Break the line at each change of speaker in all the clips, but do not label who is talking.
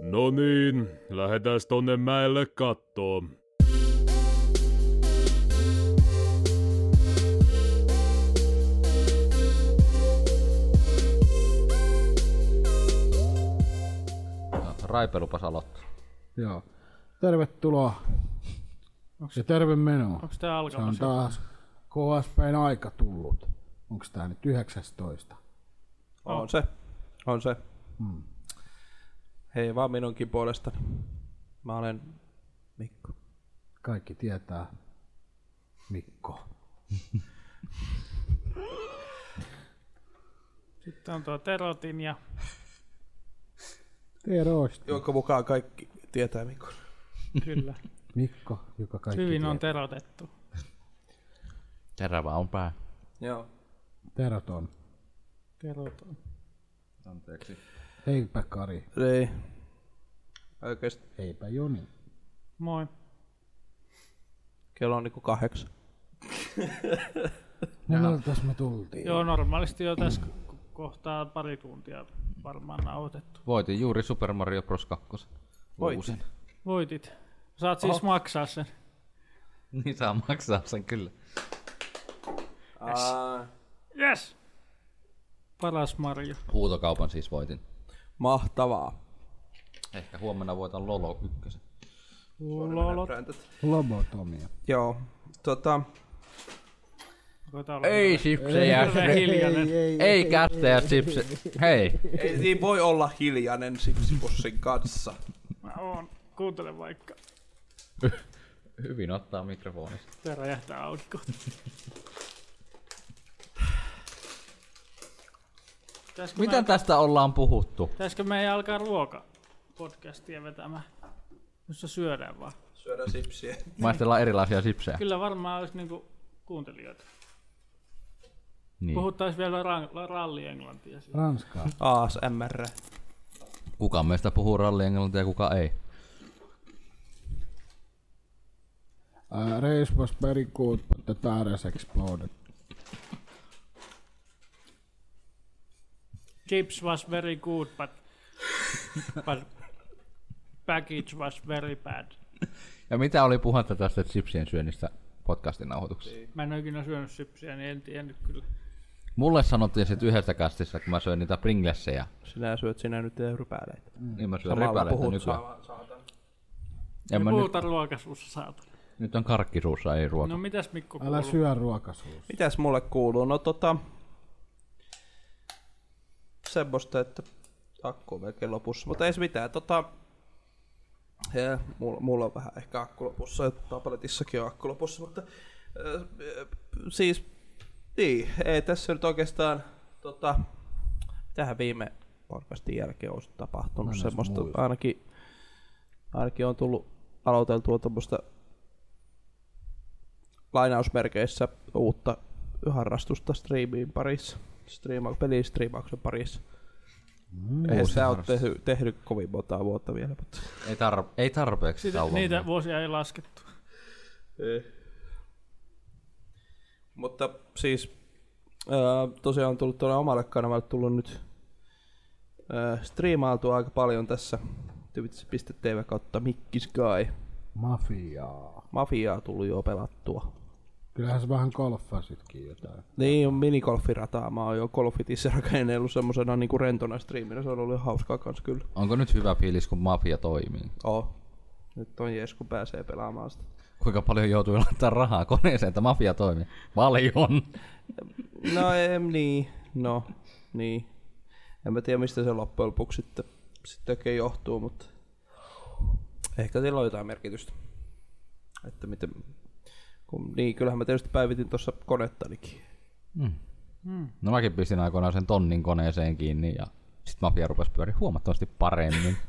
No niin, lähdetääs tonne mäelle kattoon.
Raipe lupas aloittaa.
Joo. Tervetuloa. Ja terve menoa.
Onko tää
Se on
alkamassa?
taas KSPn aika tullut. Onko tää nyt 19?
On se, on se. Hei vaan minunkin puolestani. Mä olen Mikko.
Kaikki tietää. Mikko.
Sitten on tuo Terotin ja
Tiedoista.
Jonka mukaan kaikki tietää Mikko.
kyllä.
Mikko, joka kaikki
Hyvin on
tietää.
terotettu.
Terävä on pää.
Joo.
Terot on.
Teroton.
Heipä Kari.
Ei. Oikeesti
Heipä Joni.
Moi.
kello on niinku kahdeksan.
No miltäs me
Niin.
tultiin?
Joo, normaalisti jo tässä ko- kohtaa pari tuntia varmaan nauhoitettu.
Voitin juuri Super Mario Bros. 2.
Voitit.
Uusin.
Voitit. Saat siis maksaa sen.
Niin saa maksaa sen kyllä.
Yes! Paras Marjo.
Huutokaupan siis voitin.
Mahtavaa.
Ehkä huomenna voitan Lolo 1.
Lolot.
Lobotomia.
Joo. Tota,
Onko tää ollut
Ei sipsejä.
hirveän hiljainen?
Ei kästä ja sipse. Hei.
ei siinä voi olla hiljainen sipsipussin kanssa.
Mä oon. Kuuntele vaikka.
Hyvin ottaa mikrofonista.
Tää räjähtää aukko. Pitäisikö
Mitä tästä ollaan puhuttu?
Pitäisikö meidän alkaa ruokapodcastia vetämään, jossa syödään vaan?
Syödä sipsiä.
Maistellaan erilaisia sipsejä.
Kyllä varmaan olisi niinku kuuntelijoita.
Niin.
Puhuttaisiin vielä ran- rallienglantia. siinä.
Ranskaa.
ASMR.
Kuka meistä puhuu rallienglantia ja kuka ei?
Uh, race was very good, but the tires exploded.
Chips was very good, but, but package was very bad.
Ja mitä oli puhetta tästä sipsien syönnistä podcastin nauhoituksessa?
Mä en ole ikinä syönyt sipsiä, niin en tiennyt kyllä.
Mulle sanottiin sit yhdessä kastissa, kun mä söin niitä Pringlessejä.
Sinä syöt sinä nyt rypäleitä.
Niin mä syön
Samalla
ripäleitä
puhut
nykyään.
saa- saatan.
En
En
mä nyt,
puhuta nyt... ruokasuussa saatana.
nyt on karkkisuussa, ei ruoka.
No mitäs Mikko
Älä
kuuluu?
syö ruokasuus.
Mitäs mulle kuuluu? No tota... Semmoista, että akku on melkein lopussa, mutta ei se mitään. Tota, ja, mulla, mulla, on vähän ehkä akku lopussa, ja tabletissakin on akku lopussa, mutta ö, ö, siis niin, ei tässä nyt oikeastaan tota, tähän viime podcastin jälkeen on sit tapahtunut
Mä en edes
semmoista,
muista.
ainakin, ainakin on tullut aloiteltua tuommoista lainausmerkeissä uutta harrastusta striimiin parissa, striima, pelistriimauksen parissa. Mm, Eihän sä oot tehnyt, tehnyt kovin montaa vuotta vielä, mutta...
Ei, tar- ei tarpeeksi
Sitä,
kauan.
niitä vuosia ei laskettu.
Mutta siis ää, tosiaan on tullut tuonne omalle kanavalle tullut nyt ää, striimailtua aika paljon tässä twitch.tv kautta Mikki Sky.
Mafiaa.
Mafiaa tuli jo pelattua.
Kyllähän sä vähän golfasitkin jotain.
Niin, on minikolfirataa. Mä oon jo golfitissä rakennellut semmosena niinku rentona striiminä. Se on ollut ihan hauskaa kans kyllä.
Onko nyt hyvä fiilis, kun mafia toimii?
Oo. Nyt on jees, kun pääsee pelaamaan sitä.
Kuinka paljon joutuu laittaa rahaa koneeseen, että mafia toimii? Paljon!
No em, niin, no, niin. En mä tiedä mistä se loppujen lopuksi sitten, sitten oikein johtuu, mutta ehkä sillä on jotain merkitystä. Että miten, kun, niin, kyllähän mä tietysti päivitin tuossa konettanikin.
No mäkin pistin aikoinaan sen tonnin koneeseen kiinni ja sit mafia rupesi pyörimään huomattavasti paremmin.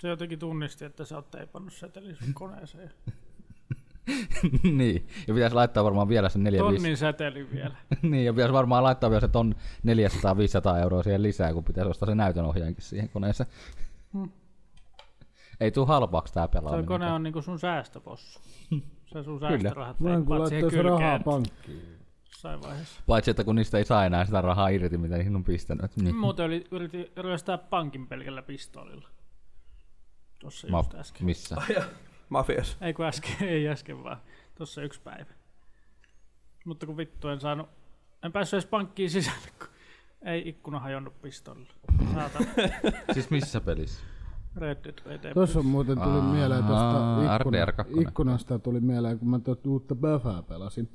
Se jotenkin tunnisti, että sä oot teipannut setelin sun koneeseen.
niin. Ja pitäisi laittaa varmaan vielä sen 4
Tonnin säteli vielä.
niin, ja pitäisi varmaan laittaa vielä se ton 400-500 euroa siihen lisää, kun pitäisi ostaa se näytönohjaankin siihen koneeseen. Ei tuu halpaaksi tää
Tuo
pelaaminen.
kone Hmm. on niinku sun säästöpossu. Se sun
Kyllä.
säästörahat
Voin kun
teippaat siihen
laittaisi rahaa
kylkeen
pankkiin.
jossain vaiheessa.
Paitsi, että kun niistä ei saa enää sitä rahaa irti, mitä niihin on pistänyt. Niin.
Muuten oli, yritin ryöstää pankin pelkällä pistoolilla. Tossa
Ma-
just äsken.
missä?
Mafias.
Ei kun äsken, ei äsken vaan. Tossa yksi päivä. Mutta kun vittu en saanut, en päässyt edes pankkiin sisälle, kun ei ikkuna hajonnut pistolla. Saata
siis missä pelissä?
Red Dead Redemption.
Tuossa on muuten tuli
Aa,
mieleen tuosta
RDR2.
ikkuna, ikkunasta tuli mieleen, kun mä tuota uutta Böfää pelasin.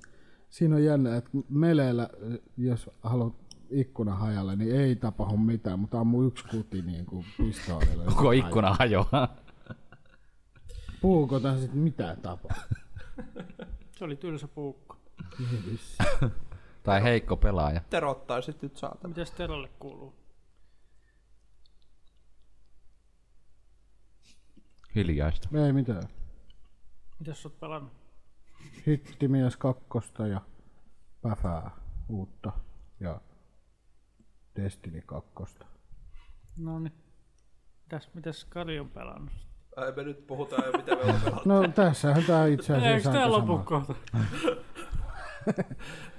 Siinä on jännä, että meleillä, jos haluat ikkuna hajalle, niin ei tapahdu mitään, mutta ammu yksi kuti niin kuin pistoolilla.
Koko ikkuna hajoaa.
Puuko tähän sitten mitään tapaa?
Se oli tylsä puukko.
tai heikko pelaaja.
Terottaa sit nyt saatana.
Mitäs Terolle kuuluu?
Hiljaista.
Ei mitään.
Mitäs sä oot pelannut?
Hittimies kakkosta ja Böfää uutta ja Destiny kakkosta.
No niin. Mitäs, mitäs Kari on pelannut?
Ei me nyt puhutaan jo mitä me ollaan pelannut.
No tässähän tää itse
Eikö
asiassa
tää
aika
lopu
sama.
kohta?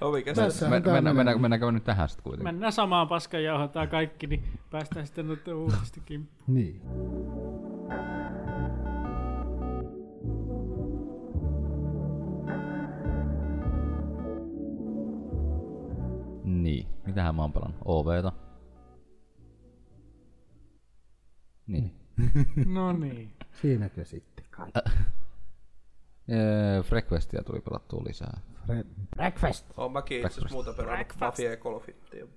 No mikä se?
Tässähän
Men,
tää
mennä,
menee.
mennä, mennäänkö me nyt tähän sitten kuitenkin?
Mennään samaan paskan jauhataan kaikki, niin päästään sitten noiden uutisten kimppuun.
Niin.
Niin. Mitähän mä oon pelannut? OVta. Niin.
No niin.
Siinäkö sitten kaikki?
Öö, Frequestia tuli pelattua lisää.
Fred-
Oon mäkin itse asiassa muuta pelannut Mafia ja Call of Duty.
Eipä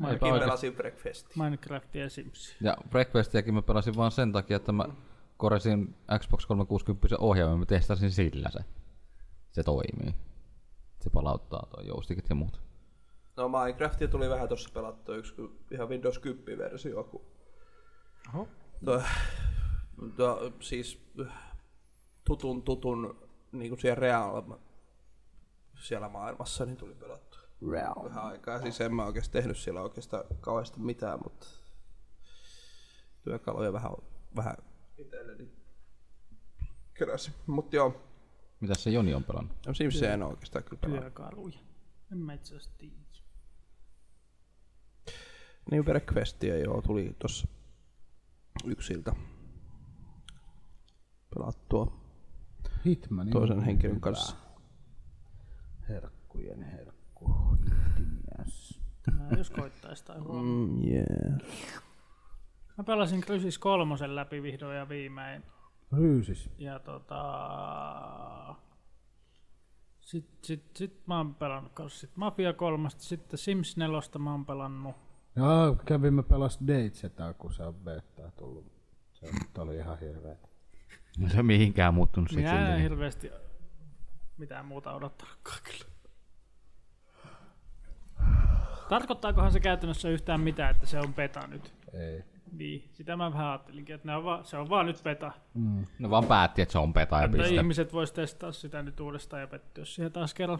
Mäkin
oikein.
pelasin Breakfastia.
Minecraftia ja Simsia.
Ja Breakfastiakin mä pelasin vaan sen takia, että mä koresin Xbox 360 ohjaimen, mä testasin sillä se. Se toimii. Se palauttaa toi joustikit ja muut.
No Minecraftia tuli vähän tossa pelattua yksi kun ihan Windows 10 versio, kun
Oho.
Tuo, tuo, siis tutun tutun niin kuin siellä real siellä maailmassa niin tuli pelattua. Real. Vähän aikaa, siis en mä oikeasti tehnyt siellä oikeastaan kauheasti mitään, mutta työkaluja vähän, vähän itselleni keräsin. Mutta joo,
Mitäs se Joni on pelannut?
no Simsiä en oikeastaan kyllä pelaa.
Työkaluja. En mä itse asiassa tiedä.
Niin Breakfastia joo, tuli tossa yksiltä pelattua
Hitmanin
toisen henkilön kanssa.
herkkujen herkku. Hittimies.
Mä jos koittais tai huomaa.
Mm, yeah.
Mä pelasin Crysis kolmosen läpi vihdoin ja viimein.
Ryysis.
Ja tota... Sitten sit, sit mä oon pelannut kans sit Mafia kolmosta, sitten Sims 4 mä oon pelannut.
Jaa, kävimme pelas Datesetaa, kun se on betaa tullut. Se nyt oli ihan hirveä.
No se mihinkään muuttunut
Minä en hirveästi mitään muuta odottaakaan kyllä. Tarkoittaakohan se käytännössä yhtään mitään, että se on beta nyt?
Ei.
Niin, sitä mä vähän ajattelinkin, että ne on va- se on vaan nyt beta.
No vaan päätti, että se on peta ja
Että
piste.
ihmiset vois testaa sitä nyt uudestaan ja pettyä siihen taas kerran.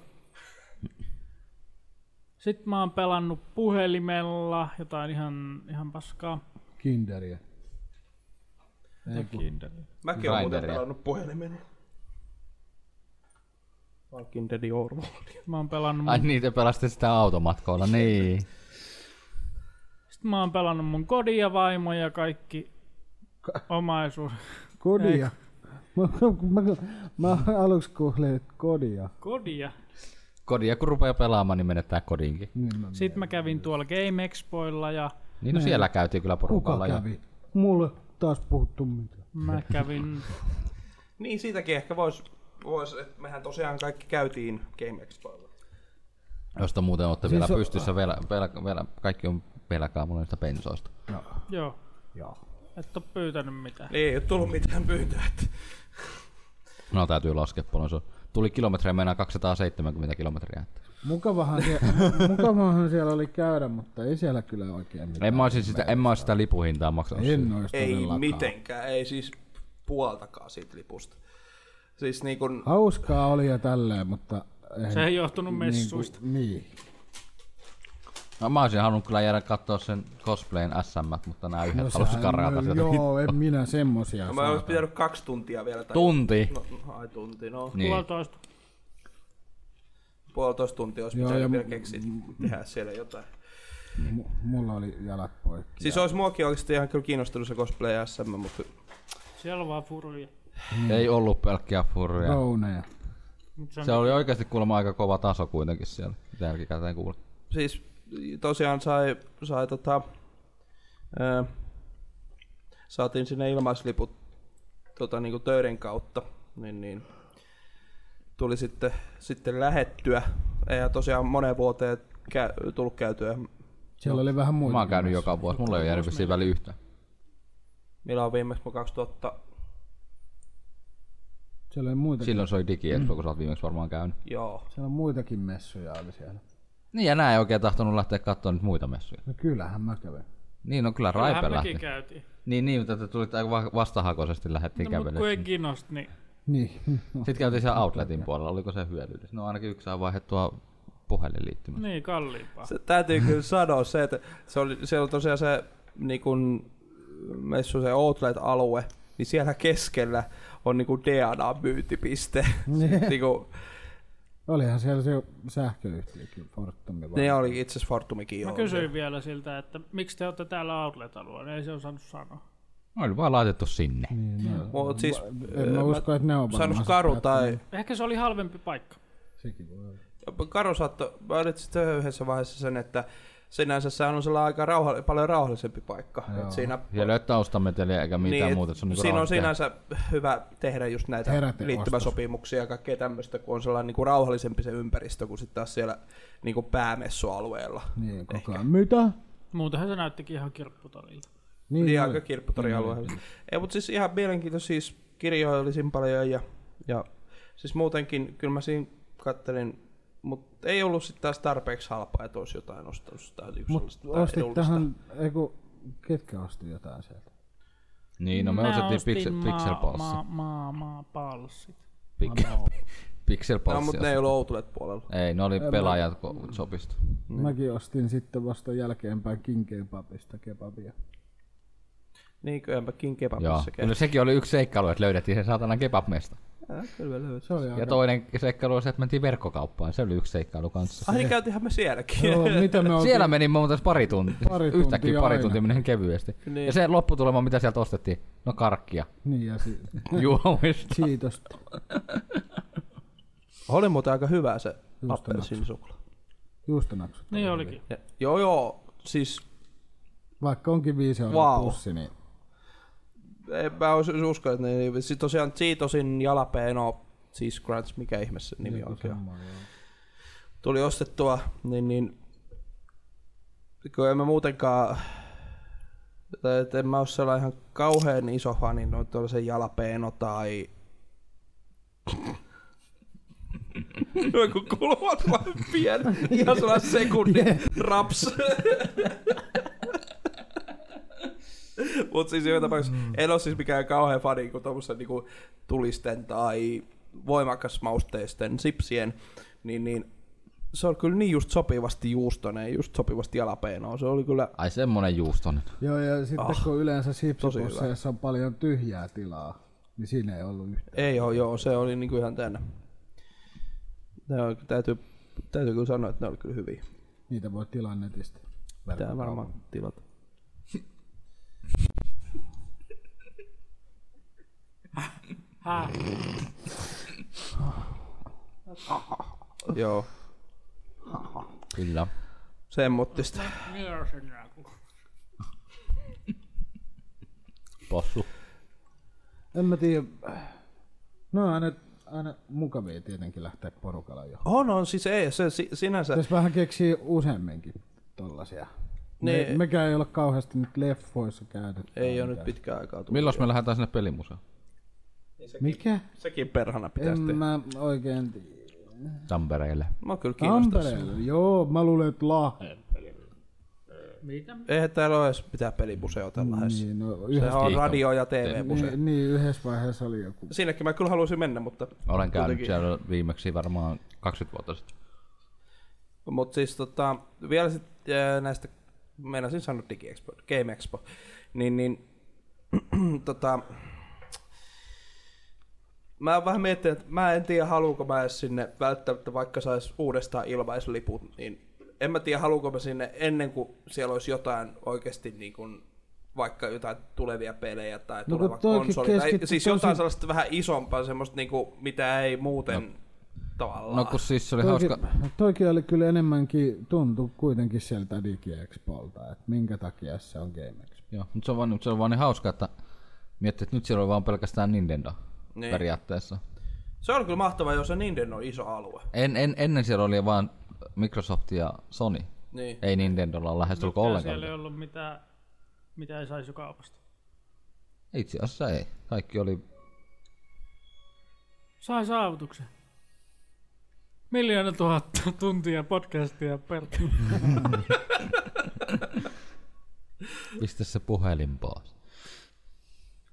Sitten mä oon pelannut puhelimella jotain ihan, ihan paskaa.
Kinderiä. Ei kun
Kindle.
Mäkin olen muuten
Grinderia.
pelannut puhelimeni. Walking Dead Orwellia.
Mä oon pelannut
Ai niin, te pelasitte sitä automatkoilla, niin.
Sitten mä oon pelannut mun kodin ja vaimon ja kaikki omaisuus.
Kodia. Mä, mä, mä aluksi kuulin, että kodia.
Kodia.
Kodia kun rupeaa pelaamaan, niin menettää kodinkin.
Niin mä,
Sitten mä kävin tuolla Game Expoilla ja
Niin no siellä käytiin kyllä
kuka
porukalla. Ja
kävi? Mulle taas puhuttu mitään.
mä kävin...
Niin, siitäkin ehkä voisi, vois, että mehän tosiaan kaikki käytiin Game Expoilla.
josta muuten olette vielä pystyssä, vielä, vielä, vielä, kaikki on velkaa mulle niistä pensoista.
Joo,
Joo.
et oo pyytänyt mitään.
Niin, ei ole tullut mitään pyyntöä. Että...
No täytyy laskea paljon. Se on- tuli kilometrejä, meinaa 270 kilometriä. Että.
Mukavahan, siellä, mukavahan siellä oli käydä, mutta ei siellä kyllä oikein mitään.
En mä olisi sitä, en mä ois sitä lipuhintaa maksanut. siitä.
En ois
Ei
todellakaan.
mitenkään, ei siis puoltakaan siitä lipusta. Siis niin kun,
Hauskaa oli ja tälleen, mutta... Eihän,
Se ei johtunut messuista.
Niin.
No, mä olisin halunnut kyllä jäädä katsoa sen cosplayn SM, mutta nämä yhdet no, halusi
sehän-
karata
no
sieltä.
Joo, en minä semmosia
mä
saa.
olisin pitänyt kaksi tuntia vielä. Tai...
Tunti.
No, no, ai tunti, no.
Niin.
Puolitoista.
Puolitoista tuntia olisi
Joo,
pitänyt
ja-
vielä keksiä tehdä siellä jotain.
M- mulla oli jalat poikki.
Siis olisi muakin oikeasti ihan kyllä kiinnostunut se cosplay SM, mutta
Siellä on vaan furuja.
Ei ollut pelkkiä furria.
Rouneja.
Mut se on
Se oli oikeasti kuulemma aika kova taso kuitenkin siellä, mitä jälkikäteen kuulin.
siis tosiaan sai, sai tota, ää, saatiin sinne ilmaisliput tota, niin kuin töiden kautta, niin, niin tuli sitten, sitten lähettyä. Ja tosiaan moneen vuoteen käy, tullut käytyä.
Siellä oli vähän muita.
Mä oon käynyt joka vuosi, mulla ei ole jäänyt vissiin väliin yhtään.
Milloin on viimeksi Mä 2000,
Siellä oli muitakin.
Silloin soi digiexpo, kun sä oot viimeksi varmaan käynyt.
joo.
Siellä on muitakin messuja oli siellä.
Niin ja nää ei oikein tahtonut lähteä katsomaan nyt muita messuja.
No kyllähän mä kävin.
Niin on kyllä
Kyllähän
Raipe lähti.
mekin käytiin.
Niin, niin, mutta te tulitte aika va- vastahakoisesti lähdettiin
No, mutta kun ei
kävelemään.
kiinnosta, niin
Niin.
Sitten käytiin siellä Outletin puolella, oliko se hyödyllistä? No ainakin yksi saa vaihdettua puhelinliittymä.
niin kalliimpaa.
Se, täytyy kyllä sanoa se, että se oli, siellä on tosiaan se niin kun, messu se Outlet-alue, niin siellä keskellä on niin kuin DNA-myyntipiste. niin kuin,
Olihan siellä se sähköyhtiökin, Fortumi. vai-
ne oli itse asiassa Fortumikin
Mä
joo.
kysyin vielä siltä, että miksi te olette täällä outlet-alueella, ei se osannut sanoa.
No, oli vaan laitettu sinne.
Mut siis,
En mä usko, että ne on
Sanus
varmaan se
Karu
päättänyt.
tai...
Ehkä se oli halvempi paikka.
Sekin voi olla.
Karu saattoi, mä yritin sitten yhdessä vaiheessa sen, että sinänsä sehän on sellainen aika rauha, paljon rauhallisempi paikka. Et siinä,
Ja löi taustameteliä eikä mitään
Niin,
Niin, et
muuta. Se on niinku
siinä on
rauhallista.
sinänsä hyvä tehdä just näitä
Heräteostos.
liittymäsopimuksia ja kaikkea tämmöistä, kun on sellainen niinku rauhallisempi se ympäristö kuin sitten taas siellä niinku päämessualueella.
Niin, koko ajan. Mitä?
Muutenhan se näyttikin ihan kirpputalilta.
Niin,
Niin
niin
aika kirpputorialueella. Ei, mutta siis ihan mielenkiintoisia siis kirjoja oli siinä paljon ja, ja siis muutenkin kyllä mä siinä kattelin, mutta ei ollut sitten taas tarpeeksi halpaa, että olisi jotain ostanut sitä
Mut
sellaista
ostit
edullista.
tähän, eiku, ketkä osti jotain sieltä?
Niin, no me ostettiin Pixel, Pixel Pulse.
Maa, maa, Niin maa, palssit.
Pixel, pixel
No,
Pulse
mutta ne ei
ostettiin.
ollut Outlet puolella.
Ei, ne oli pelaajat ko- shopista.
Mäkin ostin sitten vasta jälkeenpäin King Kebabista kebabia.
Niin, kylläpä King
Joo.
Kebabissa
Kyllä sekin oli yksi seikkailu, että löydettiin se saatana kebabmesta.
Se oli
Ja
aika...
toinen seikkailu oli se, että mentiin verkkokauppaan. Se oli yksi seikkailu kanssa.
Ai niin käytiinhän me sielläkin.
Joo, mitä me oltiin?
Siellä meni muuten pari tuntia.
Pari tuntia
Yhtäkkiä pari
aina.
tuntia meni kevyesti.
Niin.
Ja se lopputulema, mitä sieltä ostettiin? No karkkia.
Niin ja si-
Juomista.
siitos.
Oli muuten aika hyvä se appelsiinisuklaa.
Juustonaksut.
Niin olikin.
Ja- Joo, joo. Siis
Vaikka onkin viisi euroa
Vau.
pussi, niin
en mä ois usko, että ne... Siis tosiaan Cheetosin jalapeno, siis Crunch, mikä ihme Niin, se nimi onkin. on. tuli ostettua, niin, niin kun en mä muutenkaan, tai et en mä ole sellainen ihan kauhean iso fani, noin tuollaisen jalapeeno tai... Noin kun kulmat vaan pieni, ihan sellainen sekunnin raps. Mut siis joka tapauksessa en ole siis mikään kauhean fani kuin tuommoisen niinku tulisten tai voimakasmausteisten sipsien, niin, niin se on kyllä niin just sopivasti juustonen, just sopivasti jalapeenoa. Se oli kyllä,
Ai semmonen juustonen.
Joo, ja sitten oh, kun yleensä
Ah, hyvä.
sipsipusseissa on paljon tyhjää tilaa, niin siinä ei ollut yhtään.
ei oo, joo, se oli niinku ihan tänne. Ne on, täytyy, täytyy kyllä sanoa, että ne oli kyllä hyviä.
Niitä voi tilaa netistä.
Pitää varmaan tilata.
Häh?
Joo,
Kyllä.
semmottista.
Mitä se näkyy?
Possu.
En mä tiedä. No on aina, aina mukavia tietenkin lähteä porukalla johon.
On, on, siis ei, se si, sinänsä.
Tässä vähän keksii useamminkin tollasia. Me,
Ne-
mekään ei ole kauheasti nyt leffoissa käynyt.
Niin. Ei ole nyt pitkään aikaa tullut.
Milloin me lähdetään sinne pelimuseen?
Mikä?
Sekin perhana pitäisi
En
tehdä.
mä oikein tiedä.
Tampereelle.
Mä oon kyllä kiinnostunut.
Tampereella? Joo, mä luulen, että Lahden.
Mitä?
Eihän täällä ole edes mitään pelimuseo tällä lähes.
Niin, no,
Se
yhdessä,
on radio- ja TV-museo.
niin, niin, yhdessä vaiheessa oli joku.
Siinäkin mä kyllä haluaisin mennä, mutta
Olen käynyt siellä viimeksi varmaan 20 vuotta sitten.
Mutta siis tota, vielä sitten näistä, meinasin sanoa DigiExpo, Game Expo, niin, niin tota, mä oon vähän miettinyt, että mä en tiedä haluuko mä edes sinne välttämättä, vaikka sais uudestaan ilmaisliput, niin en mä tiedä, haluuko mä sinne ennen kuin siellä olisi jotain oikeasti niin kuin, vaikka jotain tulevia pelejä tai
No kun
tuleva
toikin
konsoli. Tai,
keskittyi
siis jotain
tosi-
sellaista vähän isompaa, semmoista niin kuin, mitä ei muuten no. tavallaan.
No kun siis se oli
Toikin,
hauska.
toikin oli kyllä enemmänkin, tuntui kuitenkin sieltä DigiExpolta, että minkä takia se on Game Expo.
Joo, mutta se on vaan, se on vaan niin hauska, että miettii, että nyt siellä on vaan pelkästään Nintendo
Niin.
niin. periaatteessa.
Se on kyllä mahtavaa, jos se Nintendo on iso alue.
En, en, ennen siellä oli vaan Microsoft ja Sony.
Niin.
Ei Nintendolla ole lähestulkoon
Mitään
ollenkaan.
Siellä ei ollut mitään, mitä ei saisi jo kaupasta.
Itse asiassa ei. Kaikki oli...
Sai saavutuksen. Miljoona tuhatta tuntia podcastia per...
Pistä se puhelin pois.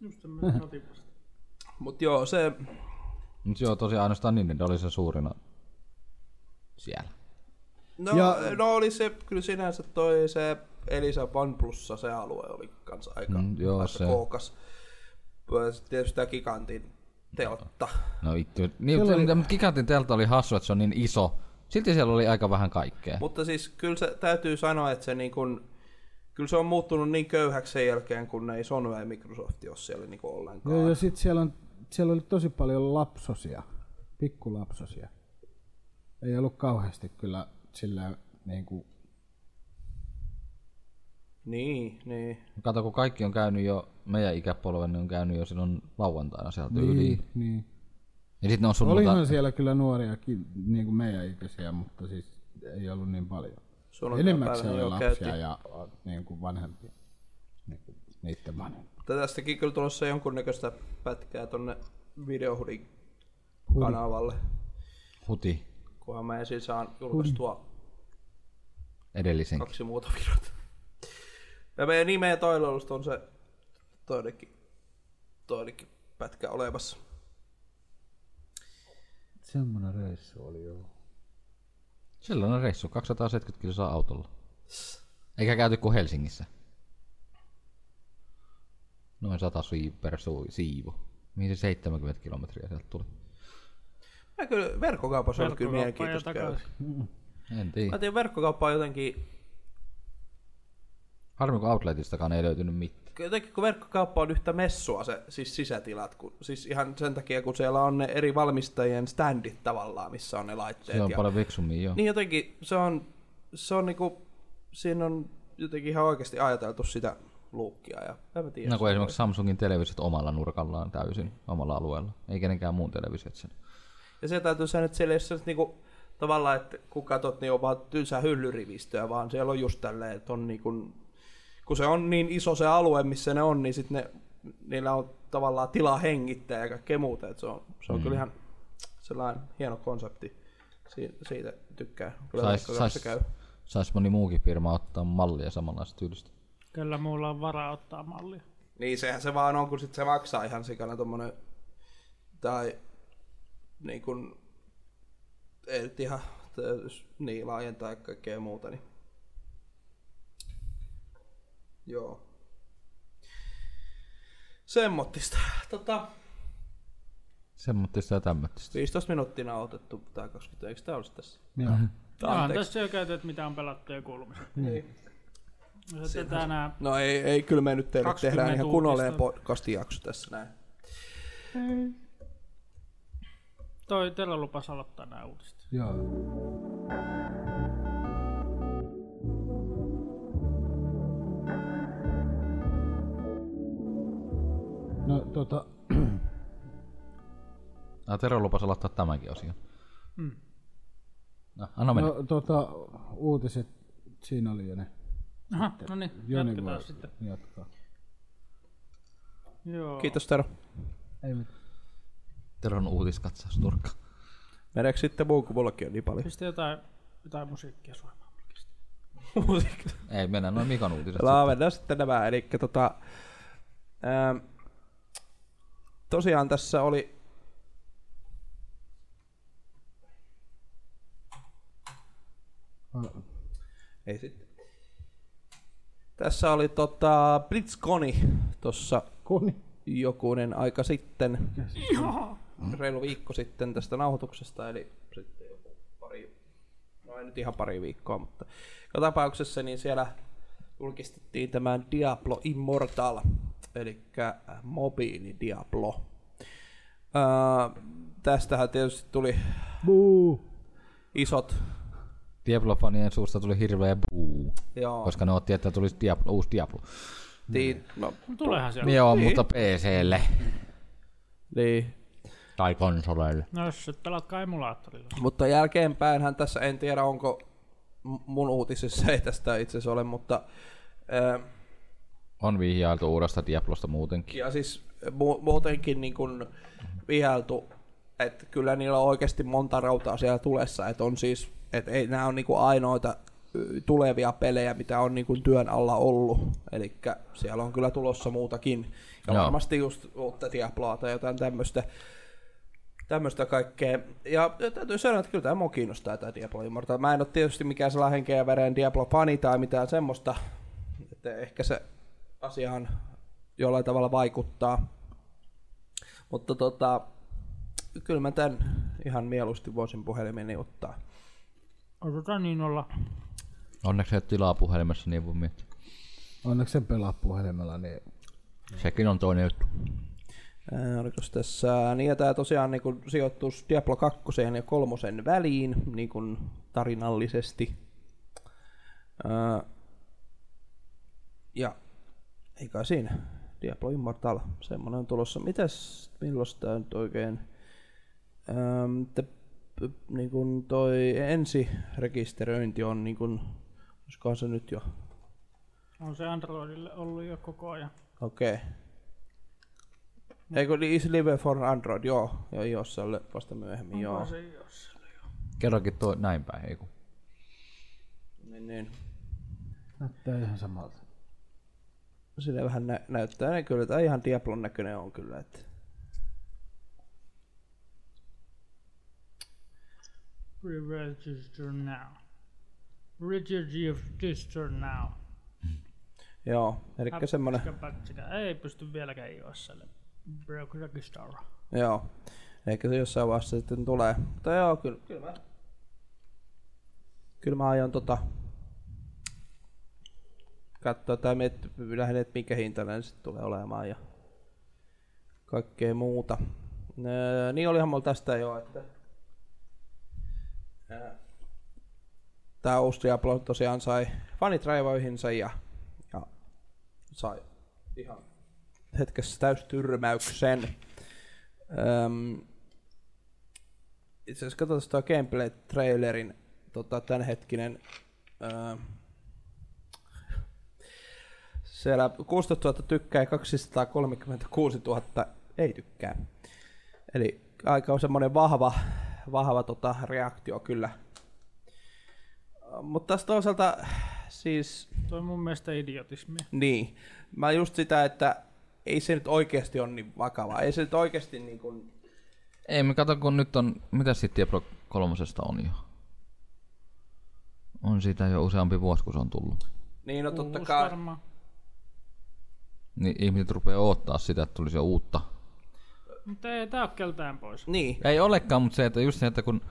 Just semmoinen kotipusta.
Mutta joo, se,
Mutta joo, tosiaan ainoastaan Nintendo oli se suurin siellä.
no, ja...
Ja-
no oli se, kyllä sinänsä toi se Elisa OnePlussa se alue oli kanssa aika,
Mm, joo,
aika
se.
kookas. Ö, sit Tietysti tämä Gigantin teltta.
No vittu. Niin, mutta,
Siellä oli-
oli... mutta Gigantin teltta oli hassu, että se on niin iso. Silti siellä oli aika vähän kaikkea.
Mutta siis kyllä se täytyy sanoa, että se niin kun, kyllä se on muuttunut niin köyhäksi sen jälkeen, kun ne ei Sony ja Microsoft ole siellä niin kuin ollenkaan.
Joo, ja sitten siellä, on, siellä oli tosi paljon lapsosia, pikkulapsosia. Ei ollut kauheasti kyllä sillä niin kuin,
Niin, niin.
Kato, kun kaikki on käynyt jo, meidän ikäpolven ne on käynyt jo silloin lauantaina sieltä niin. yli.
niin.
Ja sitten ne on
Olihan
sunnuntai...
siellä kyllä nuoriakin, niin kuin meidän ikäisiä, mutta siis ei ollut niin paljon.
Sunnuntai
Enimmäkseen
päivänä
oli
jo
lapsia
käytiin.
ja äh, niin kuin vanhempia, niin kuin niiden vanhempia.
Mutta tästäkin kyllä tulossa jonkunnäköistä pätkää tonne videohudin kanavalle,
Huti
kunhan mä ensin saan julkaistua
edellisenkin.
kaksi muuta videota. Ja meidän nimeä toiloilusta on se toinenkin, toinenkin pätkä olemassa.
Semmoinen reissu oli joo.
Silloin reissu, 270 kilsaa autolla. Eikä käyty kuin Helsingissä. Noin 100 sui- per sui- siivu. Mihin se 70 kilometriä sieltä tuli?
Ja kyllä verkkokaupassa on kyllä
Verkkokauppaan ja
mielenkiintoista käydä.
takaisin.
En tiedä.
Mä tiedän, verkkokauppa on jotenkin
Harmi, kun outletistakaan ei löytynyt mitään.
jotenkin kun verkkokauppa on yhtä messua se siis sisätilat, kun, siis ihan sen takia kun siellä on ne eri valmistajien standit tavallaan, missä on ne laitteet.
Se on
ja,
paljon fiksummin, joo.
Niin jotenkin se on, se on niinku, siinä on jotenkin ihan oikeasti ajateltu sitä luukkia ja en mä tiedä.
No kun esimerkiksi Samsungin televisiot omalla nurkallaan täysin, omalla alueella. Ei kenenkään muun televisiot sen.
Ja se täytyy sanoa, että siellä ei ole sellaista niinku, tavallaan, että kun katsot, niin on vaan tylsää hyllyrivistöä, vaan siellä on just tälleen, että on niinku, kun se on niin iso se alue, missä ne on, niin sitten ne, niillä on tavallaan tilaa hengittää ja kaikkea muuta. Et se on, se on mm. kyllä ihan sellainen hieno konsepti. Si- siitä tykkää. Kyllä
Sais,
vaikka kanssa
sais,
käy.
sais moni muukin firma ottaa mallia samanlaista tyylistä.
Kyllä mulla on varaa ottaa mallia.
Niin sehän se vaan on, kun sit se maksaa ihan sikana tommonen, tai niin kun, ei nyt ihan täys- niin laajentaa ja kaikkea muuta, niin joo. Semmottista. Tota,
Semmoittista ja tämmöistä.
15 minuuttia on otettu, tai 20, eikö tää olisi tässä?
Joo.
Tää
Jaan
anteeksi.
tässä jo käyty, että mitä on pelattu ja kuulumista.
Niin.
Sitten tänään
No ei, ei, kyllä me nyt teille
20
tehdään ihan
uutista.
kunnollinen podcastin jakso tässä näin.
toi teillä lupas aloittaa nämä uutiset.
Joo. No tota,
Ah, Tero lupasi aloittaa tämänkin osion. Mm. No, anna mennä.
no, tota, uutiset, siinä oli jo ne.
Aha, no niin,
Joni
jatketaan
voi
sitten.
Jatkaa.
Joo.
Kiitos Tero.
Ei mitään.
Teron uutiskatsaus nurkka.
Meneekö sitten muu, kun mullakin on niin paljon?
Pistä jotain, jotain musiikkia soimaan.
Musiikki.
Ei, mennään noin Mikan uutiset.
Pelaa, mennään sitten nämä. Eli tota, ää, tosiaan tässä oli... Ei sitten. Tässä oli tota Blitzkoni tuossa
Koni.
jokunen aika sitten. Reilu viikko sitten tästä nauhoituksesta, eli sitten joku pari, no ei nyt ihan pari viikkoa, mutta joka tapauksessa niin siellä julkistettiin tämän Diablo Immortal, eli mobiili Diablo. Öö, tästähän tietysti tuli
Buu.
isot,
Diablo-fanien suusta tuli hirveä buu,
joo,
koska ne otti, että tulisi Diablo, uusi Diablo.
tiin, no,
No, tuleehan se.
Niin joo, mutta PClle.
niin.
Tai konsoleille.
No jos et pelatkaa emulaattorilla.
Mutta jälkeenpäinhän tässä, en tiedä onko m- mun uutisissa ei tästä itse asiassa ole, mutta öö,
On vihjailtu uudesta Diablosta muutenkin.
Ja siis mu- muutenkin niin kuin viheltu, että kyllä niillä on oikeasti monta rautaa siellä tulessa, että on siis, että ei, nämä on niin kuin ainoita ö, tulevia pelejä, mitä on niin kuin työn alla ollut. Eli siellä on kyllä tulossa muutakin. Ja
Joo.
varmasti just uutta Diabloa tai jotain tämmöistä tämmöistä kaikkea. Ja täytyy sanoa, että kyllä tämä mua kiinnostaa tämä Diablo Immortal. Mä en ole tietysti mikään sellainen henkeä ja veren Diablo-fani tai mitään semmoista. Että ehkä se asiaan jollain tavalla vaikuttaa. Mutta tota, kyllä mä tämän ihan mieluusti voisin puhelimeni ottaa.
Odotan niin olla.
Onneksi ei ole tilaa puhelimessa, niin voi miettiä.
Onneksi sen pelaa puhelimella, niin
Sekin on toinen juttu.
Ää, Oliko Äh, tässä, niin ja tämä tosiaan niin kun sijoittuu Diablo 2 ja 3 väliin niin kun tarinallisesti. Ää, ja ei kai siinä. Diablo Immortal, semmonen on tulossa. Mitäs, milloin tää nyt oikein? Äm, te, p- niin kun toi ensirekisteröinti on niin kun, olisikohan se nyt jo?
On se Androidille ollut jo koko ajan.
Okei. Okay. Eikö niin is live for Android, joo. Ja iOSalle vasta myöhemmin, joo.
Se ei oo se.
Kerrankin tuo näin päin, ei kun.
Niin, niin.
näyttää ihan samalta.
Sillä vähän nä- näyttää ne kyllä, tai ihan Diablon näköinen on kyllä, että...
Register now. Register now.
Joo, eli semmonen,
Pätsikä, pätsikä. Ei pysty vieläkään iOSlle. Broke register.
joo. Ehkä se jossain vaiheessa sitten tulee. Mutta joo, kyllä, kyllä mä... Kyllä mä aion tota... Katsoa tai miet, lähden, että mikä hintainen sitten tulee olemaan ja... Kaikkea muuta. Öö, niin olihan mulla tästä jo, että... Öö, Tää uusi Diablo tosiaan sai fanit raivoihinsa ja, ja sai ihan hetkessä täystyrmäyksen. Öm, itse asiassa katsotaan tuo gameplay-trailerin tota, tämänhetkinen. Öö, siellä 16 000 tykkää ja 236 000 ei tykkää. Eli aika on semmoinen vahva, vahva tota, reaktio kyllä. Mutta taas toisaalta siis
Toi on mun mielestä idiotismia.
niin. Mä just sitä, että ei se nyt oikeasti ole niin vakavaa. Ei se nyt oikeasti niin kuin...
Ei, me kato, kun nyt on... Mitä sitten Diablo kolmosesta on jo? On siitä jo useampi vuosi, kun se on tullut.
Niin, no totta
Uusi
kai.
varmaan.
Niin ihmiset rupeaa odottaa sitä, että tulisi jo uutta.
Mutta ei tää oo keltään pois.
Niin,
Ei olekaan, mutta se, että just se, että kun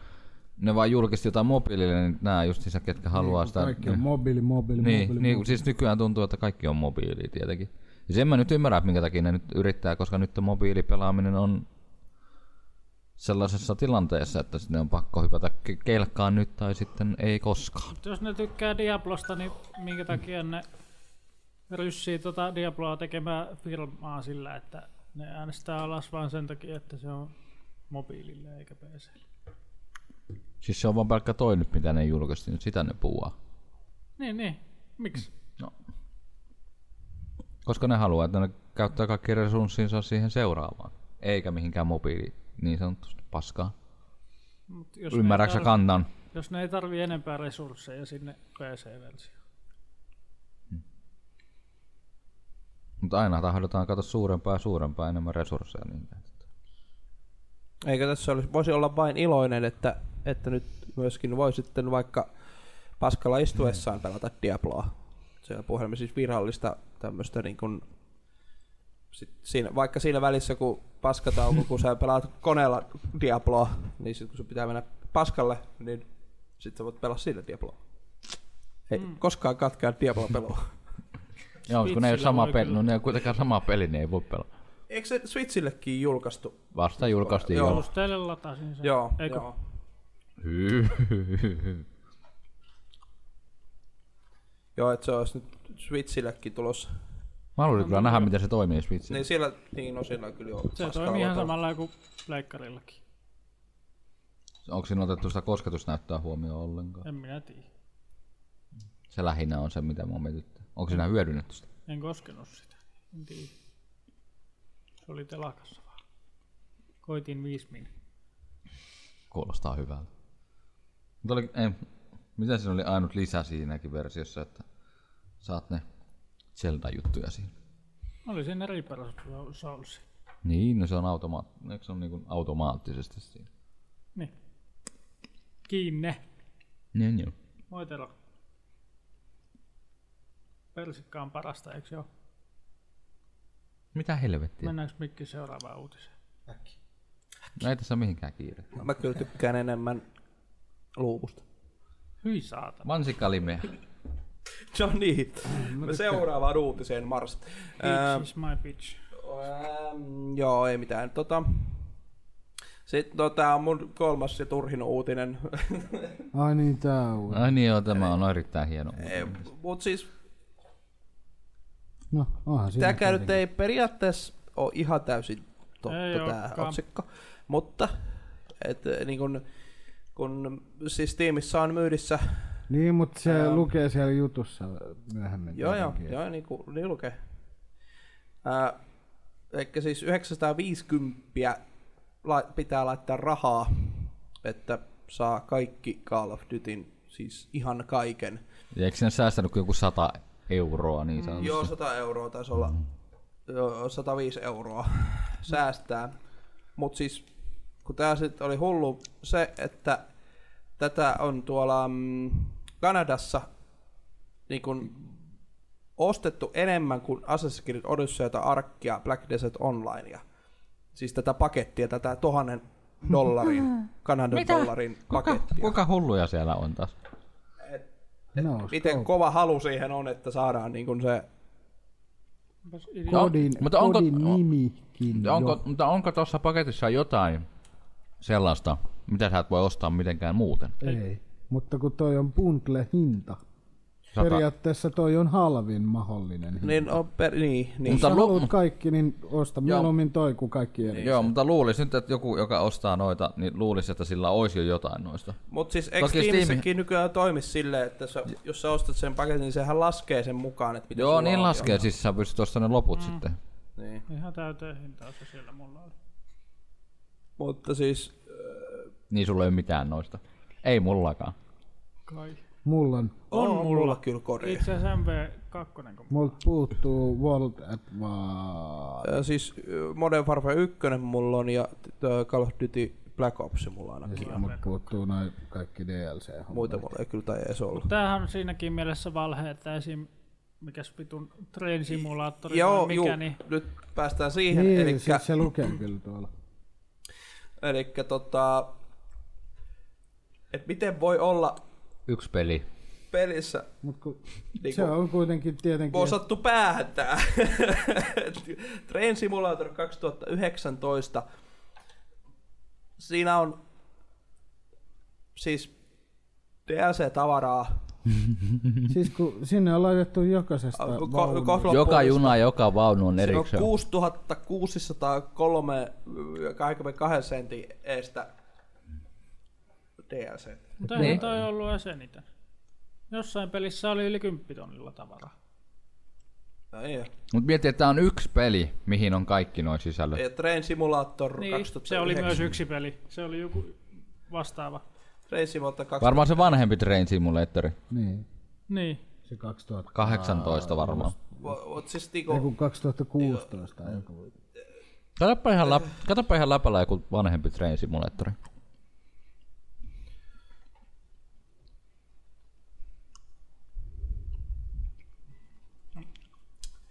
ne vaan julkisti jotain mobiilille, niin nämä just niissä, ketkä haluaa sitä...
Niin, Kaikki on mobiili, mobiili,
Niin,
mobiili.
niin kun siis nykyään tuntuu, että kaikki on mobiili tietenkin. Ja sen mä nyt ymmärrän, että minkä takia ne nyt yrittää, koska nyt mobiilipelaaminen on sellaisessa tilanteessa, että sinne on pakko hypätä ke- kelkkaan nyt tai sitten ei koskaan.
Mut Jos ne tykkää Diablosta, niin minkä takia ne ryssii tota Diabloa tekemään firmaa sillä, että ne äänestää alas vaan sen takia, että se on mobiilille eikä PC.
Siis se on vaan pelkkä toi nyt, mitä ne julkisti, nyt sitä ne puhua.
Niin, niin. Miksi?
Koska ne haluaa, että ne käyttää kaikki resurssinsa siihen seuraavaan, eikä mihinkään mobiili niin sanotusti paskaa.
Mut jos ne
Ymmärrätkö
ei
sä
tarvi-
kannan?
Jos ne ei tarvii enempää resursseja niin sinne PC-versioon.
Mutta aina tahdotaan katsoa suurempaa ja suurempaa ja enemmän resursseja. Niin
eikö tässä olisi, voisi olla vain iloinen, että, että nyt myöskin voi sitten vaikka paskalla istuessaan pelata Diabloa. Siellä puhelimen siis virallista tämmöistä niin kuin, sit siinä, vaikka siinä välissä kun paskatauko, kun sä pelaat koneella Diabloa, niin sitten kun sun pitää mennä paskalle, niin Sitten sä voit pelaa sillä Diabloa. Ei mm. koskaan katkea Diabloa pelua.
Joo, kun ne ei ole
Switchillä
sama
voi
peli,
kyllä.
no ne ei ole kuitenkaan sama peli, niin ei voi pelata.
Eikö se Switchillekin julkaistu?
Vasta julkaistiin
Joo.
jo.
Just teille latasin sen.
Joo,
Eikö?
joo.
Hyy, hyy, hyy, hyy.
Joo, että se olisi nyt Switchillekin tulossa.
Mä haluaisin
No,
kyllä nähdä, miten se toimii Switchillä.
Niin siellä, niin no siellä kyllä on.
Se toimii ihan samalla kuin pleikkarillakin.
Onko siinä otettu sitä kosketusnäyttöä huomioon ollenkaan?
En minä tiedä.
Se lähinnä on se, mitä mua mietittää. Onko siinä hyödynnetty sitä?
En koskenut sitä. En tiedä. Se oli telakassa vaan. Koitin viisi min.
Kuulostaa hyvältä. Mutta oli, ei, mitä siinä oli ainut lisä siinäkin versiossa, että saat ne Zelda-juttuja siinä?
Oli siinä Reaper of Soulsi.
Niin, no se on, automa- eikö se on niin automaattisesti siinä.
Niin. Kiinne.
Niin, joo.
Moitelo. Persikka on parasta, eikö joo?
Mitä helvettiä?
Mennäänkö mikki seuraavaan uutiseen?
No ei tässä ole mihinkään kiire.
Mä kyllä tykkään enemmän luukusta.
Hyi saata.
Mansikalimeä.
No niin,
Mm,
me seuraavaan uutiseen Mars.
Bitch is my bitch.
Ähm, joo, ei mitään. Tota, sitten tota, mun kolmas ja turhin uutinen.
Ai niin, tää on.
Ai niin joo, tämä on erittäin hieno.
Mut siis
No, onhan siinä.
tääkään nyt ei periaatteessa ole ihan täysin totta
Ei
tää
olekaan.
otsikko. Mutta et, niin kun, kun siis tiimissä on myydissä.
Niin, mutta se lukee siellä jutussa myöhemmin.
Joo, joo,
tietenkin.
joo, niin kuin niin lukee. Äh, eli siis 950 la- pitää laittaa rahaa, että saa kaikki Call of Dutyn, siis ihan kaiken.
Ja eikö sinä säästänyt joku 100 euroa niin sanotusti?
Joo, 100 euroa taisi olla. Joo, 105 euroa säästää. Mut siis, kun tää sit oli hullu se, että tätä on tuolla mm, Kanadassa niin kun ostettu enemmän kuin Assassin's Creed Odysseyta, Arkkia, Black Desert Onlinea. Siis tätä pakettia, tätä tuhannen dollarin, Kanadan dollarin pakettia.
Kuinka hulluja siellä on taas?
No,
Miten kova halu siihen on, että saadaan niin kun se
kodin,
mutta onko-
kodin nimikin
Mutta Onko, mutta onko tuossa paketissa jotain sellaista, mitä sä et voi ostaa mitenkään muuten?
jo. Ei. Mutta kun toi on bundle hinta.
Sata.
Periaatteessa toi on halvin mahdollinen hinta.
Niin, on per, niin, niin.
Jos sä
Mutta lu-
haluat kaikki, niin osta mieluummin toi kuin kaikki eri.
Joo, mutta luulisi nyt, että joku, joka ostaa noita, niin luulisi, että sillä olisi jo jotain noista.
Mutta siis eikö
Toki
Steamissäkin
Steam-
nykyään toimi silleen, että sä, jos sä ostat sen paketin, niin sehän laskee sen mukaan, että mitä
Joo,
sulla
niin
on.
laskee, siis sä pystyt ostamaan ne loput sitten.
Niin.
Ihan täyteen hintaan se siellä mulla oli.
Mutta siis,
Niin sulla ei ole mitään noista. Ei mullakaan.
Kai.
Mulla on,
on, on mulla kyllä kori.
Itse asiassa MV2 kun
multa puuttuu World Advance.
Ö, Siis ö, Modern Warfare 1 mulla on ja ö, Call of Duty Black Ops mulla ainakin.
Mut puuttuu noin kaikki DLC-hommat.
Muita mulla ei kyllä tai edes ollut.
Tämähän on siinäkin mielessä valhe, että esim. mikäs vitun train simulaattori
Joo,
mikä
juu,
niin
nyt päästään siihen.
Niin,
elikkä-
siis se lukee kyllä tuolla.
Eli tota, et miten voi olla
Yksi peli.
pelissä
Mut kun,
Niin
se
kun-
on kuitenkin tietenkin...
osattu päähän tää. Train Simulator 2019. Siinä on siis DLC-tavaraa.
Siis kun sinne on laitettu jokaisesta
Ko- ko-
vaunusta.
kohla-
Joka juna, joka vaunu on
Siinä on
erikseen.
6603,22 sentin eestä DLC.
Mutta eihän niin. toi ollut edes eniten. Jossain pelissä oli yli 10 tonnilla tavaraa.
No ei oo.
Mutta mieti, että tää on yksi peli, mihin on kaikki noin sisällöt.
Ja Train Simulator
Niin,
2009.
se oli myös yksi peli. Se oli joku vastaava.
Train Simulator 2000.
Varmaan se vanhempi Train Simulatori.
Niin,
Niin.
se 2000...
18 varmaan.
Mut siis
Ei,
niinku,
kun 2016 tai joku.
Katsopa ihan, läp- katsopa ihan läpällä joku vanhempi Train Simulatori.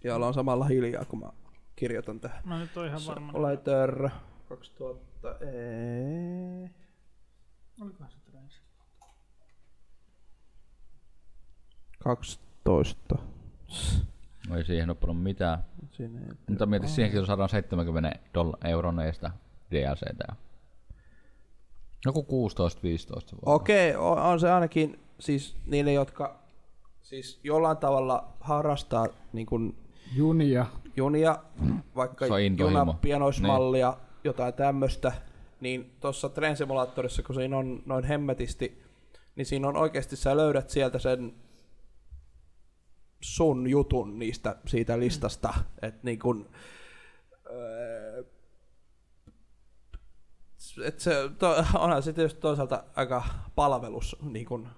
ja ollaan samalla hiljaa kun mä kirjoitan tähän.
Mä nyt oon ihan varma.
Later 2000... Ei.
Olikohan se train simulaattori?
12.
No Ei siihen ole paljon mitään.
Siinä ei.
Mutta mieti siihenkin, jos saadaan 70 dolla- euron edestä DLCtä. Joku 16-15 se
Oh,
voi olla.
Okei, on, on se ainakin siis niille, jotka siis jollain tavalla harrastaa niin kuin
Junia.
junia, vaikka
Se on intohimo.
junapienoismallia, niin. jotain tämmöistä, niin tuossa Train Simulatorissa, kun siinä on noin hemmetisti, niin siinä on oikeasti, sä löydät sieltä sen sun jutun niistä siitä listasta, että niin kun, öö, et se, to, onhan se tietysti toisaalta aika palvelus, niin kun,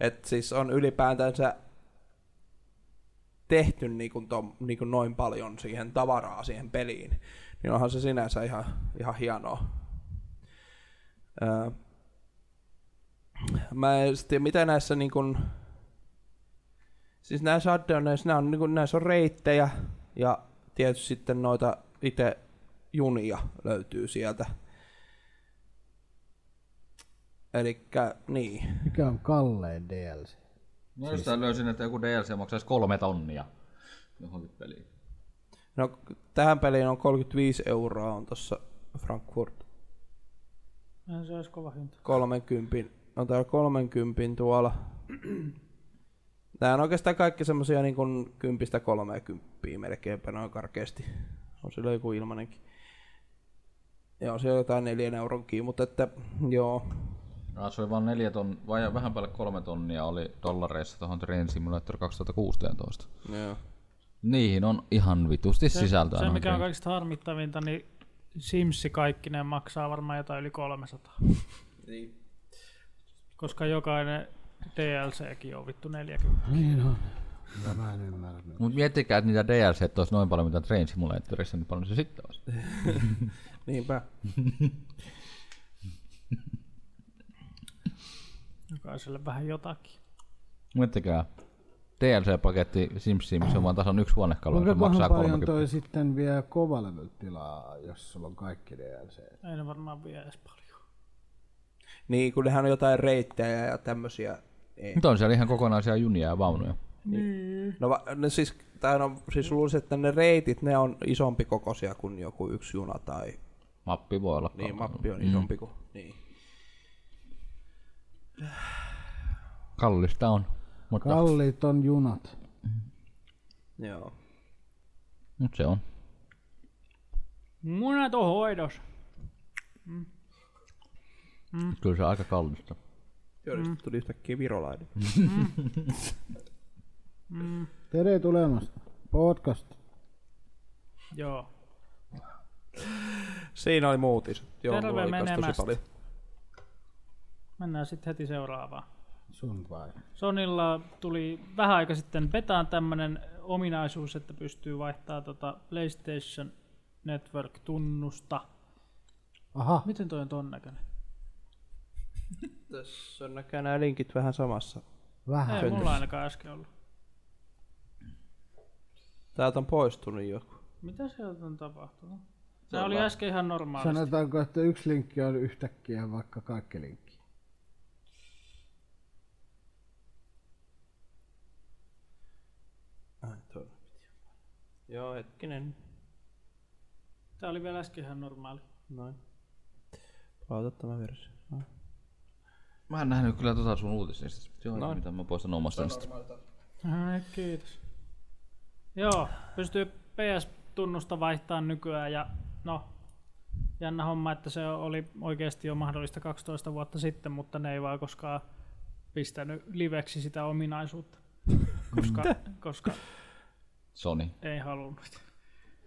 et siis on ylipäätänsä tehty niin kuin tom, niin kuin noin paljon siihen tavaraa siihen peliin, niin onhan se sinänsä ihan, ihan hienoa. Öö, mä en sit tiedä, mitä näissä niin kuin, siis näissä addonneissa, nämä on, niin kuin, näissä on reittejä ja tietysti sitten noita itse junia löytyy sieltä. Elikkä niin.
Mikä on kallein DLC?
No
siis-
jostain löysin, että joku DLC maksaisi kolme tonnia johonkin peliin.
No, tähän peliin on 35 euroa on tuossa Frankfurt
Eihän se olisi kova hinta.
30, no on täällä 30 tuolla. Nämä on oikeastaan kaikki semmosia niin kuin kympistä kolmekymppiä melkeinpä noin karkeasti. On sillä joku ilmanenkin. Joo, siellä on jotain neljän euronkin, mutta että joo.
No, se oli vaan neljä ton, vai vähän päälle kolme tonnia oli dollareissa tuohon Train Simulator 2016.
Joo.
Niihin on ihan vitusti sisältöä. no
Se,
noihin
mikä on
peleihin.
kaikista harmittavinta, niin Simsi kaikkinen maksaa varmaan jotain yli 300.
Niin.
Koska jokainen DLCkin on vittu 40.
Niin on. Mitä mä en ymmärrä.
Mut miettikää, että niitä DLC olisi noin paljon mitä Train Simulatorissa, niin paljon se sitten olisi.
Niinpä.
Jokaiselle vähän jotakin.
Miettikää, DLC-paketti Sims Sims on vaan tasan yksi huonekalu,
Kuinka
joka
kohan
maksaa
paljon
30.
toi sitten vie kovalevyltilaa, jos sulla on kaikki DLC?
Ei ne varmaan vie edes paljon.
Niin, kun nehän on jotain reittejä ja tämmösiä. Ei.
Nyt on siellä ihan kokonaisia junia ja vaunuja.
No, va- ne siis, tai on, siis luulisin, että ne reitit, ne on isompi kokoisia kuin joku yksi juna tai
Mappi voi olla.
niin,
Niin,
mappi on isompi kuin. Niin.
Kallista on. Mutta,
Kalliit on junat.
Joo.
mut se on.
Munat on hoidos.
Kyllä se on aika kallista.
Mm. Tuli yhtäkkiä virolainen.
Tere tulemasta. Podcast.
Joo.
Siinä oli muutis. Joo,
Terve
mulla oli kans tosi
menemästä.
paljon.
Mennään sitten heti seuraavaan.
Sun vai?
Sonilla tuli vähän aika sitten betaan tämmönen ominaisuus, että pystyy vaihtaa tota PlayStation Network-tunnusta.
Aha.
Miten toi on ton näköinen?
Tässä on näköjään nämä linkit vähän samassa.
Vähän.
Ei mulla ainakaan äsken ollut.
Täältä on poistunut joku.
Mitä sieltä on tapahtunut? Tämä oli äsken ihan normaali.
Sanotaanko, että yksi linkki on yhtäkkiä vaikka kaikki linkki.
Ai, tuolla. Joo, hetkinen.
Tämä oli vielä äsken ihan normaali.
Noin. Palauta tämä versio. No.
Mä en nähnyt kyllä tota sun uutisista. Joo,
No.
no. mitä mä poistan omasta niistä.
Ai, Kiitos. Joo, pystyy PS-tunnusta vaihtamaan nykyään ja no, jännä homma, että se oli oikeasti jo mahdollista 12 vuotta sitten, mutta ne ei vaan koskaan pistänyt liveksi sitä ominaisuutta, koska, koska
Sony.
ei halunnut.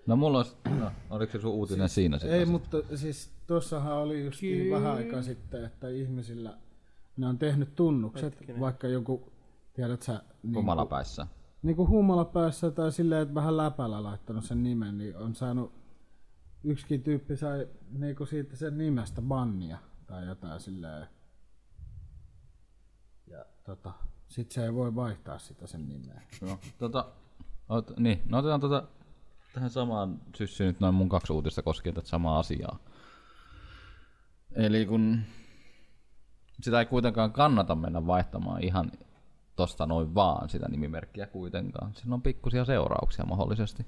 No mulla on... No, oliko se sun uutinen siinä sitten?
Ei, mutta siis tuossahan oli just niin vähän aikaa sitten, että ihmisillä ne on tehnyt tunnukset, vaikka joku, tiedät sä, niin,
Humalapäissä.
niin kuin huumalapäässä tai silleen, että vähän läpällä laittanut sen nimen, niin on saanut, yksikin tyyppi sai niin kuin siitä sen nimestä bannia tai jotain silleen. Ja tota, sit se ei voi vaihtaa sitä sen nimeä.
No, tota, ot, niin, no otetaan tota, tähän samaan syssyyn nyt noin mun kaksi uutista koskien tätä samaa asiaa. Eli kun sitä ei kuitenkaan kannata mennä vaihtamaan ihan tosta noin vaan sitä nimimerkkiä kuitenkaan. Siinä on pikkusia seurauksia mahdollisesti.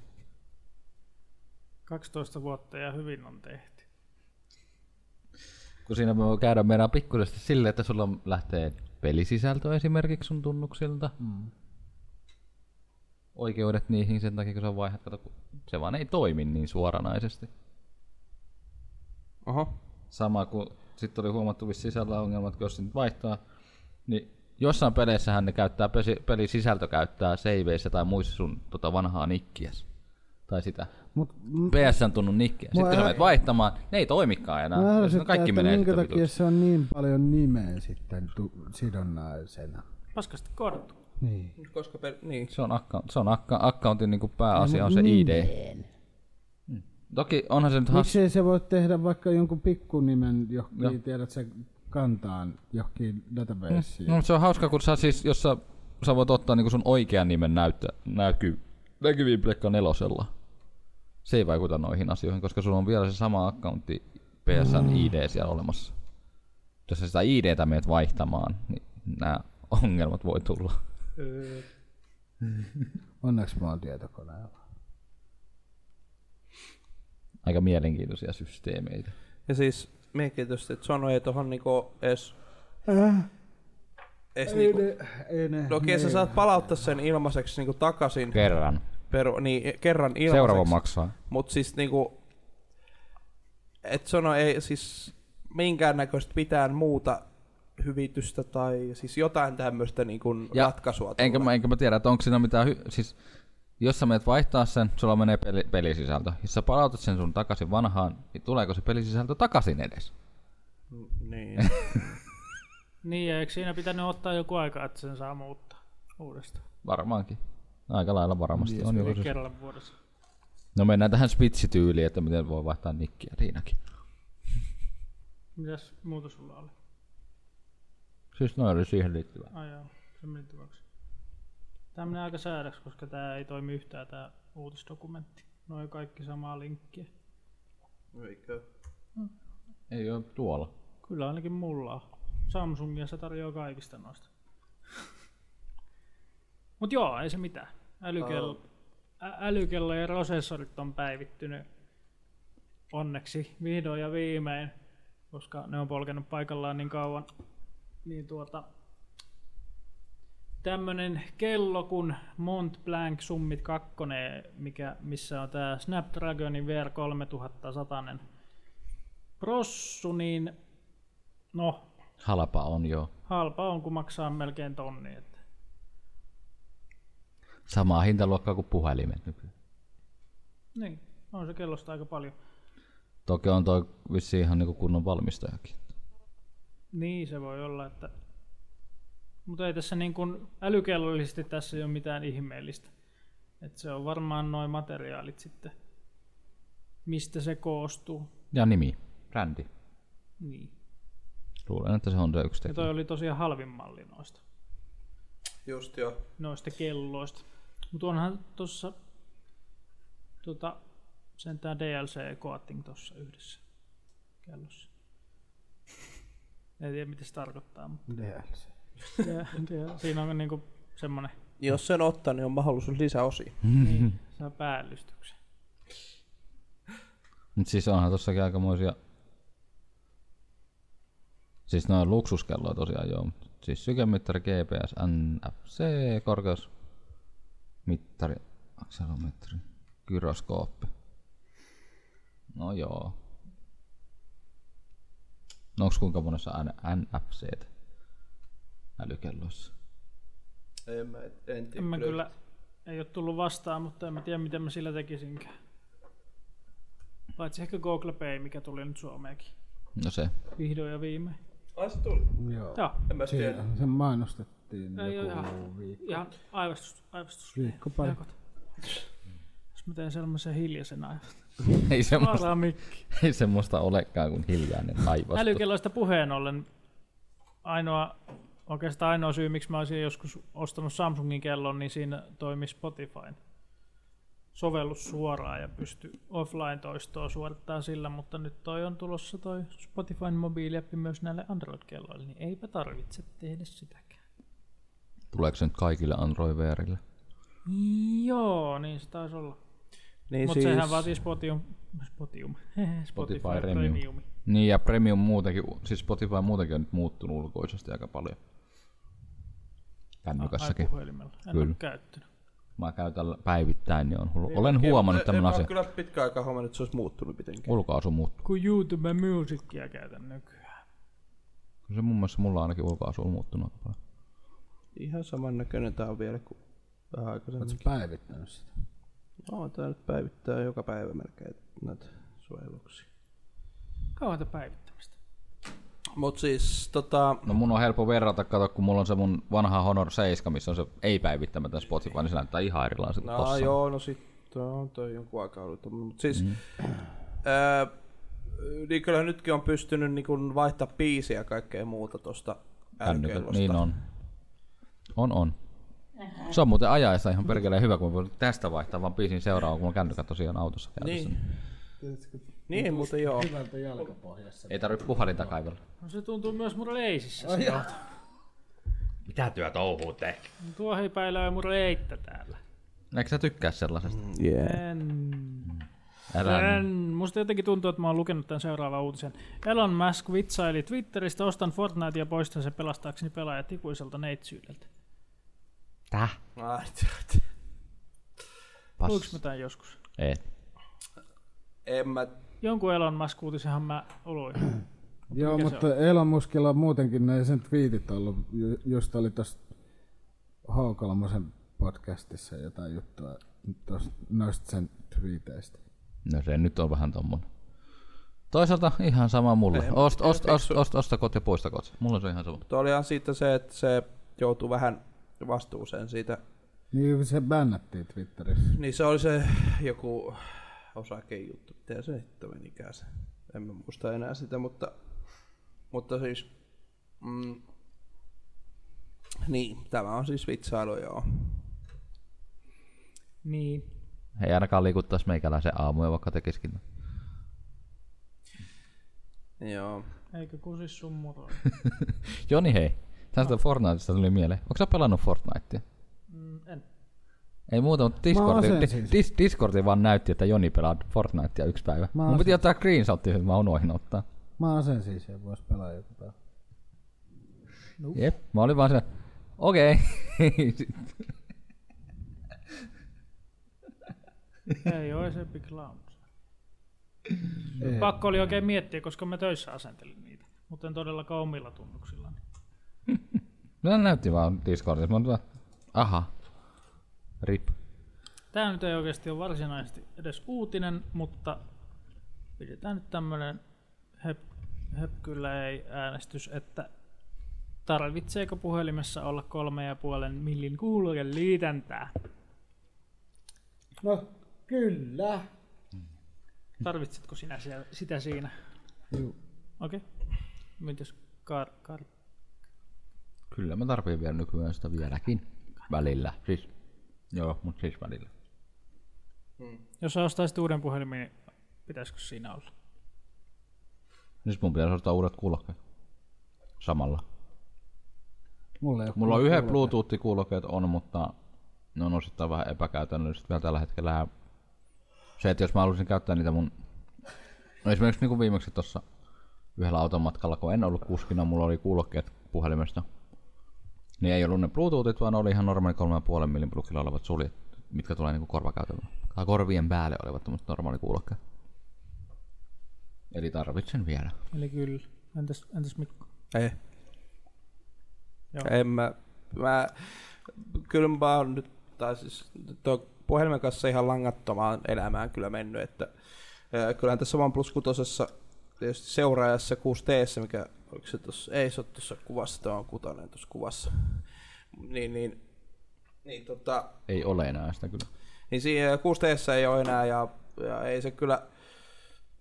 12 vuotta ja hyvin on tehty.
Kun siinä me käydään meidän pikkuisesti silleen, että sulla lähtee pelisisältö esimerkiksi sun tunnuksilta. Mm. Oikeudet niihin sen takia, kun sä vaihdat, kato, kun se vaan ei toimi niin suoranaisesti.
Aha.
Sama kuin sitten oli huomattu vissiin sisällä ongelmat, kun jos se nyt vaihtaa, niin jossain peleissähän ne käyttää, pesi, pelin sisältö käyttää saveissä tai muissa sun tota vanhaa nikkiäs. Tai sitä
Mut m-
PSN tunnun nikkiä. Sitten kun sä menet vaihtamaan, ne ei toimikaan enää.
mä
No,
ärsyttää,
kaikki
että
menee
minkä
sitten
takia
vituksi.
se on niin paljon nimeä sitten tu- sidonnaisena.
Paskasti koodattu.
Niin.
Koska pel... Niin.
Se on, account, se on akka, accountin niin pääasia on se ID. Toki onhan se nyt has...
Miksei se voi tehdä vaikka jonkun pikkunimen johonkin, no. tiedät sä, kantaan johonkin databaseen.
No, mut se on hauska, kun sä siis, jos sä, sä voit ottaa niin sun oikean nimen näyttö, näkyy, näkyviin Pleikka nelosella. Se ei vaikuta noihin asioihin, koska sulla on vielä se sama accountti PSN ID siellä olemassa. Jos sä sitä IDtä meet vaihtamaan, niin nämä ongelmat voi tulla.
Onneksi mä oon tietokoneella.
Aika mielenkiintoisia systeemeitä.
Ja siis mielenkiintoista, että Sano ei tohon niinku edes... Ees niinku...
ei ne.
No okei, sä saat palauttaa sen ilmaiseksi niinku takaisin.
Kerran.
Peru, niin, kerran ilmaiseksi.
Seuraava maksaa.
Mut siis niinku... Et Sano ei siis minkäännäköistä mitään muuta hyvitystä tai siis jotain tämmöistä niinku
Ja
ratkaisua.
Enkä
tulee.
mä, enkä mä tiedä, että onko siinä mitään... Hy- siis, jos sä menet vaihtaa sen, sulla menee peli, pelisisältö. Jos sä palautat sen sun takaisin vanhaan, niin tuleeko se pelisisältö takaisin edes?
Niin.
Niin, ja eikö siinä pitänyt ottaa joku aika, että sen saa muuttaa uudestaan?
Varmaankin. No, Aika lailla varmasti on joku se-
Yli Niin, kerralla vuodessa.
No mennään tähän spitsityyliin, että miten voi vaihtaa nikkiä siinäkin.
Mitäs muuta sulla oli?
Siis noin oli siihen liittyvä.
Ai joo, se meni tuoksi. Tää menee aika säädäksi, koska tää ei toimi yhtään tää uutisdokumentti. Noin kaikki samaa linkkiä.
Eikö?
Ei ole tuolla.
Kyllä ainakin mulla on. Samsungia se tarjoaa kaikista noista. Mut joo, ei se mitään. Älykello, ä- älykello ja prosessorit on päivittynyt onneksi vihdoin ja viimein, koska ne on polkenut paikallaan niin kauan. Niin tuota, tämmönen kello kuin Mont Blanc Summit 2, mikä, missä on tää Snapdragonin VR 3100 prossu, niin no,
Halpa on joo.
halpa on, kun maksaa melkein tonni. Että.
Samaa hintaluokkaa kuin puhelimet nykyään.
Niin, on se kellosta aika paljon.
Toki on toi vissiin ihan niinku kunnon valmistajakin.
Niin se voi olla, että... Mutta ei tässä niin kuin, älykellollisesti tässä ei ole mitään ihmeellistä. Et se on varmaan noin materiaalit sitten, mistä se koostuu.
Ja nimi. Brändi.
Niin.
Luulen, että se on se yksi
Ja
tekijä.
toi oli tosiaan halvin malli noista.
Just joo.
noista kelloista. Mutta onhan tuossa tota, sentään DLC-koatting tuossa yhdessä kellossa. En tiedä, mitä se tarkoittaa, mutta ja, ja, siinä on niinku semmonen
Jos sen ottaa, niin on mahdollisuus lisäosia.
niin, saa päällystyksen.
Mutta siis onhan tossakin aikamoisia... Siis noin luksuskelloja tosiaan joo. mut Siis sykemittari, GPS, NFC, korkeusmittari, akselometri, gyroskooppi. No joo. No onks kuinka monessa N- NFC älykelloissa?
En, mä, en
En mä kyllä, ei ole tullut vastaan, mutta en mä tiedä, mitä mä sillä tekisinkään. Paitsi ehkä Google Pay, mikä tuli nyt Suomeenkin.
No se.
Vihdoin ja viimein.
Ai se tuli.
Joo.
Joo,
En mä tiedä.
Se mainostettiin
Ei oo
joku viikko.
ihan aivastus, aivastus.
Viikko pari.
Jakot. Jos mä teen sellaisen hiljaisen aivastus.
ei, semmoista,
Vaaraa mikki.
ei semmoista olekaan kuin hiljainen taivas.
Älykelloista puheen ollen ainoa, oikeastaan ainoa syy, miksi mä olisin joskus ostanut Samsungin kellon, niin siinä toimi Spotifyn sovellus suoraan ja pysty offline-toistoa suorittaa sillä, mutta nyt toi on tulossa toi Spotifyn mobiiliappi myös näille Android-kelloille, niin eipä tarvitse tehdä sitäkään.
Tuleeko se nyt kaikille Android VRille?
Joo, niin se taisi olla.
Niin
Mutta
siis,
sehän vaatii Spotium. Spotium. Spotify,
Spotify Premium.
Premium.
Niin ja Premium muutenkin, siis Spotify muutenkin on nyt muuttunut ulkoisesti aika paljon. Kännykässäkin.
Ai puhelimella. En
Kyllä.
Kyllä. ole käyttänyt.
Mä käytän päivittäin, niin on. hullu- olen huomannut
en, en
tämän
mä
asian.
kyllä pitkään aikaa huomannut, että se olisi muuttunut mitenkään.
Ulkoasu muuttuu.
Kun YouTube Musicia käytän nykyään.
Kyllä Se mun mielestä mulla ainakin ulkoasu on muuttunut aika paljon.
Ihan saman näköinen tää on vielä kuin vähän aikaisemmin.
Oletko päivittänyt sitä?
No, tää nyt päivittää joka päivä melkein näitä suojeluksia.
Kauan tätä päivittämistä.
Mut siis tota...
No mun on helppo verrata, kato kun mulla on se mun vanha Honor 7, missä on se ei päivittämätön Spotify, niin se näyttää ihan erilaiset
No
tossa.
joo, no sit on toi jonkun aikaa ollut. Mutta siis, mm. ää, niin kyllähän nytkin on pystynyt niin kun vaihtaa biisiä ja kaikkea muuta tosta
Kännykä,
älykellosta.
niin on. On, on. Se on muuten ajaessa ihan perkeleen hyvä, kun voi tästä vaihtaa vaan biisin seuraavaan, kun mulla on kännykkä tosiaan autossa käytössä.
Niin, niin muuten joo.
Hyvältä jalkapohjassa.
Ei tarvitse puhalinta kaivella.
No se tuntuu myös mun leisissä. Oh,
Mitä työ touhuutte?
Tuo heipäilää mun leittä täällä.
Eikö sä tykkää sellaisesta?
Yeah.
En
Älä
En,
niin.
musta jotenkin tuntuu, että mä oon lukenut tämän seuraavan uutisen. Elon Musk vitsaili Twitteristä, ostan Fortnite ja poistan sen pelastaakseni pelaajat ikuiselta neitsyydeltä.
Täh?
Ah, t- t-
Pas.
Luinko mä tämän joskus?
Ei.
en mä...
Jonkun Elon Musk uutisenhan mä luin.
Joo, mutta Elon Muskilla on muutenkin näin sen twiitit ollut, ju- just oli tuossa H3 podcastissa jotain juttua tosta, noista sen twiiteistä.
No se nyt on vähän tommonen. Toisaalta ihan sama mulle. Ost, ost, ost, ost, ostakot ja poistakot. Mulla se on ihan sama.
Tuo olihan siitä se, että se joutuu vähän vastuuseen siitä.
Niin se bännättiin Twitterissä.
Niin se oli se joku osakejuttu. Miten se hitto menikään se? En mä muista enää sitä, mutta... Mutta siis... Mm, niin, tämä on siis vitsailu, joo.
Niin.
Ei ainakaan liikuttaisi meikäläisen aamuja, vaikka tekisikin. tämän.
Joo.
Eikö kusis sun muroi?
Joni hei. Tästä Fortniteista tuli mieleen. Onko sä pelannut Fortnitea?
Mm, en.
Ei muuta, mutta Discordi,
oon sen
di-
siis.
dis, Discordi vaan näytti, että Joni pelaa Fortnitea yksi päivä.
Mä oon
Mun piti ottaa screenshotti, mutta mä unohdin ottaa.
Mä oon sen siis, ja vois pelaa joku päivä.
Jep, mä olin vaan se, okei. Okay.
Ei oo se Big Lounge. Pakko oli oikein miettiä, koska mä töissä asentelin niitä. Mutta en todellakaan omilla tunnuksillani.
Mä No, näytti vaan Discordissa. Mä tota- olin vaan, aha. Rip.
Tämä nyt ei oikeasti ole varsinaisesti edes uutinen, mutta pidetään nyt tämmöinen hep, hep kyllä ei äänestys, että tarvitseeko puhelimessa olla kolme ja puolen millin kuulojen liitäntää?
No, kyllä.
Tarvitsetko sinä siellä, sitä siinä?
Juu.
Okei. Okay. Mitäs kar, kar,
Kyllä mä tarviin vielä nykyään sitä vieläkin. Välillä, siis. Joo, mut siis välillä.
Jos sä ostaisit uuden puhelimen, niin pitäisikö siinä olla?
Siis mun pitäisi ostaa uudet kuulokkeet. Samalla.
Mulla ei oo
Mulla on yhdet Bluetooth-kuulokkeet on, mutta ne on osittain vähän epäkäytännölliset vielä tällä hetkellä. Ja Se, että jos mä haluaisin käyttää niitä mun... no Esimerkiksi niin kuin viimeksi tuossa yhdellä automatkalla, kun en ollut kuskina, mulla oli kuulokkeet puhelimesta. Niin ei ollut ne Bluetoothit, vaan ne oli ihan normaali 3,5 millin plugilla olevat suljet, mitkä tulee niin korvakäytävillä. Tai korvien päälle olevat tämmöiset normaali kuulokkeet. Eli tarvitsen vielä.
Eli kyllä. Entäs, entäs Mikko?
Ei.
Joo.
En mä, mä, kyllä mä oon nyt, tai siis tuo puhelimen kanssa ihan langattomaan elämään kyllä mennyt, että ää, kyllähän tässä OnePlus 6 tietysti seuraajassa 6T, mikä, oliko se tuossa, ei se ole tuossa kuvassa, tämä on kutonen tuossa kuvassa, niin, niin, niin tota,
Ei ole enää sitä kyllä.
niin siinä 6 ei ole enää ja, ja, ei se kyllä,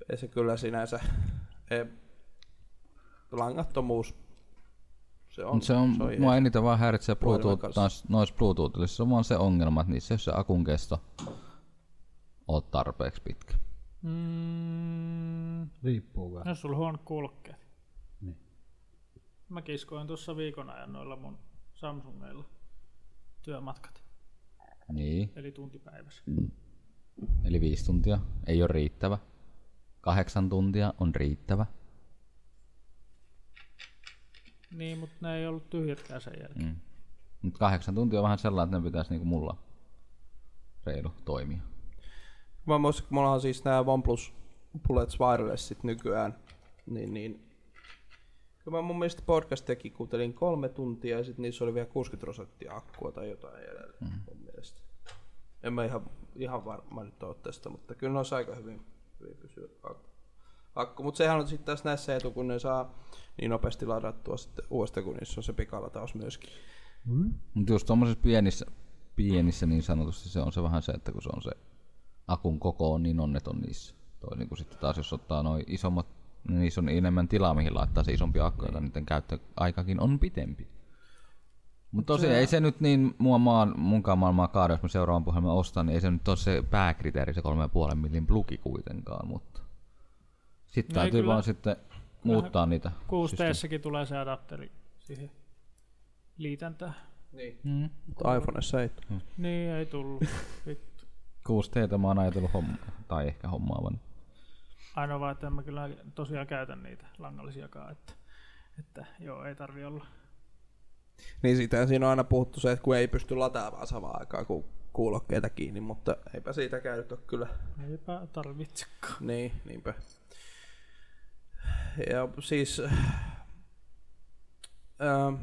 ei se kyllä sinänsä, ei, langattomuus, se on,
Mut se on,
se on
mua
jees.
eniten vaan häiritsee
Puhelimen
Bluetooth,
kanssa.
taas noissa Bluetoothissa on vaan se ongelma, että niissä ei ole se akun kesto ole tarpeeksi pitkä.
Mm,
Riippuu vähän.
Jos sulla on huonot kuulokkeet.
Niin.
Mä kiskoin tuossa viikon ajan noilla mun Samsungeilla. työmatkat,
Niin,
eli tuntipäivässä.
eli viisi tuntia ei ole riittävä. Kahdeksan tuntia on riittävä.
Niin, mutta ne ei ollut tyhjätkään sen jälkeen.
Mm. Mutta kahdeksan tuntia on vähän sellainen, että ne pitäisi niinku mulla reilu toimia.
Mä muistan, kun mulla on siis nämä OnePlus Bullets Wirelessit nykyään, niin, niin kyllä mä mun mielestä podcastiakin kuuntelin kolme tuntia ja sitten niissä oli vielä 60 prosenttia akkua tai jotain jäljellä mm. mun mielestä. En mä ihan, ihan varma nyt ole tästä, mutta kyllä ne olisi aika hyvin, hyvin pysyä akku. akku. Mutta sehän on sitten taas näissä etu, kun ne saa niin nopeasti ladattua sitten uudestaan, kun niissä on se pikalataus myöskin.
Mutta just tuommoisissa pienissä, pienissä niin sanotusti se on se vähän se, että kun se on se akun koko on niin onneton niissä. Toisin kuin sitten taas jos ottaa noin isommat, niin niissä on enemmän tilaa mihin laittaa se isompi akku, jota niiden käyttöaikakin on pitempi. Mutta tosiaan ei se nyt niin mua maan, munkaan maailmaa kaada, jos mä seuraavan puhelimen ostan, niin ei se nyt ole se pääkriteeri se 3,5 millin plugi kuitenkaan, mutta sitten
No ei
täytyy
kyllä.
vaan sitten muuttaa niitä.
6 teessäkin tulee se adapteri siihen liitäntään.
Niin.
Mm.
Mutta iPhoneissa ei.
Niin, ei tullut. Vittu.
6 teetä mä oon ajatellut hommaa, tai ehkä hommaavan.
Ainoa vaan, että en mä kyllä tosiaan käytä niitä langallisiakaan, että, että joo, ei tarvi olla.
Niin sitä siinä on aina puhuttu se, että kun ei pysty lataamaan samaan aikaan kuin kuulokkeita kiinni, mutta eipä siitä käynyt ole kyllä.
Eipä tarvitsekaan.
Niin, niinpä. Ja siis... Ähm,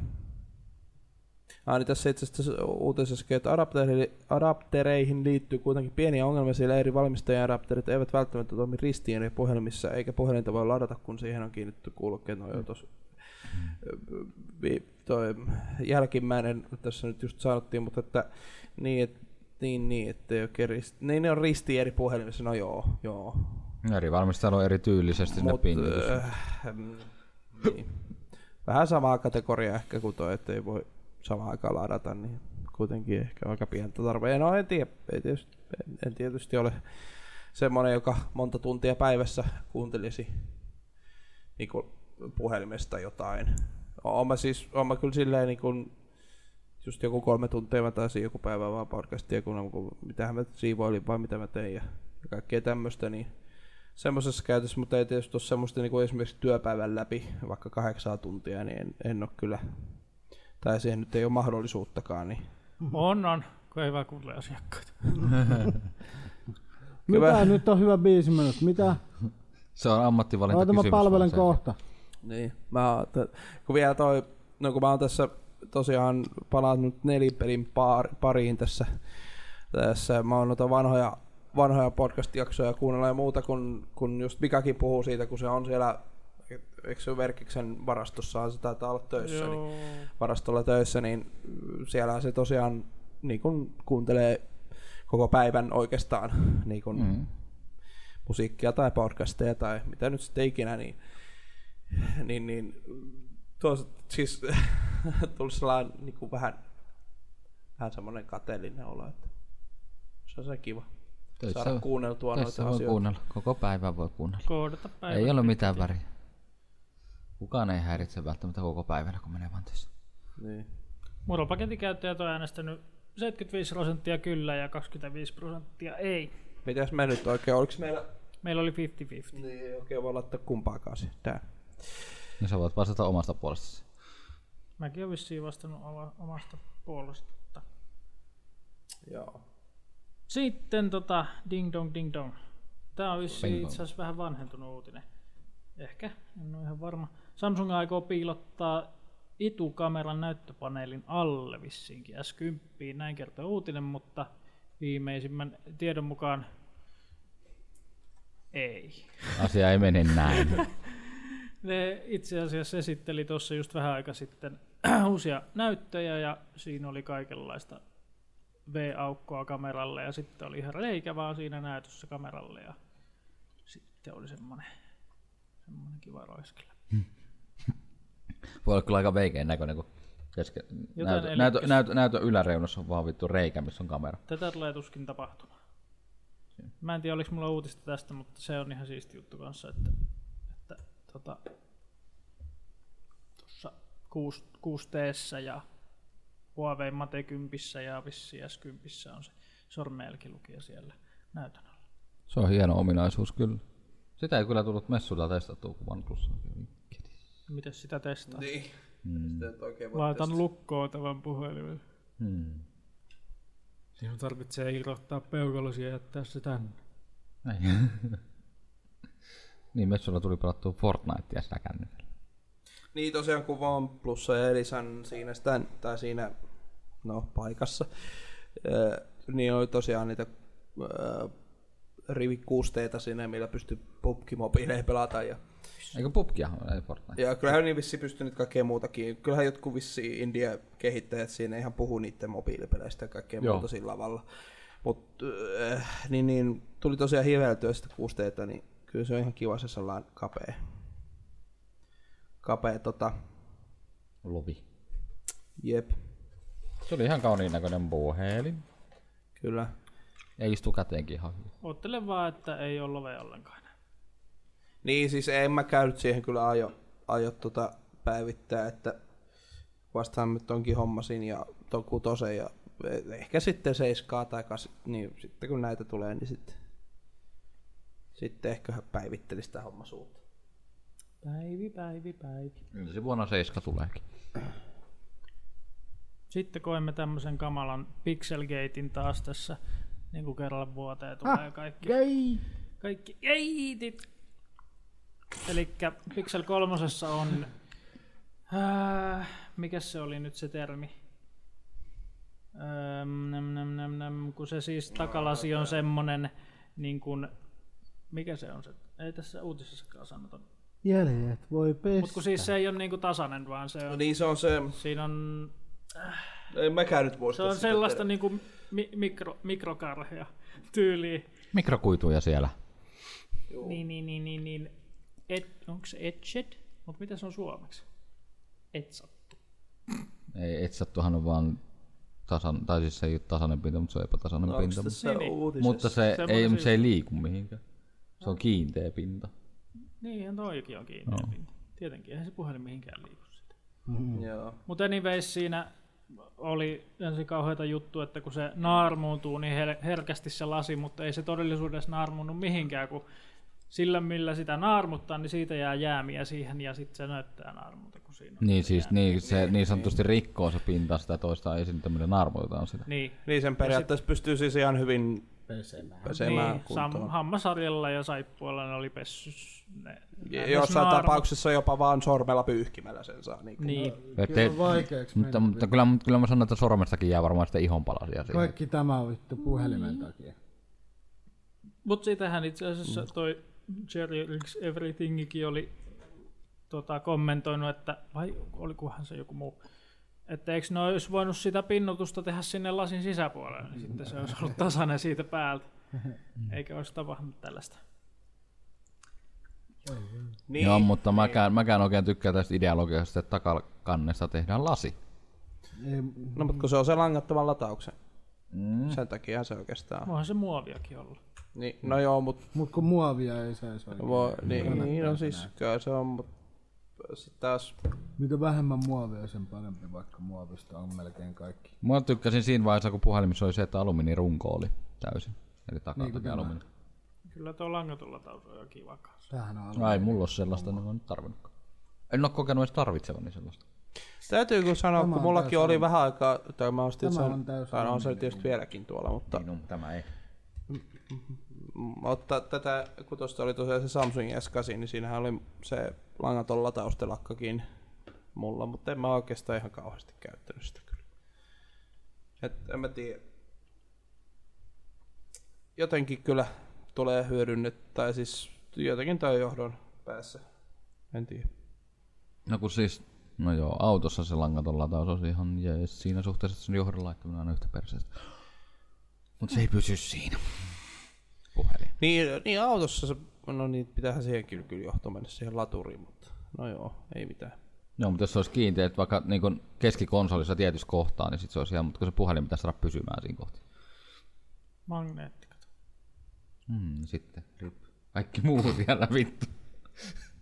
Aina ah, niin tässä itse asiassa uutisessakin, että adapteri- adaptereihin liittyy kuitenkin pieniä ongelmia, sillä eri valmistajien adapterit eivät välttämättä toimi ristiin eri puhelimissa, eikä puhelinta voi ladata, kun siihen on kiinnitetty kuulokkeen nojotus. Vi- Toi jälkimmäinen tässä nyt just sanottiin, mutta että niin, et, niin, niin, että ei oikein risti, niin ne on risti eri puhelimissa, no joo, joo,
Eri valmistelu on erityylisesti sinne
Mut,
pinnityssä.
äh, mm, niin. Vähän samaa kategoriaa ehkä kuin toi, ettei voi samaan aikaan ladata, niin kuitenkin ehkä aika pientä tarveen. No en, tiedä, ei tietysti, en, en tietysti ole semmoinen, joka monta tuntia päivässä kuuntelisi niin kuin puhelimesta jotain. Oon mä, siis, oon mä kyllä silleen niin kuin, just joku kolme tuntia mä taisin joku päivä vaan podcastia, kun, kun mitähän mä siivoilin vai mitä mä tein ja, ja kaikkea tämmöistä, niin semmoisessa käytössä, mutta ei tietysti ole semmoista niin kuin esimerkiksi työpäivän läpi, vaikka kahdeksaa tuntia, niin en, en ole kyllä, tai siihen nyt ei ole mahdollisuuttakaan, niin
On, on, kun ei vaan kuule asiakkaita.
Hyvä.
Mitä nyt on hyvä biisi mennyt? Mitä?
Se on ammattivalinta
Oota, mä
kysymys.
palvelen
vaan se.
kohta.
Niin, mä, oon tä- kun vielä toi, no kun mä oon tässä tosiaan palannut nelipelin paar, pariin tässä, tässä mä oon noita vanhoja, vanhoja podcast-jaksoja kuunnella ja muuta, kun, kun just Mikakin puhuu siitä, kun se on siellä, eikö se Verkiksen varastossaan se taitaa olla töissä, niin
Joo.
varastolla töissä, niin siellä se tosiaan niin kun kuuntelee koko päivän oikeastaan niin kun mm. musiikkia tai podcasteja tai mitä nyt sitten ikinä, niin, niin, niin tuossa siis tuli sellainen niin kuin vähän, vähän semmoinen kateellinen olo, että se on se kiva
Töissä
saada
voi-
kuunneltua
Tässä
noita
voi
asioita.
kuunnella. Koko päivän voi kuunnella.
Koodata päivä.
Ei ole mitään väriä. Kukaan ei häiritse välttämättä koko päivänä, kun menee vaan töissä.
Niin.
Moropaketin käyttäjät on äänestänyt 75 prosenttia kyllä ja 25 prosenttia ei.
Mitäs me nyt oikein, oliko meillä,
Meillä oli 50-50.
niin ei oikein voi laittaa kumpaakaan siihen. Tää.
Niin sä voit vastata omasta puolestasi.
Mäkin olen vissiin vastannut oma- omasta puolesta.
Joo.
Sitten tota, ding dong ding dong. Tää on
Ping
vissiin
pong.
itse asiassa vähän vanhentunut uutinen. Ehkä, en ole ihan varma. Samsung aikoo piilottaa etukameran näyttöpaneelin alle vissiinkin S10, näin kertoo uutinen, mutta viimeisimmän tiedon mukaan ei.
Asia ei mene näin.
Ne itse asiassa esitteli tuossa just vähän aika sitten uusia näyttöjä ja siinä oli kaikenlaista V-aukkoa kameralle ja sitten oli ihan reikä vaan siinä näytössä kameralle ja sitten oli semmonen, semmonen kiva roiskella.
Voi olla kyllä aika veikeän näköinen, kun keske...
Jotain
näytö,
elikkis.
näytö, näytö, näytö, yläreunassa on vaan vittu reikä, missä on kamera.
Tätä tulee tuskin tapahtumaan. Mä en tiedä oliko mulla uutista tästä, mutta se on ihan siisti juttu kanssa, että, että tota, tuossa 6 ja Huawei Mate 10 ja vissi S10 on se sormenjälkilukija siellä näytön alla.
Se on hieno ominaisuus kyllä. Sitä ei kyllä tullut messuilla testattua, kun OnePlus on
Miten sitä testaa? Niin,
Niin. Mm. Sitä nyt oikein voi
Laitan
testata.
lukkoon tämän puhelimen.
hmm.
Sinun tarvitsee irrottaa peukalosi ja jättää se tänne.
Näin. niin, messuilla tuli pelattua Fortnitea sitä kännykällä.
Niin tosiaan kun vaan plussa ja Elisan siinä, sitä, tai siinä no, paikassa, ää, niin oli tosiaan niitä ää, rivikuusteita sinne, millä pystyi pubkimobiileihin pelata. Ja,
Eikö pubkia? Ei Fortnite.
ja kyllähän niin vissi pystynyt kaikkea muutakin. Kyllähän jotkut vissi India-kehittäjät siinä ihan puhuu niiden mobiilipeleistä ja kaikkea
Joo.
Joo. muuta sillä lavalla. Mutta äh, niin, niin, tuli tosiaan hiveltyä sitä kuusteita, niin kyllä se on ihan kiva se sellainen kapea, kapea tota,
Lovi.
jep,
Se oli ihan kauniin näköinen puhelin.
kyllä.
Ja istu käteenkin ihan hyvin.
Ottele vaan, että ei ole lovea ollenkaan enää.
Niin, siis en mä käynyt siihen kyllä aio, aio tota päivittää, että vastaan nyt onkin hommasin ja ton kutosen ja eh, ehkä sitten seiskaa tai kas, niin sitten kun näitä tulee, niin sitten, sitten ehkä päivitteli sitä hommasuutta.
Päivi, päivi, päivi.
Kyllä se vuonna 7 tuleekin.
Sitten koimme tämmöisen kamalan Pixelgatein taas tässä niin kuin kerran vuoteen tulee kaikki.
Ei!
Kaikki geitit! Eli Pixel 3 on... Äh, mikä se oli nyt se termi? Öm, nem, nem, nem, nem, kun se siis takalasi on semmonen niin kuin, mikä se on se? Ei tässä uutisessakaan sanota.
Jäljet voi
Mut
pestä.
kun siis se ei ole niinku tasainen, vaan se
No
on,
niin, se on se,
siinä on
en mä käynyt
Se
muista
on
sitä
sellaista
tehdä.
niinku mi- mikro, mikrokarhea tyyliä.
Mikrokuituja siellä.
Niin, niin, niin, niin, niin. Et, onko se etched? Mutta mitä se on suomeksi? Etsattu.
Ei etsattuhan on vaan tasan, tai siis se ei ole tasainen pinta, mutta se siis on epätasainen
No,
pinta.
Onko tässä
Niin, niin.
uutisessa?
Mutta se
Semmoinen
ei,
siis-
se ei liiku mihinkään. Se on kiinteä pinta.
Niinhän toikin on kiinni.
Joo.
No. Tietenkin, eihän se puhelin mihinkään liiku sitä.
Joo.
Mutta anyways, siinä oli ensin kauheita juttu, että kun se naarmuuntuu niin hel- herkästi se lasi, mutta ei se todellisuudessa naarmunut mihinkään, kun sillä millä sitä naarmuttaa, niin siitä jää jäämiä siihen ja sitten se näyttää naarmulta, kun siinä on.
Niin siis niin, se niin sanotusti rikkoo se pinta sitä toista esiin, tämmöinen narmoitaan sitä.
Niin,
Niin sen periaatteessa pystyy siis ihan hyvin
Pesemään.
pesemään
niin, sam-
kuntoon.
hammasarjalla ja saippualla ne oli pessys ne. ne
Jossain
naarmut.
tapauksessa jopa vaan sormella pyyhkimällä sen saa. Niin, kuin-
Niin,
Et,
Kyllä on vaikeaksi
mutta,
mennyt.
mutta, kyllä, mutta kyllä mä sanon, että sormestakin jää varmaan sitä ihonpalasia siihen.
Kaikki tämä on vittu puhelimen takia.
mutta sitähän itse asiassa toi Jerry Ricks Everythingikin oli tota, kommentoinut, että vai olikohan se joku muu, että eikö ne olisi voinut sitä pinnotusta tehdä sinne lasin sisäpuolelle, niin sitten se olisi ollut tasainen siitä päältä. Eikä olisi tapahtunut tällaista.
niin.
Joo, mutta mäkään, mäkään oikein tykkään tästä ideologiasta, että takakannesta tehdään lasi.
Ei,
No, mutta kun se on se langattoman latauksen. Mm. Sen takia se oikeastaan.
Voihan se muoviakin olla.
Niin, no joo, mutta
mut kun muovia ei saisi oikein.
voi, niin, niin, no siis kyllä se on, mutta sitten taas,
Mitä vähemmän muovia, sen parempi, vaikka muovista on melkein kaikki.
Mä tykkäsin siinä vaiheessa, kun puhelimissa oli se, että alumiinirunko oli täysin. Eli takaa
Niin kuin
niin,
tämä.
alumiini.
Kyllä tuo langatulla tausu on jo kiva kanssa.
Tämähän on
Ai, mulla on sellaista, niin mä en nyt tarvinnutkaan. En ole kokenut edes tarvitsevani sellaista.
täytyy kun sanoa, kun mullakin oli vähän aikaa, tai mä ostin
Tämä
sen,
on täysin
tai no, on se tietysti vieläkin tuolla, mutta,
no, tämä ei.
mutta tätä, kun tuosta oli tosiaan se Samsung S8, niin siinähän oli se langaton lataustelakkakin mulla, mutta en mä oikeastaan ihan kauheasti käyttänyt sitä kyllä. Et en mä tiedä. Jotenkin kyllä tulee hyödynnet, tai siis jotenkin tai johdon päässä. En tiedä.
No kun siis, no joo, autossa se langaton lataus on ihan jees siinä suhteessa, että sen johdon laittaminen on aina yhtä perseestä. Mut se ei pysy siinä. Puhelin.
Niin, niin autossa se, no niin, pitäähän siihen kyllä, kyllä johto mennä siihen laturiin, mutta no joo, ei mitään.
Joo, mutta jos se olisi kiinteä, että vaikka niin kun keskikonsolissa tietyssä kohtaa, niin sit se olisi ihan, mutta kun se puhelin pitäisi saada pysymään siinä kohtaa.
Magneetti. kato.
Hmm, sitten. Rip. Kaikki muu vielä vittu.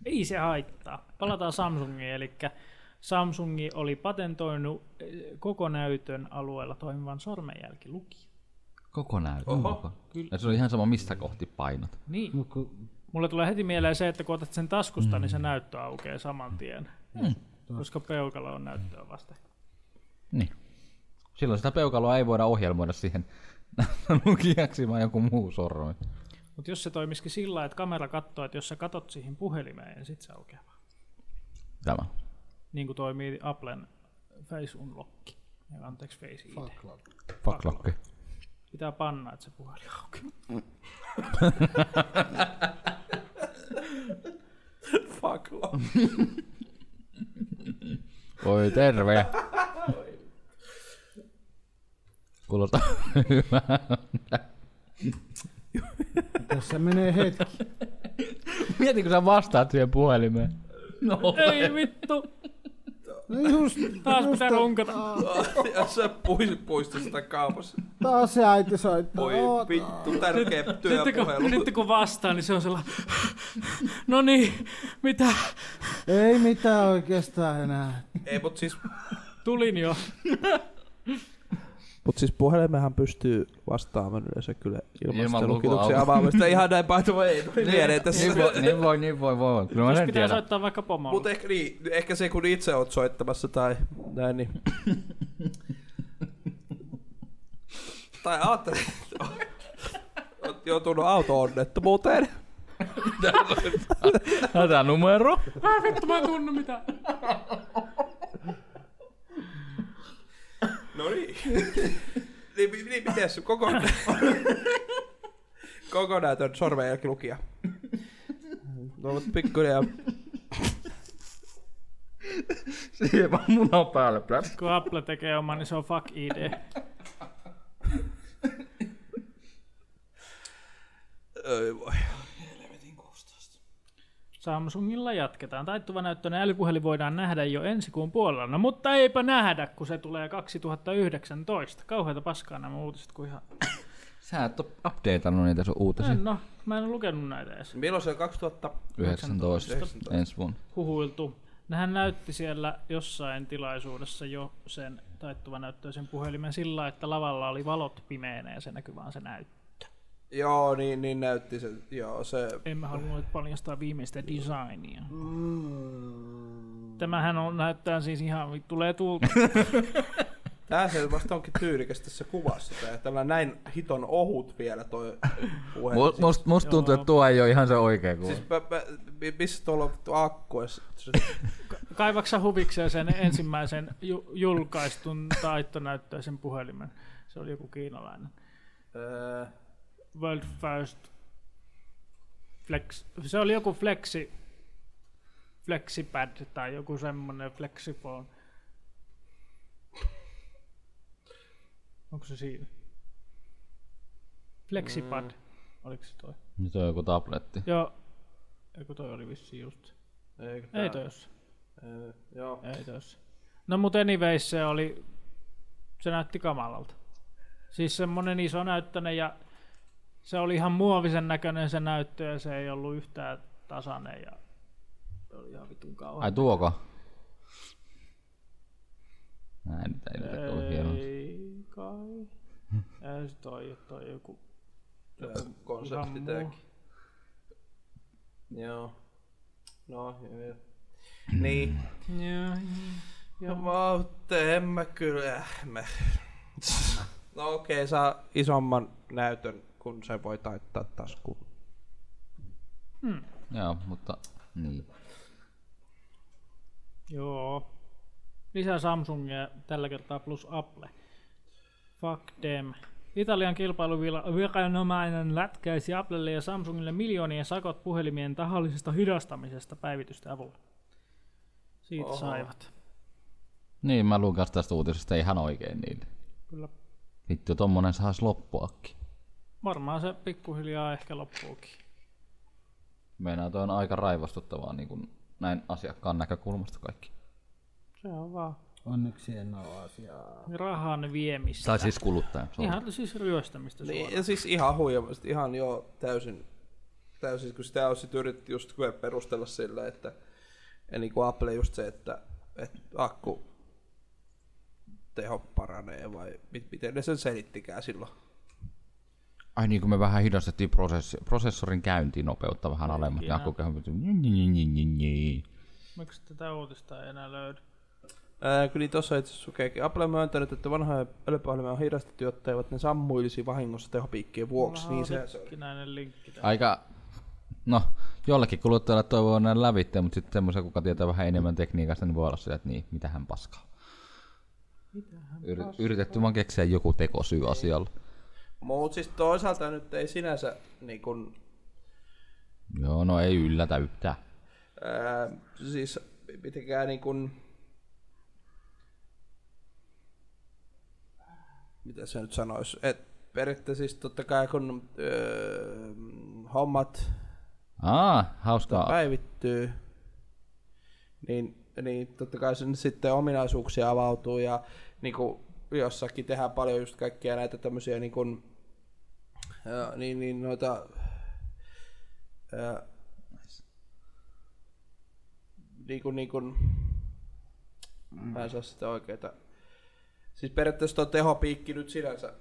Ei se haittaa. Palataan Samsungiin, eli Samsung oli patentoinut eh, koko näytön alueella toimivan sormenjälkiluki.
Koko näytö.
Oho.
Kyllä.
Ja se on ihan sama, mistä kohti painat.
Niin.
Mut kun
Mulle tulee heti mieleen se, että kun otat sen taskusta, niin se näyttö aukeaa saman tien. Koska peukalo on näyttöä vasten.
Niin. Silloin sitä peukaloa ei voida ohjelmoida siihen lukijaksi vaan joku muu sormi.
Mutta jos se toimisikin sillä lailla, että kamera katsoo, että jos sä katot siihen puhelimeen, niin sit se aukeaa. vaan.
Tämä.
Niin kuin toimii Applen Face Unlock. Ja anteeksi Face ID.
Faklokki.
Pitää panna, että se puhelin aukeaa.
Fuck love.
Oi terve. Kuulostaa hyvältä.
tässä menee hetki.
Mieti, kun sä vastaat siihen puhelimeen. No.
Ei vittu!
No just,
Taas
just
pitää
on-
runkata.
Ja sä puisit puista sitä kaupassa.
Taas se äiti soittaa.
Voi
Oot-
vittu, tärkeä
Sitten kun,
työpuhelu.
sitten kun vastaan, niin se on sellainen, no niin, mitä?
Ei mitään oikeastaan enää.
Ei, mut siis...
Tulin jo.
Mut siis puhelimehan pystyy vastaamaan yleensä kyllä ilman,
Ilman
sitä lukituksen
lukuaukoa.
avaamista. Ihan näin by the way, tuli mieleen tässä.
Niin voi, niin voi, niin voi, voi. Kyllä mä
Jos
sen
pitää
tiedän.
soittaa vaikka pomolle.
Mut ehkä, niin, ehkä se kun itse oot soittamassa tai näin, niin... tai ajattelin, että oot joutunut auto-onnettomuuteen.
Tätä numero.
Ai vittu, mä en tunnu mitään.
No niin. niin, mi- niin miten se koko... koko näytön sormenjälkilukija. No mut pikkuinen
Siihen vaan muna päälle. Pläp.
Kun Apple tekee oman, niin se on fuck ID.
Ei voi.
Samsungilla jatketaan. Taittuva näyttöinen älypuhelin voidaan nähdä jo ensi kuun puolella, no, mutta eipä nähdä, kun se tulee 2019. Kauheita paskaa nämä uutiset, kun ihan...
Sä et oo updateannut niitä sun uutisia.
En, no, mä en ole lukenut näitä edes.
Milloin se on 2000?
19. Ensi vuonna.
Huhuiltu. Nehän näytti siellä jossain tilaisuudessa jo sen taittuva näyttöisen puhelimen sillä, lailla, että lavalla oli valot pimeänä ja se näkyy vaan se näyttö.
Joo, niin, niin näytti se. Joo, se...
En mä halunnut paljastaa viimeistä designia. Tämähän on, näyttää siis ihan, tulee tuulta.
Tää se vasta onkin tyylikäs tässä kuvassa. Tää, tällä näin hiton ohut vielä toi puhe.
siis-
Mu- Must, musta tuntuu, että tuo ei ole ihan se oikea kuva.
Siis mä, mä, mi- missä tuolla on vittu akku? edes? Se-
Kaivaksa huvikseen sen ensimmäisen ju- julkaistun taittonäyttöisen puhelimen. Se oli joku kiinalainen.
Öö,
World First Flex. Se oli joku flexi, flexipad tai joku semmonen flexiphone. Onko se siinä? Flexipad. Oliko se toi?
Nyt on joku tabletti.
Joo. Joku toi oli vissiin just. se.
eikö
Ei
tää-
toi jos.
Öö, Joo.
Ei tossa. No mut anyways se oli, se näytti kamalalta. Siis semmonen iso näyttönen ja se oli ihan muovisen näköinen se näyttö ja se ei ollut yhtään tasainen ja se oli ihan vitun kauan.
Ai tuoko? Näin, nyt ei nyt ole hienoa.
ei kai. Ei se toi, toi joku
Tää Konsepti
ihan
tääkin.
muu.
Joo. No, joo. Niin.
Joo,
No, Mutta en mä kyllä. äh, Mä. No okei, okay, saa isomman näytön, kun se voi taittaa taskuun.
Joo, mutta niin.
Joo. Lisää Samsungia tällä kertaa plus Apple. Fuck them. Italian kilpailuviranomainen lätkäisi Applelle ja Samsungille miljoonien sakot puhelimien tahallisesta hidastamisesta päivitysten avulla. Siitä Oho. saivat.
Niin, mä luin kanssa tästä uutisesta ihan oikein niin.
Kyllä
Vittu, tommonen saisi loppuakin.
varmaan se pikkuhiljaa ehkä loppuukin.
Meinaa toi on aika raivostuttavaa niin kuin näin asiakkaan näkökulmasta kaikki.
Se on vaan
Onneksi en ole asiaa.
rahan viemistä.
Tai siis kuluttaja. sorry.
Ihan siis ryöstämistä
Niin,
suoraan.
ja siis ihan huijamasti, ihan joo, täysin, täysin kun sitä on sit yritetty just kyllä perustella sillä, että ja niin kuin Apple just se, että että akku teho paranee vai mit, miten ne sen selittikään silloin.
Ai niin, kun me vähän hidastettiin prosessi, prosessorin käyntiin nopeutta vähän alemmat. Ja akku käy- niin, niin, niin, niin, niin.
Miksi tätä uutista ei enää löydy?
Ää, kyllä tuossa itse asiassa lukeekin. Apple on myöntänyt, että vanha älypuhelimia on hidastettu, jotta eivät ne sammuilisi vahingossa tehopiikkien vuoksi. Niin se, se oli.
Kinäinen linkki täällä.
Aika, no, jollekin kuluttajalle toivoo näin lävitte, mutta sitten semmoisen, kuka tietää vähän enemmän tekniikasta, niin voi olla sillä, että niin, mitähän paskaa. Yri, yritetty vaan keksiä joku tekosyy asialle.
Mut siis toisaalta nyt ei sinänsä niin kun,
Joo, no ei yllätä yhtään.
ää, siis mitenkään niin kun, mitä se nyt sanoisi, että periaatteessa siis totta kai kun öö, hommat
Aa,
No
hauskaa.
päivittyy, niin, niin totta kai sen sitten ominaisuuksia avautuu ja niin kuin jossakin tehdään paljon just kaikkia näitä tämmöisiä niin kuin, ää, niin, niin noita ää, niin kuin, niin kuin, mä en saa sitä oikeeta. Siis periaatteessa tuo tehopiikki nyt sinänsä,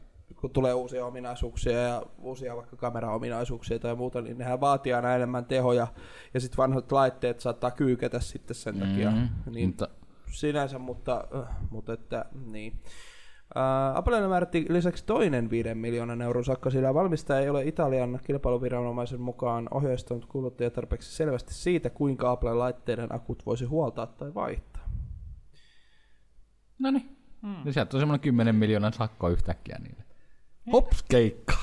kun tulee uusia ominaisuuksia ja uusia vaikka kameraominaisuuksia tai muuta, niin nehän vaatii aina enemmän tehoja. Ja sitten vanhat laitteet saattaa kyykätä sitten sen takia. Niin
Mm, Mutta
sinänsä, mutta, äh, mutta että niin. Äh, Applelle määrätti lisäksi toinen 5 miljoonan euron sakko, sillä valmistaja ei ole Italian kilpailuviranomaisen mukaan ohjeistanut kuluttajia tarpeeksi selvästi siitä, kuinka Applen laitteiden akut voisi huoltaa tai vaihtaa.
No niin. Mm. Ja sieltä on semmoinen 10 miljoonan sakko yhtäkkiä niille. Hops, keikka.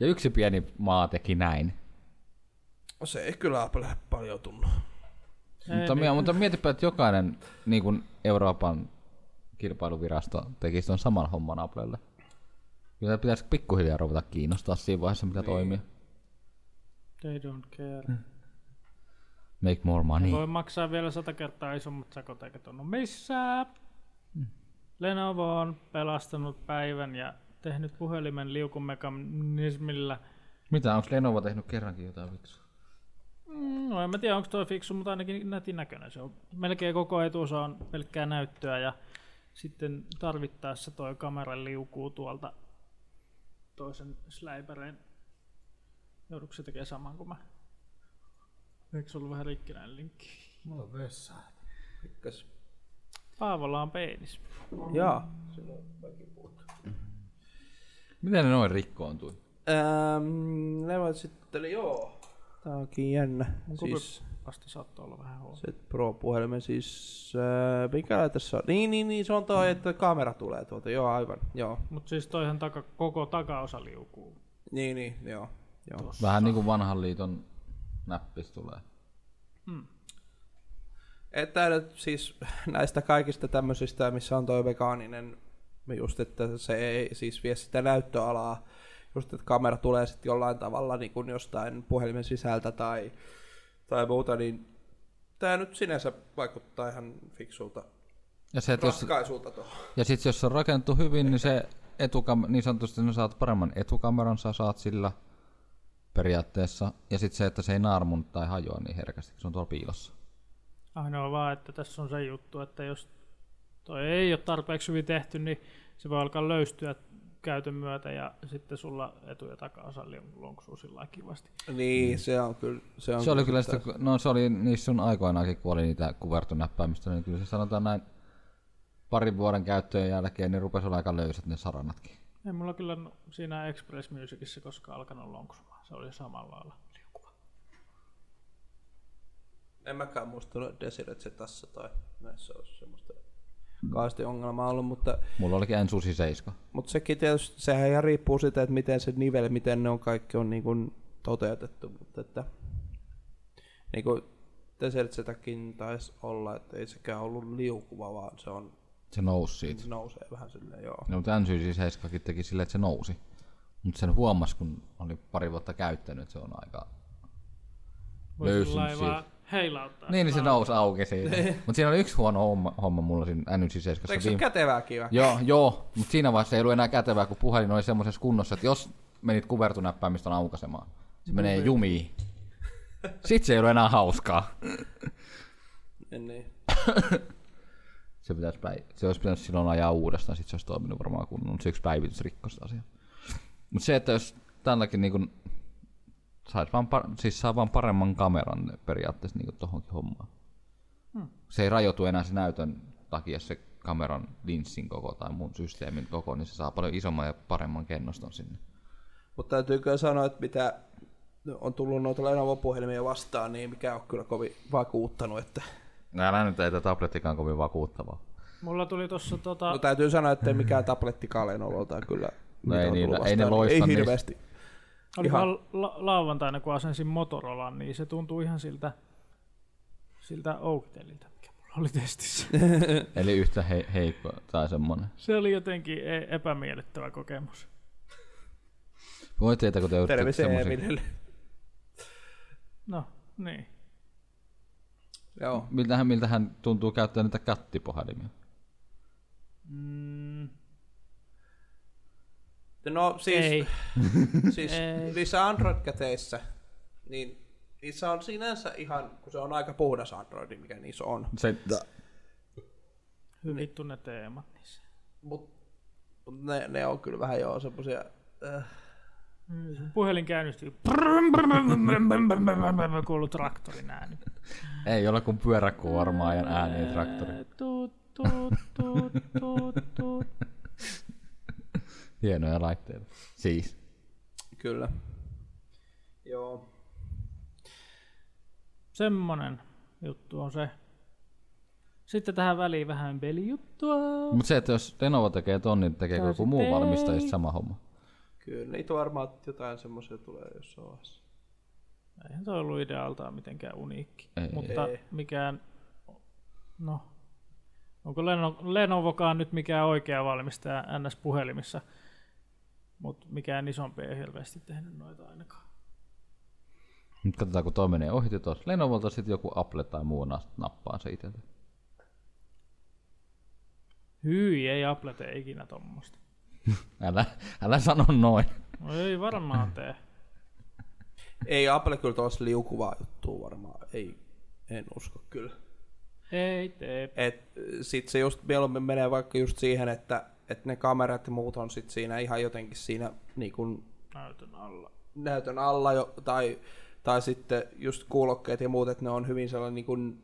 Ja yksi pieni maa teki näin.
No Se ei kyllä Apple paljon tunnu.
Mutta, niin. mutta mietipä, että jokainen niin kuin Euroopan kilpailuvirasto tekisi tuon saman homman Applelle. Kyllä pitäisi pikkuhiljaa ruveta kiinnostaa siinä vaiheessa, mitä niin. toimii.
They don't
Mm.
care.
Make more money.
Niin. Voi maksaa vielä sata kertaa isommat sakot eikä tunnu missään. Lenovo on pelastanut päivän ja tehnyt puhelimen liukumekanismilla.
Mitä, onko Lenovo tehnyt kerrankin jotain fiksua?
Mm, no en mä tiedä, onko toi fiksu, mutta ainakin nätin näköinen se on. Melkein koko etuosa on pelkkää näyttöä ja sitten tarvittaessa toi kamera liukuu tuolta toisen släipäreen. Joudutko se tekemään saman kuin mä? Eikö se ollut vähän rikkinäinen linkki?
Mulla on vessa.
Rikkas.
Paavolla on peenis.
Jaa.
Miten ne noin rikkoontui?
Ähm, ne ovat sitten, joo. Tää onkin jännä. Siis,
Vasta saattoi olla vähän huono.
se Pro-puhelimen siis, äh, mikä tässä on? Niin, niin, niin, se on toi, että kamera tulee tuolta, joo aivan, joo.
Mutta siis toihan taka, koko takaosa liukuu.
Niin, niin, joo. joo.
Vähän niin kuin vanhan liiton näppis tulee.
Että nyt siis näistä kaikista tämmöisistä, missä on toi vegaaninen, just että se ei siis vie sitä näyttöalaa, just että kamera tulee sitten jollain tavalla niin kuin jostain puhelimen sisältä tai, tai muuta, niin tämä nyt sinänsä vaikuttaa ihan fiksulta
Ja se, että jos,
ratkaisulta tuohon.
Ja sitten jos se on rakennettu hyvin, niin se etukam- niin sanotusti no saat paremman etukameran, sä saat sillä periaatteessa. Ja sitten se, että se ei naarmun tai hajoa niin herkästi, kun se on tuolla piilossa.
Ainoa vaan, että tässä on se juttu, että jos toi ei ole tarpeeksi hyvin tehty, niin se voi alkaa löystyä käytön myötä ja sitten sulla etu- ja takaosa lonksuu sillä lailla kivasti.
Niin, se on kyllä. Se, on
Se oli kyllä sitä, no se oli niissä sun aikoinaankin, kun oli niitä kuvertonäppäimistä, niin kyllä se sanotaan näin parin vuoden käyttöön jälkeen, niin rupesi olla aika löysät ne saranatkin.
Ei mulla kyllä no- siinä Express Musicissa koskaan alkanut lonksumaan. Se oli samalla lailla liukuva.
En mäkään muistanut Desiret se tässä tai näissä olisi semmoista kaasti ongelmaa ollut, mutta
Mulla olikin Ensusi 7.
Mutta sekin tietysti, sehän ihan riippuu siitä, että miten se nivel, miten ne on kaikki on niin kuin toteutettu, mutta että niin kuin Desert Zetakin taisi olla, että ei sekään ollut liukuva, vaan se on
Se nousi siitä.
nousee vähän silleen, joo.
No, mutta Ensusi 7 teki silleen, että se nousi. Mutta sen huomasi, kun oli pari vuotta käyttänyt, että se on aika
Voi
Löysin
sillä
siitä.
lailla vaan heilauttaa.
Niin, niin se nousi auki siinä. Mutta siinä oli yksi huono homma, homma mulla siinä ny
Niin. Eikö
7
se ole kätevääkin vähän?
Joo, joo, mutta siinä vaiheessa ei ollut enää kätevää, kun puhelin oli semmoisessa kunnossa, että jos menit kuvertunäppäimistön aukaisemaan, se menee jumiin. Sitten se ei ollut enää hauskaa.
Niin, Niin.
Se, pitäisi päi- se olisi pitänyt silloin ajaa uudestaan, sit se olisi toiminut varmaan kunnon. Mut Se yksi päivitys rikkoista asiaa. Mutta se, että jos tälläkin niinku, sais vaan par- siis saa vaan paremman kameran periaatteessa niinku tohonkin hommaan. Se ei rajoitu enää se näytön takia se kameran linssin koko tai muun systeemin koko, niin se saa paljon isomman ja paremman kennoston sinne.
Mutta täytyy kyllä sanoa, että mitä on tullut noita Lenovo-puhelimia vastaan, niin mikä on kyllä kovin vakuuttanut. Että...
No älä nyt, ei tää tablettikaan kovin vakuuttavaa.
Mulla tuli tossa tota...
No, täytyy sanoa, että ei mikään tablettikaan Lenovolta kyllä.
No
mitä
ei
on
niillä-
tullut
ei ne
vastaan, niin
loista
Ei
niistä.
hirveästi.
Oli
Ihan.
vaan la- lauantaina, kun asensin Motorolan, niin se tuntuu ihan siltä, siltä Oukideliltä, mikä mulla oli testissä.
Eli yhtä he- heikko tai semmonen.
se oli jotenkin e- epämiellyttävä kokemus.
Voi tietää, kun te yritätte
Terveisiä
semmoisen...
Emilille.
No, niin.
Joo.
Miltähän, miltähän tuntuu käyttää niitä kattipohjaimia?
Mm,
No siis,
ei.
siis
Ei.
niissä Android-käteissä, niin niissä on sinänsä ihan, kun se on aika puhdas Android, mikä niissä on.
Se,
Hyvin vittu ne teemat niissä.
Mutta mut ne, ne on kyllä vähän joo semmosia... Äh,
Puhelin käynnistyy. Kuuluu traktorin ääni.
ei ole kuin pyöräkuormaajan ääni traktori.
Tuut, tuut, tuut, tuut, tuut.
Hienoja laitteita. Siis.
kyllä. Joo.
Semmonen juttu on se. Sitten tähän väliin vähän pelijuttua.
Mut se, että jos Lenovo tekee ton, niin tekee joku muu valmistaja just sama homma.
Kyllä, niitä varmaan jotain semmoisia tulee jossain vaiheessa.
Eihän toi ollut idealtaan mitenkään uniikki.
Ei.
Mutta
Ei.
mikään... No... Onko Leno- Lenovokaan nyt mikään oikea valmistaja NS-puhelimissa? Mutta mikään isompi ei hirveästi tehnyt noita ainakaan.
Nyt katsotaan, kun toi menee ohi tuossa Lenovolta, sitten joku Apple tai muu nas- nappaa se itseltä.
Hyi, ei Apple tee ikinä tommosta.
Älä, älä sano noin.
No ei varmaan tee.
Ei Apple kyllä tuossa liukuvaa juttua varmaan, ei, en usko kyllä.
Ei tee.
Et sit se just mieluummin menee vaikka just siihen, että et ne kamerat ja muut on sit siinä ihan jotenkin siinä niin kun
Näytön alla.
näytön alla jo, tai, tai sitten just kuulokkeet ja muut, että ne on hyvin sellainen niin kun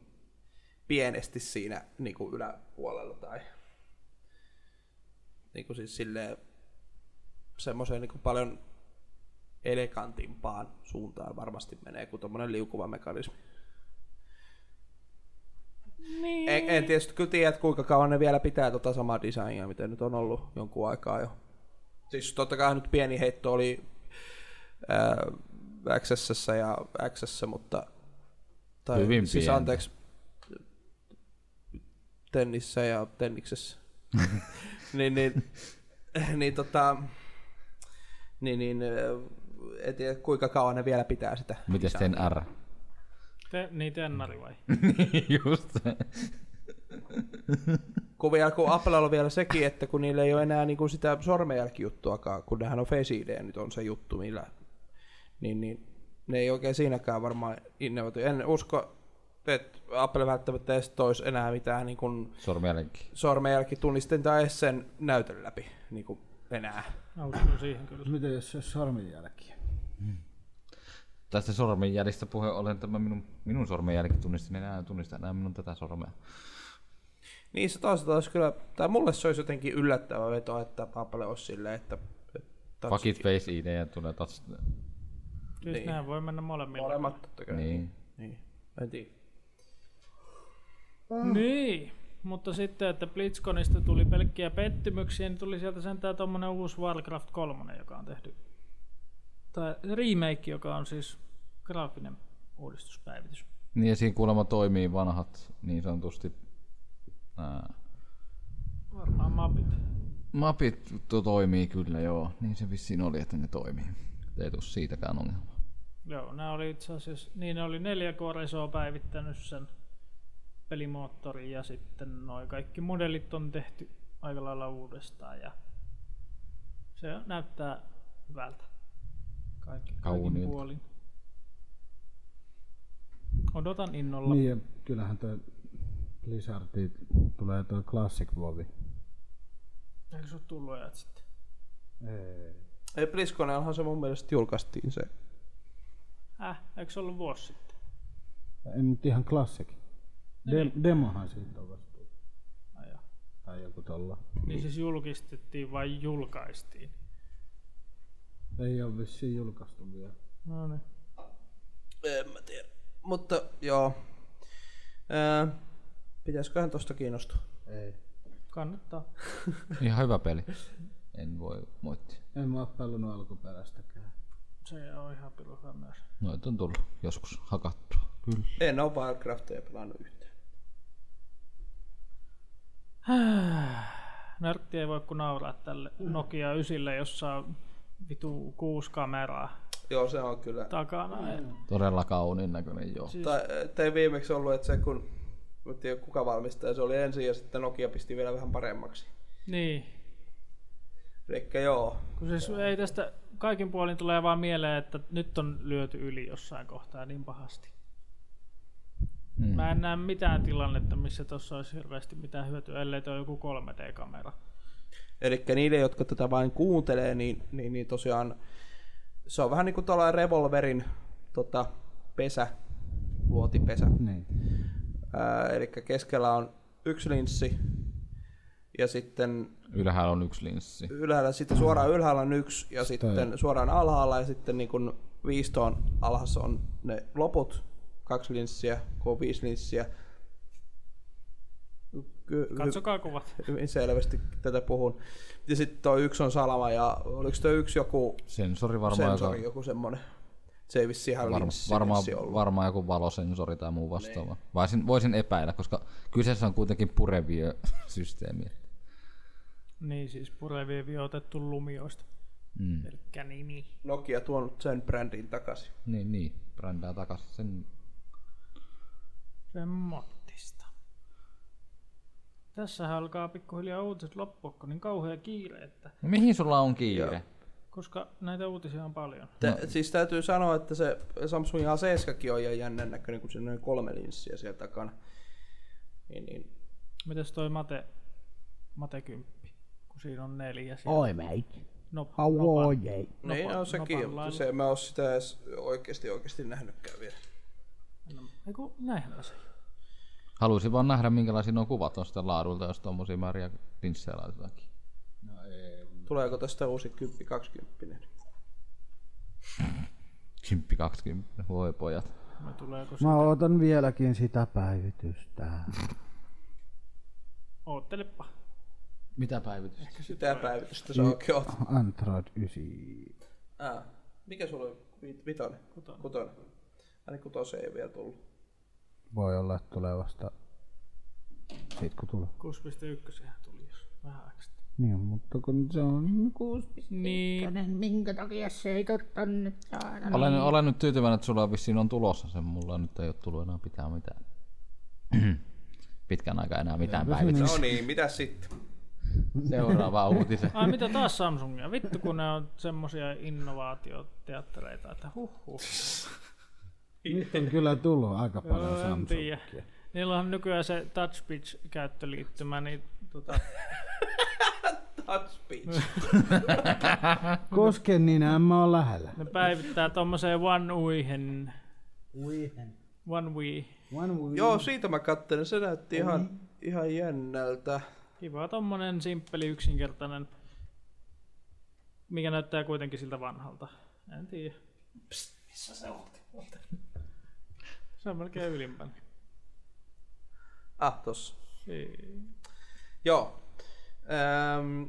pienesti siinä niin kun yläpuolella tai niin kun siis silleen semmoiseen niin kun paljon elegantimpaan suuntaan varmasti menee kuin tuommoinen liukuva mekanismi.
Niin.
En, en tietysti kyllä tiedä, että kuinka kauan ne vielä pitää tota samaa designia, mitä nyt on ollut jonkun aikaa jo. Siis totta kai nyt pieni heitto oli äh, XS ja XS, mutta... Tai,
Hyvin
siis
pientä.
anteeksi, tennissä ja tenniksessä. niin, niin, niin tota... Niin, niin, äh, en tiedä kuinka kauan ne vielä pitää sitä.
Mites teen R? Niin,
Te, niin tennari vai?
just se.
Kun, vielä, kun Applella on vielä sekin, että kun niillä ei ole enää niin kuin sitä sormenjälkijuttuakaan, kun nehän on Face ID, nyt on se juttu, millä, niin, niin ne ei oikein siinäkään varmaan innoitu. En usko, että Apple välttämättä edes toisi enää mitään niin kuin
Sormijälki.
sormenjälkitunnistinta edes sen näytön läpi niin kuin enää.
Mä uskon siihen kyllä.
Miten jos se olisi sormenjälki?
Tästä sormenjäljistä puhe olen tämä minun, minun sormenjälki tunnistin enää en tunnista enää minun tätä sormea.
Niin se taas taas kyllä, tai mulle se olisi jotenkin yllättävä veto, että Apple olisi silleen, että että
Fuck it face ID ja tulee touch.
Siis
Niin.
niin. voi mennä molemmilla.
molemmat totta kai.
Niin.
niin. En tiedä.
Niin, mutta sitten, että Blitzkonista tuli pelkkiä pettymyksiä, niin tuli sieltä sentään tuommoinen uusi Warcraft 3, joka on tehty. Tai remake, joka on siis graafinen uudistuspäivitys.
Niin ja siinä kuulemma toimii vanhat niin sanotusti ää,
Varmaan mapit.
mapit to, toimii kyllä joo. Niin se vissiin oli, että ne toimii. Ei tuu siitäkään ongelmaa.
Joo, nämä oli itse asiassa, niin ne oli neljä koresoa päivittänyt sen pelimoottorin ja sitten noin kaikki modelit on tehty aika lailla uudestaan ja se näyttää hyvältä. Kaikki, kaikin
Kauniilta.
puolin. Odotan innolla. Niin.
Niin, ja kyllähän toi Blizzardit tulee toi Classic Vovi.
Eikö se ole tullut ajat sitten?
Ei.
Ei, Blizzconellahan se mun mielestä julkaistiin se.
Häh? Eikö se ollut vuosi sitten?
Ei nyt ihan Classic.
Niin,
De- demohan siitä on vasta. tullut.
Ai joo.
Tai joku tolla.
Niin siis julkistettiin vai julkaistiin?
Ei ole vissiin julkaistu vielä.
No niin.
En mä tiedä. Mutta joo. Ää, pitäisiköhän tosta kiinnostua?
Ei.
Kannattaa.
Ihan hyvä peli. En voi moittia.
En mä oo pelannut alkuperäistäkään.
Se on ihan pirukaa myös.
Noita on tullut joskus hakattua. Kyllä.
En oo Warcraftia pelannut yhtään.
Nörtti ei voi kun nauraa tälle Nokia 9, jossa on vitu kuusi kameraa
Joo, se on kyllä.
takana.
Todella kaunin näköinen joo.
Tai, tai viimeksi ollut, että se kun... Mä en tiedä kuka valmistaja se oli ensin ja sitten Nokia pisti vielä vähän paremmaksi.
Niin.
Elikkä joo.
Kun siis ei tästä kaikin puolin tulee vaan mieleen, että nyt on lyöty yli jossain kohtaa niin pahasti.
Mm.
Mä en näe mitään tilannetta, missä tuossa olisi hirveästi mitään hyötyä, ellei tuo joku 3D-kamera.
Elikkä niille, jotka tätä vain kuuntelee, niin, niin, niin tosiaan se on vähän niin kuin tuollainen revolverin tota, pesä, luotipesä.
Niin.
Eli keskellä on yksi linssi ja sitten
Ylhäällä on yksi linssi.
ylhäällä, sitten suoraan ylhäällä on yksi ja sitten suoraan alhaalla ja sitten niin kuin viistoon alhaassa on ne loput, kaksi linssiä, kun on viisi linssiä. Ky-
Katsokaa kuvat.
hyvin selvästi tätä puhun. Ja sitten tuo yksi on salama ja oliko tuo yksi joku
Sensori varmaan,
sensori,
joka,
joku semmoinen? Se ei vissiin ihan
varma,
linssi,
varmaan,
linssi ollut. Niin.
varmaan joku valosensori tai muu vastaava. Voisin, voisin epäillä, koska kyseessä on kuitenkin pureviö-systeemi.
Niin siis pureviivi on otettu lumioista.
Mm.
Pelkkä nimi.
Nokia tuonut sen brändin takaisin.
Niin, niin. Brändää takaisin sen.
Semmottista. Tässä alkaa pikkuhiljaa uutiset loppua, kun niin kauhea kiire, että
No, mihin sulla on kiire?
koska näitä uutisia on paljon.
Tä, no. Siis täytyy sanoa, että se Samsung A7 on ihan jännän näköinen, kun siinä on kolme linssiä siellä takana. Niin, niin.
Mitäs toi mate, mate 10, kun siinä on neljä siellä? Oi mate. No,
How are you?
No, niin on sekin, mutta se en mä oo sitä edes oikeesti oikeesti nähnytkään vielä.
Eiku, näinhän se.
Haluaisin vaan nähdä, minkälaisia nuo kuvat on sitten laadulta, jos tommosia määriä linssejä laitetaankin.
Tuleeko tästä uusi 10 20
10, 20, voi pojat.
Me tuleeko se?
Mä ootan vieläkin sitä päivitystä.
Oottelepa.
Mitä päivitystä?
Sitä päivitystä sä oikein oot.
Android 9.
Ah, mikä sulla oli? Vi- Vitonen? Kutonen. Kutonen. Ainakin kutoseen ei vielä tullut.
Voi olla, että tulee vasta sit kun tulee.
6.1 sehän tuli jos vähän aikaa sitten.
Niin, mutta kun se on niinku kuusi.
Niin.
minkä takia se ei totta nyt saada.
Olen, olen nyt tyytyväinen, että sulla vissiin on tulossa se. Mulla nyt ei ole tullut enää pitää mitään. Pitkän aikaa enää mitään päivitystä.
No niin, mitä sitten?
Seuraava uutisen.
Ai mitä taas Samsungia? Vittu kun ne on semmosia innovaatioteattereita, että huh huh.
Nyt on kyllä tullut aika paljon
Joo, en
Samsung.
tiedä. Niillä on nykyään se Touch Pitch-käyttöliittymä, niin tota,
Touch pitch.
Koske, niin en mä oo lähellä.
ne päivittää tommoseen One Uihen. One Wii.
One week.
Joo, siitä mä kattelin. Se näytti ihan, ihan jännältä.
Kiva tommonen simppeli, yksinkertainen, mikä näyttää kuitenkin siltä vanhalta. En tiedä. Psst, missä se on? Se on melkein ylimpänä.
Ah, tossa.
Niin.
Joo. Öm,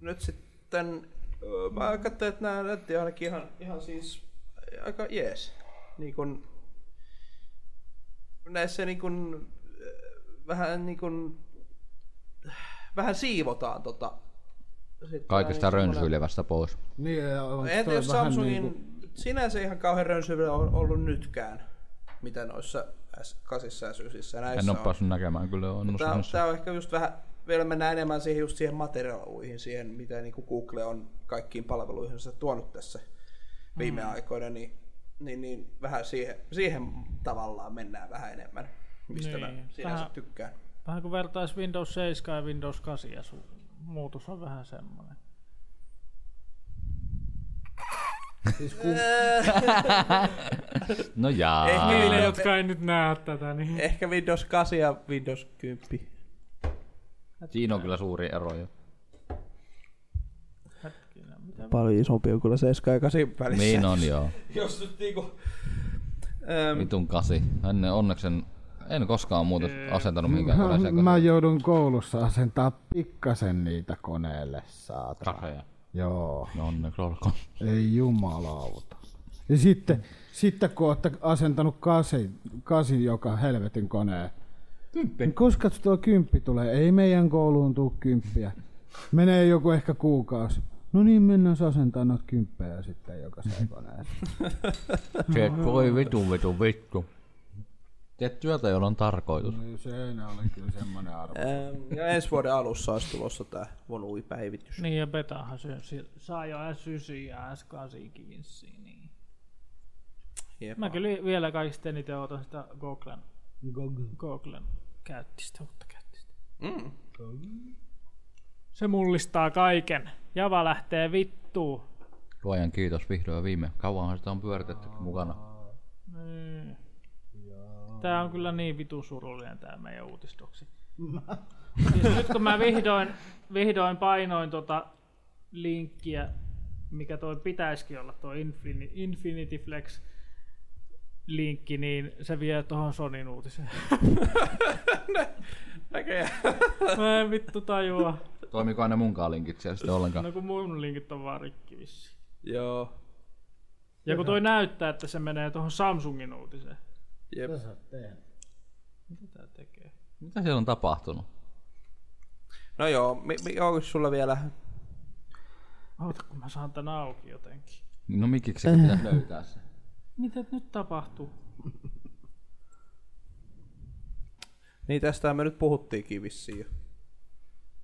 nyt sitten ö, mä katsoin, että nämä näytti ainakin ihan, ihan siis aika jees. Niin kun, näissä niin kun, ö, vähän niin kun, vähän siivotaan tota. Sitten
Kaikesta
vähän niin semmoinen-
rönsyilevästä pois.
Niin, ja on
Entä
toi
jos
vähän
Samsungin
niinku-
niinku... sinänsä ihan kauhean rönsyillä on ollut nytkään, mitä noissa S8 ja
En
9 näissä
ole
on. No
päässyt näkemään kyllä
Tämä,
onnistunut.
tämä on ehkä just vähän, vielä mennään enemmän siihen, just siihen materiaaluihin, siihen mitä niin kuin Google on kaikkiin palveluihinsa tuonut tässä Mm. viime aikoina, niin, niin, niin vähän siihen, siihen tavallaan mennään vähän enemmän. mistä niin. mä
Niin.
sinänsä
Vähän-
tykkään.
Vähän kun vertaisi Windows 7 ja Windows 8 ja sun muutos on vähän semmoinen.
No jaa.
Ehkä niille, jotka-
Jotka ei nyt näe tätä, niin
Ehkä Windows 8 ja Windows 10.
Siinä on kyllä suuri ero jo.
hetkinen, mitä
Paljon isompi on kyllä 7 ja 8 välissä.
Niin on joo.
Jos nyt niinku... Öm,
Vitun kasi. Ennen onneksi en, en koskaan muuten asentanut mihinkään koneeseen
Mä joudun koulussa asentaa pikkasen niitä koneelle, saatana.
kaseja.
Joo,
No onneksi olkoon.
ei jumalauta. Ja sitten, sitten kun olette asentanut kasi, kasi joka helvetin koneen, niin koska tuo kymppi tulee? Ei meidän kouluun tuu kymppiä. Menee joku ehkä kuukausi. No niin, mennään se asentaa noita kymppejä sitten jokaiseen koneen.
Se voi vitun vitun vittu. Teet työtä, jolla on tarkoitus.
Se oli kyllä semmoinen arvo.
öm, ja ensi vuoden alussa olisi tulossa tää Vonui-päivitys.
Niin ja betahan se si- saa jo S9 ja S8 vissiin. Niin.
Jep.
Mä kyllä vielä kaikista eniten otan sitä Googlen, Googlen käyttistä, uutta käyttistä.
Mm.
Se mullistaa kaiken. Java lähtee vittuun.
Luojan kiitos vihdoin ja viime. Kauanhan sitä on pyöritetty mukana.
Niin. Tää on kyllä niin vitu surullinen tää meidän uutistoksi. siis nyt kun mä vihdoin, vihdoin painoin tota linkkiä, mikä toi pitäisikin olla, toi Infini, Infinity Flex linkki, niin se vie tuohon Sonin uutiseen.
Näköjään.
Mä en vittu tajua.
Toimiko aina munkaan linkit siellä sitten ollenkaan?
No kun mun linkit on vaan rikki vissiin.
Joo.
Ja kun toi näyttää, että se menee tuohon Samsungin uutiseen.
Jep.
Mitä tää tekee?
Mitä siellä on tapahtunut?
No joo, mi- mi- onko sulla vielä...
Oota kun mä saan tän auki jotenkin.
No mikiksi se pitäisi löytää se?
Mitä nyt tapahtuu?
Niin tästä me nyt puhuttiinkin vissiin jo.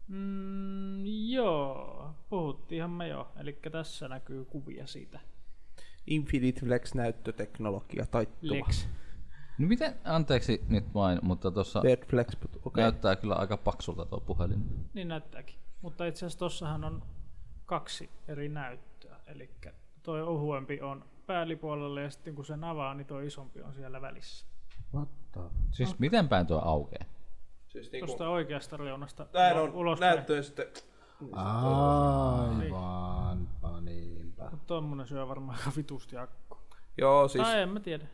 Mm, joo, puhuttiinhan me jo. Eli tässä näkyy kuvia siitä.
Infinite Flex näyttöteknologia taittuva.
Lex.
No miten, anteeksi nyt vain, mutta tuossa
Dead Flex, but okei. Okay.
näyttää kyllä aika paksulta tuo puhelin.
Niin näyttääkin. Mutta itse asiassa tossahan on kaksi eri näyttöä. Eli toi ohuempi on päälipuolella ja sitten kun sen avaa, niin toi isompi on siellä välissä.
Siis miten päin tuo aukeaa?
Siis niinku...
Tuosta oikeasta reunasta
Tää
ulo-
on
ulospäin.
näyttö ja sitten...
Aivanpa niinpä.
Mut Tommonen syö varmaan aika vitusti akku.
Joo, siis...
Tai en mä tiedä.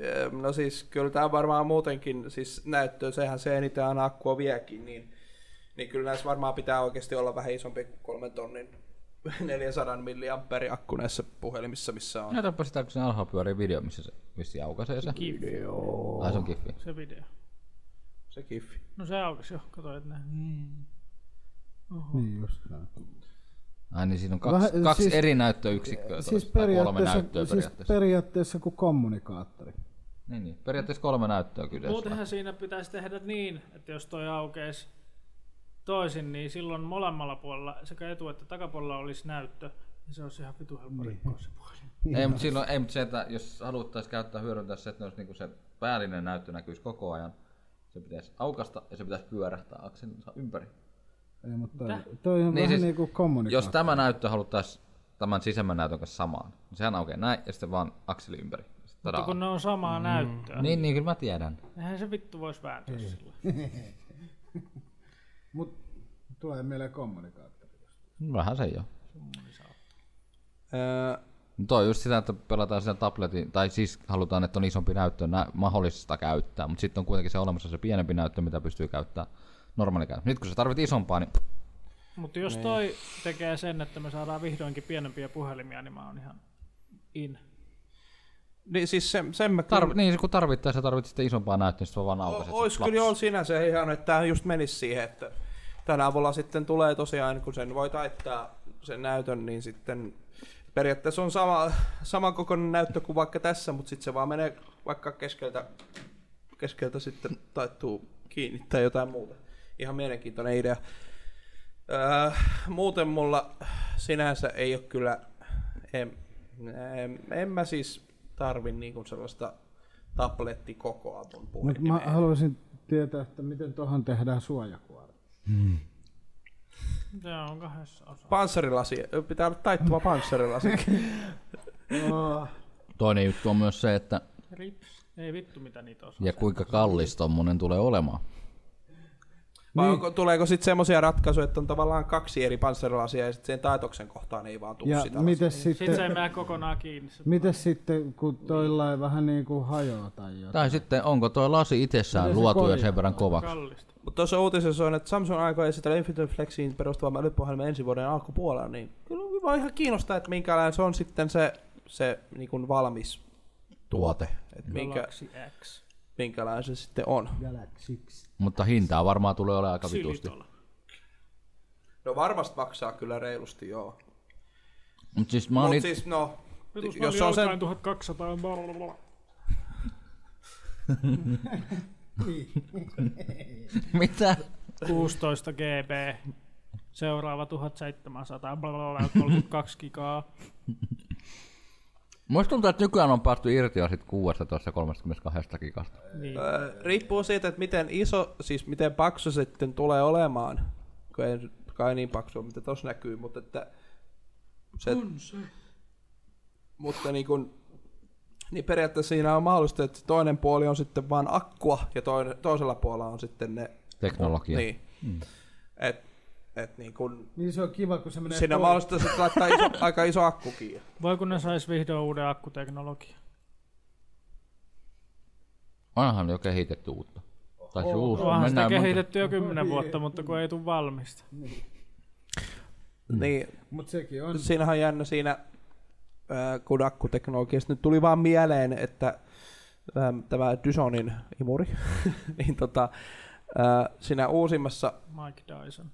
Ehm, No siis kyllä tämä varmaan muutenkin, siis näyttö, sehän se eniten aina akkua viekin, niin, niin kyllä näissä varmaan pitää oikeasti olla vähän isompi kuin kolmen tonnin 400 milliampeeri akku näissä puhelimissa, missä on.
Näytäpä sitä, kun se alhaalla pyörii video, missä se vissi aukaisee se.
Kiffi,
Ai se on kiffi.
se video.
Se kiffi.
No se aukesi jo, katsoit näin.
Niin just näin.
Ai niin siinä on kaksi,
Vähän-
kaksi
siis-
siis, eri näyttöyksikköä.
Siis
toista, tai kolme
periaatteessa,
näyttöä
periaatteessa. siis
periaatteessa.
periaatteessa kuin kommunikaattori.
Niin, niin. Periaatteessa kolme näyttöä kyseessä.
Muutenhan siinä pitäisi tehdä niin, että jos toi aukeisi toisin, niin silloin molemmalla puolella, sekä etu- että takapuolella olisi näyttö, niin se olisi ihan vitu helppo rikkoa se puhelin.
Ei, mutta silloin, ei, mutta se, että jos haluttaisiin käyttää hyödyntää se, että ne olisi niinku se päällinen näyttö näkyisi koko ajan, se pitäisi aukasta ja se pitäisi pyörähtää akselinsa ympäri.
Ei, mutta toi, toi on niin vähän
siis,
siis, niin kuin kommunikaattori.
Jos tämä näyttö haluttaisiin tämän sisämmän näytön kanssa samaan, niin sehän aukeaa näin ja sitten vaan akseli ympäri. Sitten
Mutta
tadaa.
kun ne on samaa mm. näyttöä,
Niin, niin, kyllä mä tiedän.
eihän se vittu voisi vääntyä sillä.
Mut tulee mieleen kommunikaattori.
Vähän se jo.
Öö,
No Toi on just sitä, että pelataan sitä tabletin, tai siis halutaan, että on isompi näyttö nä- mahdollista käyttää, mutta sitten on kuitenkin se olemassa se pienempi näyttö, mitä pystyy käyttämään normaali käyttö. Nyt kun sä tarvit isompaa, niin
Mutta
Niin.
jos toi tekee sen, että me saadaan vihdoinkin pienempiä puhelimia, niin mä oon ihan in.
niin siis sen, sen mä
tarv- niin se kun tarvittaessa tarvit sitten isompaa näyttöä, niin sitten vaan aukaiset.
Ois kyllä joo sinänsä ihan, että tämä just menisi siihen, että tänä avulla sitten tulee tosiaan, kun sen voi taittaa sen näytön, niin sitten periaatteessa on sama, sama kokoinen näyttö kuin vaikka tässä, mutta sitten se vaan menee vaikka keskeltä, keskeltä sitten taittuu kiinni tai jotain muuta. Ihan mielenkiintoinen idea. Öö, muuten mulla sinänsä ei ole kyllä, en, en, en mä siis tarvi niinku sellaista tabletti koko avun
Mut
puhelimeen.
mä haluaisin tietää, että miten tuohon tehdään suojakuori.
Tää on kahdessa osassa.
Panssarilasi, pitää olla taittava panssarilasi.
Toinen juttu on myös se, että
Rips. Ei vittu mitä niitä osaa.
ja kuinka kallis tommonen tulee olemaan.
Vai onko, tuleeko sitten semmoisia ratkaisuja, että on tavallaan kaksi eri panssarilasia ja sitten sen taitoksen kohtaan ei vaan tule
Ja
sitä lasia.
miten
Sitten se ei
sitten,
mene kokonaan kiinni. Se
mites sitten, kun toillain vähän niin kuin hajoaa tai jotain?
Tai sitten onko tuo lasi itsessään
Miten se
luotu jo
korjataan?
sen verran kovaksi?
kallista.
Mutta tuossa uutisessa on, että Samsung aikoo esitellä Infinite Flexiin perustuvan älypuhelimen ensi vuoden alkupuolella, niin kyllä vaan ihan kiinnostaa, että minkälainen se on sitten se, se niin kuin valmis tuote. Että minkä,
Galaxy X.
minkälainen se sitten on.
Galaxyksi.
Mutta hintaa varmaan tulee olemaan aika vitusti.
Silitola.
No varmasti maksaa kyllä reilusti, joo.
Mutta siis mä oon
Mutta
it...
siis no,
Vitus
jos on sen,
1200. blablabla.
Mitä?
16 GB. Seuraava 1700. blablabla, 32 gigaa.
Musta tuntuu, että nykyään on päästy irti jo sit 16 32 gigasta.
Niin.
Öö, riippuu siitä, että miten iso, siis miten paksu se sitten tulee olemaan. Kun ei nyt kai niin paksua, mitä tuossa näkyy, mutta että... Se, on se. Mutta niin kun, niin periaatteessa siinä on mahdollista, että se toinen puoli on sitten vaan akkua ja toinen, toisella puolella on sitten ne...
Teknologia.
Niin. Mm. Et, et niin kun,
Niin se on kiva, kun se menee
siinä on
pois.
mahdollista sitten laittaa iso, aika iso akkukin. ja
Voi kun ne sais vihdoin uuden akkuteknologian.
Onhan jo kehitetty uutta. Tai se uusi.
Onhan sitä
Mennään monta-
kehitetty jo 10 vuotta, mutta kun ei tule valmista.
Niin,
Mut sekin on.
siinähän on jännä siinä, ää, kun akkuteknologiasta nyt tuli vaan mieleen, että ää, tämä Dysonin imuri, niin tota, ää, siinä uusimmassa,
Mike Dyson.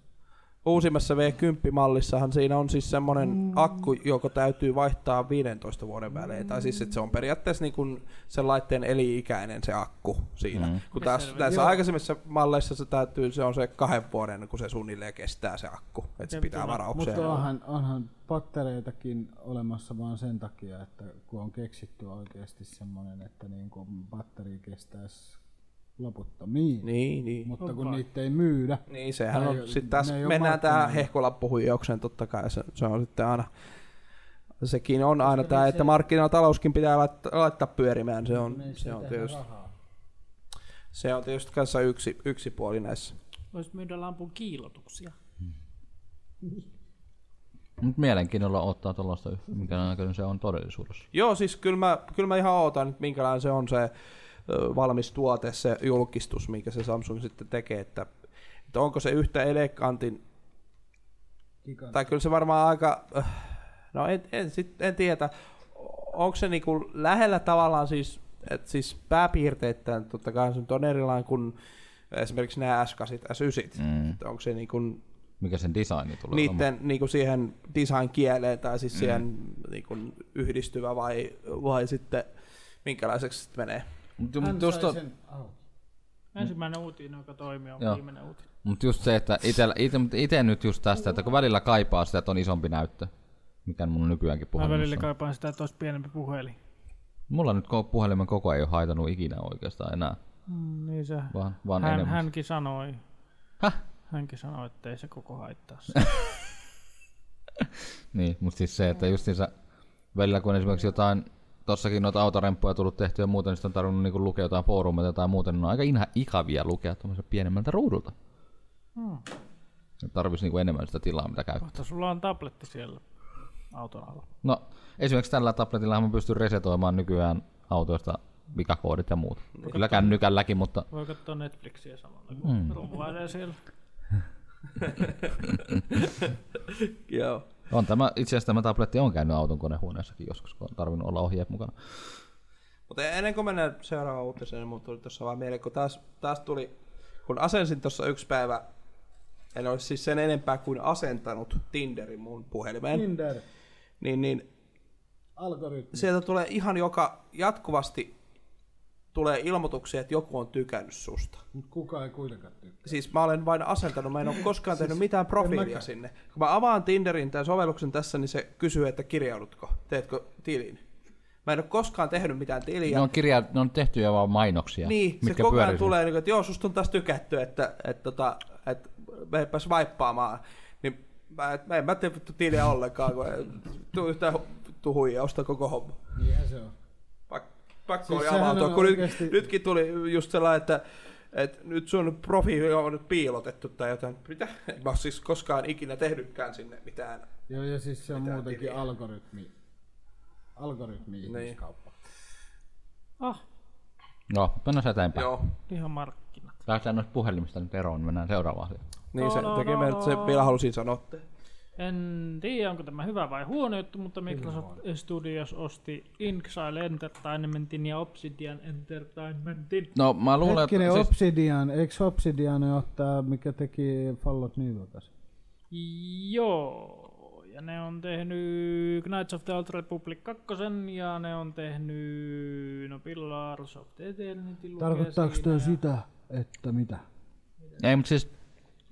uusimmassa V10-mallissahan siinä on siis semmoinen akku, joka täytyy vaihtaa 15 vuoden välein. Tai siis, että se on periaatteessa niin kuin sen laitteen eli-ikäinen se akku siinä. Mm. Kun taas näissä aikaisemmissa malleissa se täytyy, se on se kahden vuoden, kun se suunnilleen kestää se akku. Että se pitää varaukseen.
Mutta onhan, onhan pattereitakin olemassa vaan sen takia, että kun on keksitty oikeasti semmoinen, että niin kuin patteri kestäisi loputtomiin. Niin.
Niin, niin.
Mutta kun niitä ei myydä.
Niin, sehän
Ne
on,
ei-
sitten taas
ne ei oo
mennään tähän
markkinoilla.
hehkulappuhuijaukseen totta kai, se, se on sitten aina, sekin on aina tämä, että markkinatalouskin pitää laittaa, laittaa pyörimään, se on,
Niin,
se on tietysti, se on tietysti kanssa yksi, yksi puoli näissä.
Voisit myydä lampun kiilotuksia.
Mut mielenkiinnolla ottaa tuollaista, mikä näköinen se on todellisuudessa.
Joo, siis kyllä mä, kyllä mä ihan ootan, että minkälainen se on se ö, valmis tuote, se julkistus, minkä se Samsung sitten tekee, että, että onko se yhtä elegantin Tai kyllä se varmaan aika, no en, en, sit, en tiedä, onko se niinku lähellä tavallaan siis, että siis pääpiirteittäin totta kai se nyt on erilainen kuin esimerkiksi nämä S8, S9, mm. että onko se niinku
Mikä sen designi tulee olemaan.
niiden niinku siihen design-kieleen tai siis siihen niinku yhdistyvä vai, vai sitten minkälaiseksi sitten menee.
Mut, mut, tuosta,
niin
Ensimmäinen uutinen, joka toimii, on
Joo.
viimeinen uutinen.
mut just se, että itse nyt just tästä, että kun välillä kaipaa sitä, että on isompi näyttö, mikä mun nykyäänkin
Mä välillä
puhelimessa on.
kaipaan sitä, että olisi pienempi puhelin.
Mulla nyt ko- puhelimen koko ei ole haitanut ikinä oikeastaan enää,
Mm, niin se.
vaan, vaan
Hän,
enemmän.
hänkin sanoi.
Häh?
Hänkin sanoi, että ei se koko haittaa. sitä.
Niin, mutta siis se, että justiinsa välillä kun esimerkiksi jotain, tossakin noita autoremppuja tullut tehtyä ja muuten, niin sit on tarvinnut niinku lukea jotain foorumeita tai muuten, niin ne on aika inha, ikavia lukea tuommoisen pienemmältä ruudulta. Hmm. Tarvitsisi niinku enemmän sitä tilaa, mitä käyttää.
Mutta sulla on tabletti siellä auton alla.
No, esimerkiksi tällä tabletilla mä pystyn resetoimaan nykyään autoista vikakoodit ja muut. Kyllä kännykälläkin, mutta
Voi katsoa Netflixiä samalla, kun mm. ruuvailee siellä.
Joo.
on tämä, itse asiassa tämä tabletti on käynyt auton konehuoneessakin joskus, kun on tarvinnut olla ohjeet mukana.
Mutta e- ennen kuin mennään seuraavaan uutiseen, niin mun tuli tuossa vaan mieleen, kun taas, taas tuli, kun asensin tuossa yksi päivä, en olisi siis sen enempää kuin asentanut Tinderin mun puhelimeen, niin,
Tinder,
niin, niin
algoritmi.
sieltä tulee ihan joka, jatkuvasti tulee ilmoituksia, että joku on tykännyt susta.
Mut kukaan ei kuitenkaan tykkää.
Siis mä olen vain asentanut, mä en ole koskaan tehnyt mitään profiilia sinne. Kun mä avaan Tinderin tämän sovelluksen tässä, niin se kysyy, että kirjaudutko, teetkö tilin. Mä en ole koskaan tehnyt mitään tiliä.
Ne on, kirja, ne on tehtyjä vaan mainoksia,
Niin, se
No, mitkä
koko ajan
pyörii. Tulee...
tulee, niin kuin, että joo, susta on taas tykätty, että, että, tota, että meipä swipeaamaan. Niin mä, mä en mä tee vittu tiliä ollenkaan, kun ei tuu yhtään tuhuijausta koko homma.
Niinhän Niin, se on.
Pak, pakko siis
Siis
oli
sehän
avautua,
on
kun
oikeasti-
nyt, nytkin tuli just sellainen, että, että nyt sun profiili on nyt piilotettu tai jotain. Mitä? En mä oo siis koskaan ikinä tehnytkään sinne mitään.
Joo, ja siis se on
Mitä
muutenkin
tiliä?
algoritmi. Algoritmi ihmiskauppa.
Ah,
No, mennään se eteenpäin.
Joo.
ihan markkinat.
Päästään noista puhelimista nyt eroon, niin mennään seuraavaan asiaan.
Niin se
No, no,
tekee
no,
meidät, se
no.
vielä halusin sanoa.
En tiedä, onko tämä hyvä vai huono juttu, mutta Microsoft Studios osti Inxile Entertainmentin ja Obsidian Entertainmentin.
No mä luulen,
Hetkinen,
että... Siis,
Obsidian, eikö Obsidian ole tää, mikä teki Fallout New Vegas?
Joo, ja ne on tehnyt Knights of the Old Republic 2 ja ne on tehnyt no Pillars of the Eternity lukee
Tarkoittaako
siinä
tämä
ja-
sitä, että mitä?
ei, mutta siis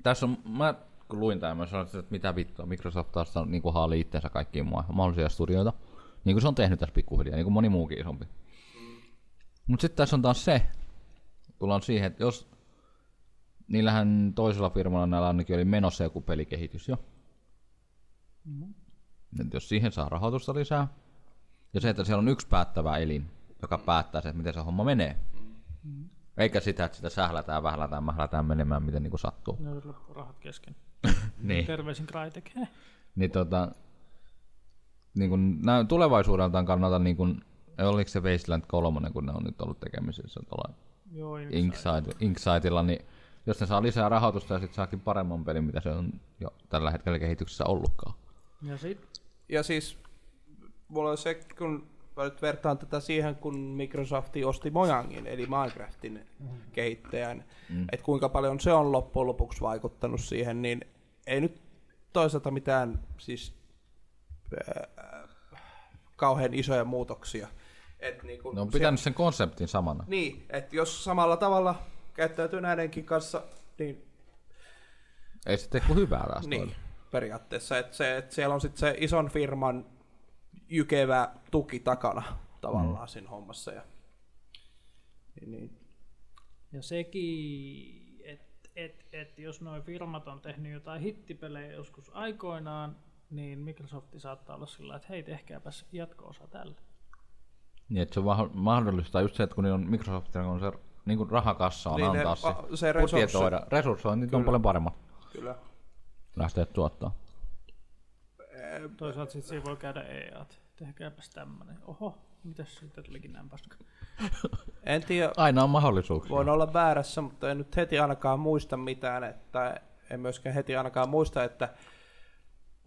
tässä on... Mä kun luin tämän, mä sanoin, että mitä vittua, Microsoft taas on, niin kuin haali itsensä kaikkiin mua, mahdollisia studioita. Niin kuin se on tehnyt tässä pikkuhiljaa, niin kuin moni muukin isompi. Mutta sitten tässä on taas se, tullaan siihen, että jos... Niillähän toisella firmalla näillä ainakin oli menossa joku pelikehitys jo. Et jos siihen saa rahoitusta lisää. Ja se, että siellä on yksi päättävä elin, joka päättää sen, miten se homma menee. Eikä sitä, että sitä sählätään, vählätään, mählätään menemään, miten niinku sattuu.
Ne on loppu rahat kesken.
Niin.
Terveisin Crytek. Heh.
Niin tota, niin kun, nää, tulevaisuudeltaan kannalta, niin kun, oliko se Wasteland 3, kun ne on nyt ollut tekemisissä tuolla
Joo, Inxile.
Inksite, Inksiteilla, niin jos ne saa lisää rahoitusta ja sitten saakin paremman pelin, mitä se on jo tällä hetkellä kehityksessä ollutkaan.
Ja sit,
Ja siis mulla on se, kun mä nyt vertaan tätä siihen, kun Microsoft osti Mojangin, eli Minecraftin kehittäjän, mm. että kuinka paljon se on loppujen lopuksi vaikuttanut siihen, niin ei nyt toisaalta mitään siis äh, kauhean isoja muutoksia. Et niin kun
Ne on
se-
pitänyt sen konseptin samana.
Niin, että jos samalla tavalla käyttäytyy näidenkin kanssa, niin
Ei se tee kuin hyvää taas
Niin,
toille.
periaatteessa. Että se, et siellä on sitten se ison firman jykevä tuki takana tavallaan mm. siinä hommassa. Ja, niin, niin.
ja sekin, että et, et, jos nuo firmat on tehnyt jotain hittipelejä joskus aikoinaan, niin Microsoft saattaa olla sillä, että hei, tehkääpäs jatko-osa tälle.
Niin, että se on maho- mahdollista just se, että kun niillä on Microsoftin on se niin kuin rahakassa on
Niin,
niin
ne-
antaa se,
a- se resurssi.
budjetoida. Resurssoinnit on paljon paremmat
Kyllä.
lähteä tuottaa.
Toisaalta sit siinä voi käydä EAT. Tehkääpäs tämmönen. Oho, mitäs siitä tulikin näin paska?
En tiedä,
Aina on mahdollisuuksia.
voin olla väärässä, mutta en nyt heti ainakaan muista mitään, että en myöskään heti ainakaan muista, että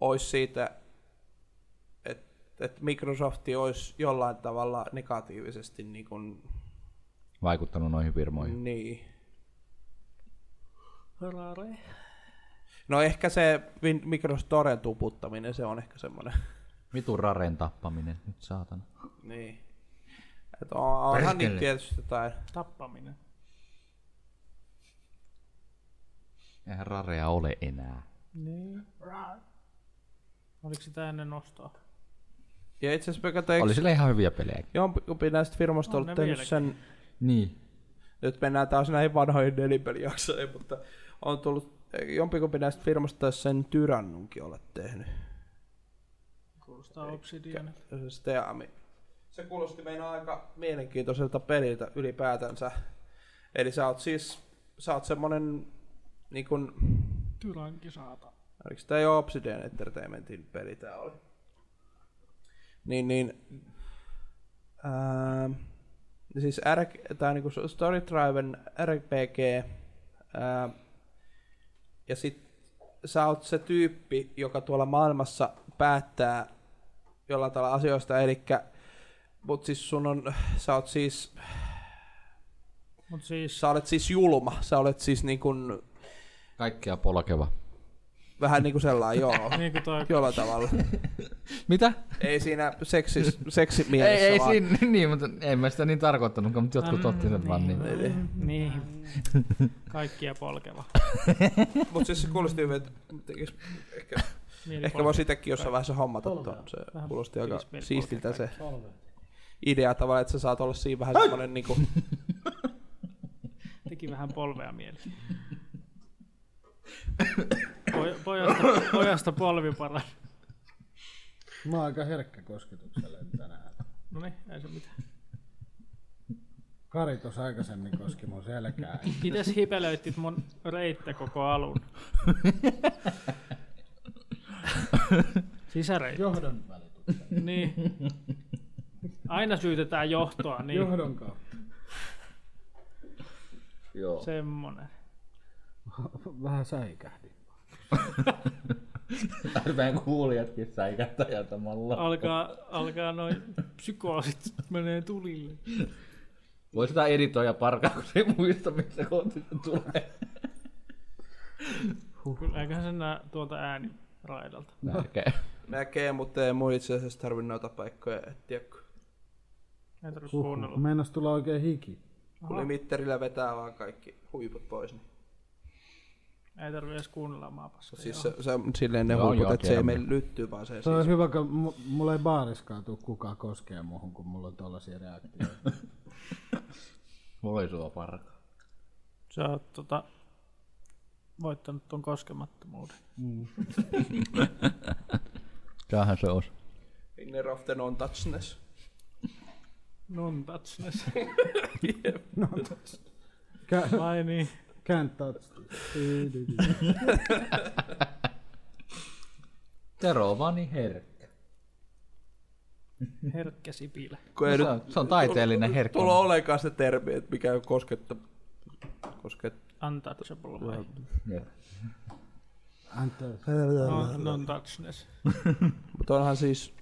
olisi siitä, että et Microsoft olisi jollain tavalla negatiivisesti niin, kun,
Vaikuttanut noihin firmoihin.
niin
Harare.
No ehkä se Win- Microsoft Toren tuputtaminen, se on ehkä semmoinen.
Vitun raren tappaminen, nyt saatana.
Niin. Et on, onhan
Perkele.
niitä tietysti jotain.
Tappaminen.
Eihän rarea ole enää.
Niin. Oliko sitä ennen nostoa?
Ja itse asiassa mä katsoin,
Oli
eikö
sillä ihan hyviä pelejä.
jompikumpi näistä
On
firmoista ollut
No, ne
tehnyt
vieläkin.
sen,
Niin.
nyt mennään taas näihin vanhoihin nelipelijaksoihin, mutta on tullut jompikumpi näistä firmoista taisi sen Tyrannunkin olla tehnyt.
Kuulostaa Obsidian.
Ja se Steam. Se kuulosti meidän aika mielenkiintoiselta peliltä ylipäätänsä. Eli sä oot siis, sä oot semmonen, niin kun,
Tyranki saata.
Oliko tämä jo Obsidian Entertainmentin peli tämä oli? Niin, niin... Ähm, siis R- tämä on niinku Story Driven RPG. Ähm, ja sit sä oot se tyyppi, joka tuolla maailmassa päättää jollain tavalla asioista, elikkä mut siis sun on, sä oot siis,
Mut siis
sä olet siis julma, sä olet siis niin kun,
Kaikkea polkeva.
vähän niinku sellainen, joo,
niinku toi
jollain tavalla.
Mitä?
Ei siinä seksis,
Ei,
seksimielessä
ei
vaan.
siinä, niin, mutta en mä sitä niin tarkoittanut, mutta
Mm.
jotkut otti sen vaan niin.
Niin. niin. Kaikkia polkeva.
Mut siis se kuulosti hyvin, että tekis, ehkä, Niin,
Mieli
ehkä voisi itsekin jossain vaiheessa hommata tuon. Se
Vähän
kuulosti aika
tekis mieli
siistiltä se. idea tavallaan, että sä saat olla siinä vähän semmonen niinku...
Teki vähän polvea mieli. Poj- pojasta, pojasta polvi parani.
Mä oon aika herkkä kosketukselle tänään.
No niin, ei se mitään.
Kari tuossa aikaisemmin koski mun selkää.
Mites hipelöitit mun reittä koko alun? Sisäreitti.
Johdon välityksellä.
Niin. Aina syytetään johtoa, niin
Johdon kautta.
Joo.
semmonen.
Vähän säikähdin.
Vähän kuulijatkin säikähtäjätämällä.
Alkaa, alkaa noin psykoosit menee tulille.
Voi sitä editoida parkaa, kun se ei muista, mistä kohti se tulee.
Kyllä, eiköhän sen nää tuolta ääni raidalta.
Näkee.
Näkee, mutta ei mun itse asiassa tarvi noita paikkoja etsiä, kun
Ei tarvitse kuunnella.
Meinas tulla oikein hiki.
kun limitterillä vetää vaan kaikki huiput pois. Niin.
Ei tarvitse edes kuunnella maapassa.
Siis se, se, silleen ne
Joo,
huiput,
joo,
että se ei
tiedän.
mene lyttyy, vaan se
Se on
siis
hyvä, kun mu- mulla ei baariskaan tuu kukaan koskee muuhun, kun mulla on tollasia reaktioita.
Voi sua parka.
Sä oot tota, voittanut ton koskemattomuuden.
Tämähän se olisi.
inner of the non-touchness.
Non touchness.
Kä-
Vai niin.
can't touch this.
Tero on vaan niin herkkä.
Herkkä Sipilä.
Kun ei
No Se
nyt
on, se on taiteellinen herkkä.
tulla olekaan se termi, että mikä kosketta, kosket,
Untouchable vai?
Niin.
Antaa.
Non, non touchness.
Mutta onhan siis,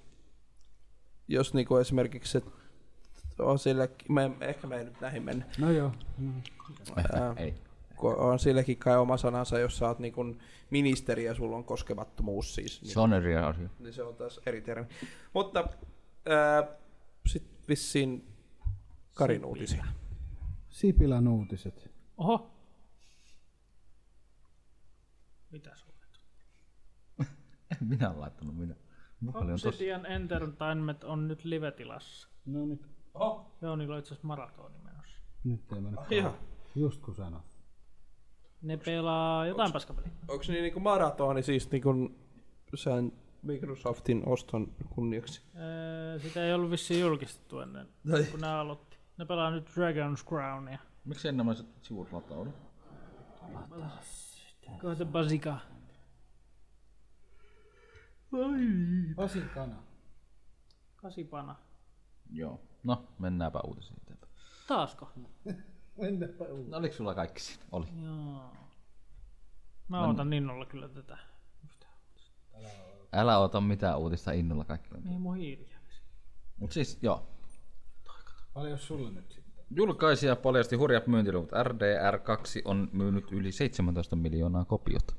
jos niinku esimerkiksi se on silläkin, me, ehkä me ei nyt näihin mennä,
No joo.
Ää,
Ei.
kun on silläkin kai oma sanansa, jos sä oot niinku ministeri ja sulla on koskemattomuus siis, niin,
Se on eri asia.
niin se on taas eri termi. Mutta ää, sit vissiin Karin uutisia.
Sipilän uutiset.
Oho. Mitä sulla?
Minä olen laittanut minä. Paljon tossa.
Obsidian Entertainment on nyt live-tilassa.
No nyt.
Joo, niillä on itse asiassa maratoni menossa.
Nyt ei mene.
Ihan.
Just kun sanoit.
Ne pelaa jotain paskapeliä.
Onko niin niinku maratoni siis niinku sen Microsoftin oston kunniaksi?
Öö, sitä ei ollut vissiin julkistettu ennen,
Ei.
kun nämä aloitti. Ne pelaa nyt Dragon's Crownia.
Miksi en nämä sivut lataudu?
Kohta Basika.
Pasi kana.
Kasipana.
Joo. No, mennäänpä uutisiin eteenpäin.
Taasko?
Mennäpä ulos.
No oliko sulla kaikki siinä? Oli.
Joo. Mä otan innolla kyllä tätä.
Älä ota mitään uutista innolla kaikki.
Ei mun hiiriä.
Mut siis, joo.
Paljon sulle nyt sitten?
Julkaisija paljasti hurjat myyntiluvut. RDR2 on myynyt yli 17 miljoonaa kopiota.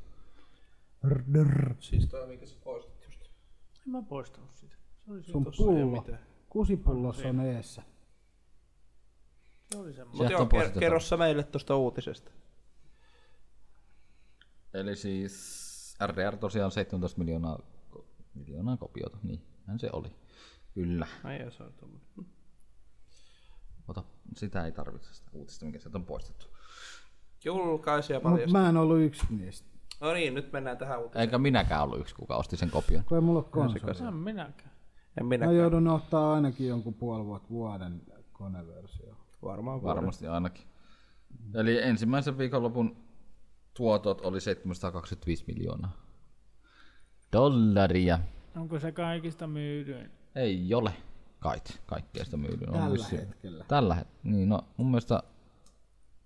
Siis toi, mikä sä poistit just.
En mä poistanut sitä. Se oli, se,
Sun pullo. Kusipullossa on eessä.
se oli semmoinen.
Mutta
Sieltä
joo,
on
ker-
poistettu.
kerro sä meille tuosta uutisesta.
Eli siis RDR tosiaan 17 miljoonaa, ko- miljoonaa kopiota. Niinhän se oli. Kyllä.
Ai joo, se on tommonen.
Ota, sitä ei tarvitse sitä uutista, mikä sieltä on poistettu.
Julkaisija
Mut
paljastaa.
mä en ollut yksi niistä.
No niin, nyt mennään tähän uutiseen.
Eikä minäkään ollut yksi, kuka osti sen kopion.
Kun ei mulla ole konsoli.
En minäkään.
En
Mä
minäkään.
joudun ottaa ainakin jonkun puoli vuotta vuoden koneversio.
Varmaan varmaan.
Varmasti ainakin. Eli ensimmäisen viikonlopun tuotot oli 725 miljoonaa dollaria.
Onko se kaikista myydyin?
Ei ole. Kait, kaikkea sitä myydyn. on
Tällä
vissiin-
hetkellä.
Tällä hetkellä. Niin, no mun mielestä,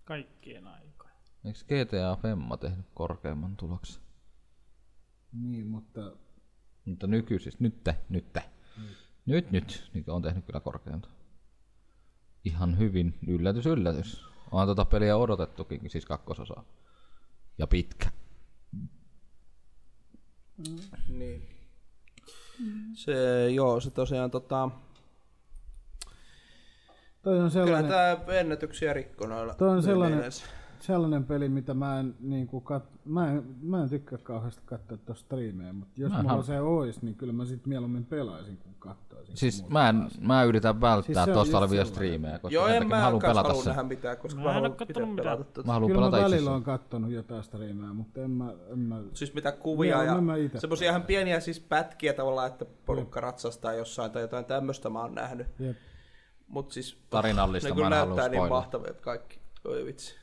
Kaikkien aikojen.
eikö GTA Femma tehnyt korkeamman tuloksen?
Niin, mutta
Mutta nykyisistä, nytte, nytte.
Mm.
Nyt, nyt, nyt on tehnyt kyllä korkeinta. Ihan hyvin, yllätys, yllätys. On tota peliä odotettukin, siis kakkososaa. Ja pitkä.
Niin.
Mm-hmm.
Se, joo, se tosiaan tota...
toi on
Kyllä
sellainen,
tää ennätyksiä rikko noilla.
Toi on sellainen-
myynneillä.
sellainen peli, mitä mä en, niin kuin kat... mä en, mä en tykkää kauheasti katsoa tuossa striimejä, mutta jos
Mä en
mulla
halua.
se olisi, niin kyllä mä sit mieluummin pelaisin, kun katsoisin.
Siis
kun
mä, en, mä yritän välttää
Siis se
siis
on
tuosta
just
olevia
sellainen.
striimejä, koska
Joo,
sen
en
takia mä
mä
haluan
haluan
pelata sen.
nähdä mitään, koska
Mä
mä
en oo
haluan itse
kattonut mitään.
pelata. tota. tätä.
Mä haluan
Kyllä mä
pelata itse
välillä
sen.
on kattonut jotain striimejä, mutta en mä... En mä...
Siis mitä kuvia
Joo,
ja
no mä ite
semmosia ihan pieniä siis pätkiä tavallaan, että porukka ratsastaa jossain tai jotain tämmöistä mä oon nähnyt.
Jep.
Mut siis
Tarinallista
ne
mä
kyllä
en halua
näyttää niin
spoilaa.
mahtavilta kaikki. Oi vitsi.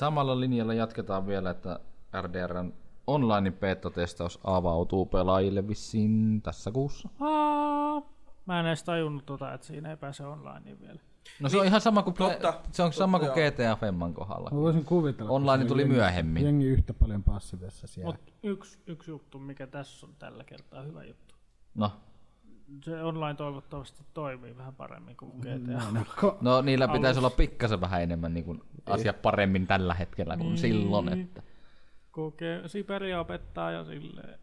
Samalla linjalla jatketaan vielä, että RDRn online beta-testaus avautuu pelaajille vissiin tässä kuussa.
Aa, Mä en edes tajunnut tota, että siinä ei pääse onlineen vielä.
No se on ihan sama kuin,
Niin, Totta.
se on sama kuin
Totta, joo.
GTA Femman kohdalla.
Mä voisin kuvitella,
Online
kun se
tuli
jengi-
myöhemmin.
Jengi yhtä paljon passivessa siellä.
Mut yksi, yksi juttu, mikä tässä on tällä kertaa hyvä juttu.
No,
Se online toivottavasti toimii vähän paremmin kuin
Mm,
GTA.
Mut...
no niillä pitäisi olla pikkasen vähän enemmän niin kuin asia paremmin tällä hetkellä
Niin.
kuin silloin. Että.
Kokee Siberia opettaa ja silleen.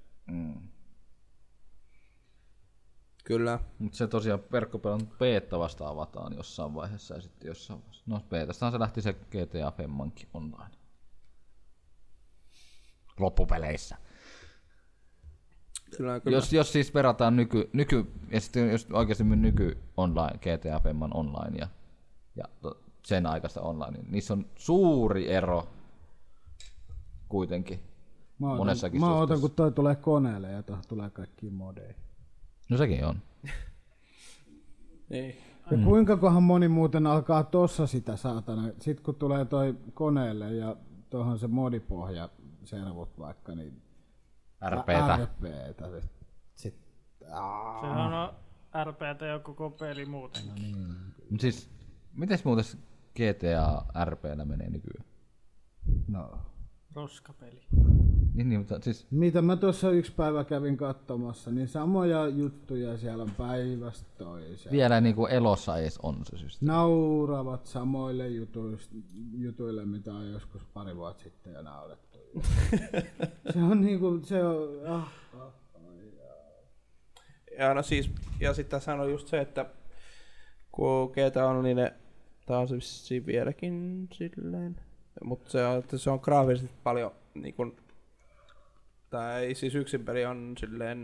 Kyllä.
Mutta se tosiaan verkkopelon beta vasta avataan jossain vaiheessa ja sitten jossain vaiheessa. No betastahan se lähti se GTA Femmankin online. Loppupeleissä.
Kyllä, kyllä.
Jos, jos siis verrataan nyky, nyky ja sitten jos oikeasti my- nyky online, GTA Femman online ja, ja to- sen aikaista online, niin niissä on suuri ero kuitenkin.
Mä otan,
Monessakin
mä otan,
suhteessa.
kun toi tulee koneelle ja tuohon tulee kaikki modeja.
No sekin on.
Niin.
Ja kuinka kohan moni muuten alkaa tossa sitä saatana, sit kun tulee toi koneelle ja tuohon se modipohja servut vaikka, niin
RPtä.
RPtä. Sitten
Sehän on RPT ja koko peli
No
muutenkin.
niin.
Mut Siis, mites muuten se GTA RPllä menee nykyään?
No.
Roskapeli.
Niin, niin mutta siis
Mitä mä tuossa yksi päivä kävin katsomassa, niin samoja juttuja siellä on päivästä toiseen.
vielä niinku elossa edes on se systeemi.
Nauravat samoille jutuis- jutuille, mitä on joskus pari vuotta sitten jo naurettu. se on niinku, se on, ah,
Ja no siis, ja sitten tässä on just se, että kun GTA on niin ne, tää on se vissiin vieläkin silleen, mutta se on, että se on graafisesti paljon niin kun, tai siis yksin peli on silleen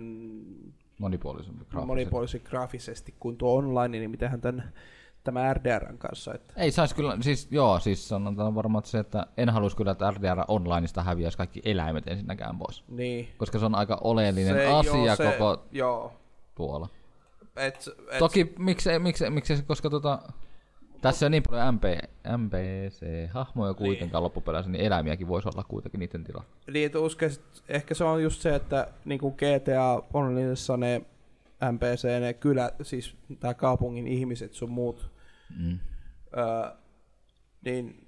Monipuolisempi graafisesti.
monipuolisesti graafisesti kuin tuo online, niin mitähän tän, tämä RDRn kanssa, että
Ei saisi kyllä, siis joo, siis sanotaan varmaan se, että en haluaisi kyllä, että RDR onlineista häviäisi kaikki eläimet ensinnäkään pois.
niin.
Koska se on aika oleellinen
Se,
se, Niin
joo,
asia joo,
se-
koko
Joo,
tuolla.
et, et,
Toki miksei, miksei, miksei, se- koska tota, tässä on niin paljon MP, MPC-hahmoja kuitenkaan niin. loppupeleissä, niin eläimiäkin voisi olla kuitenkin niiden tilalla.
Niin, että uskes, ehkä se on just se, että niin kuin GTA Onlineissa ne MPC, ne kylä, siis tää kaupungin ihmiset sun muut,
Mm.
öö, niin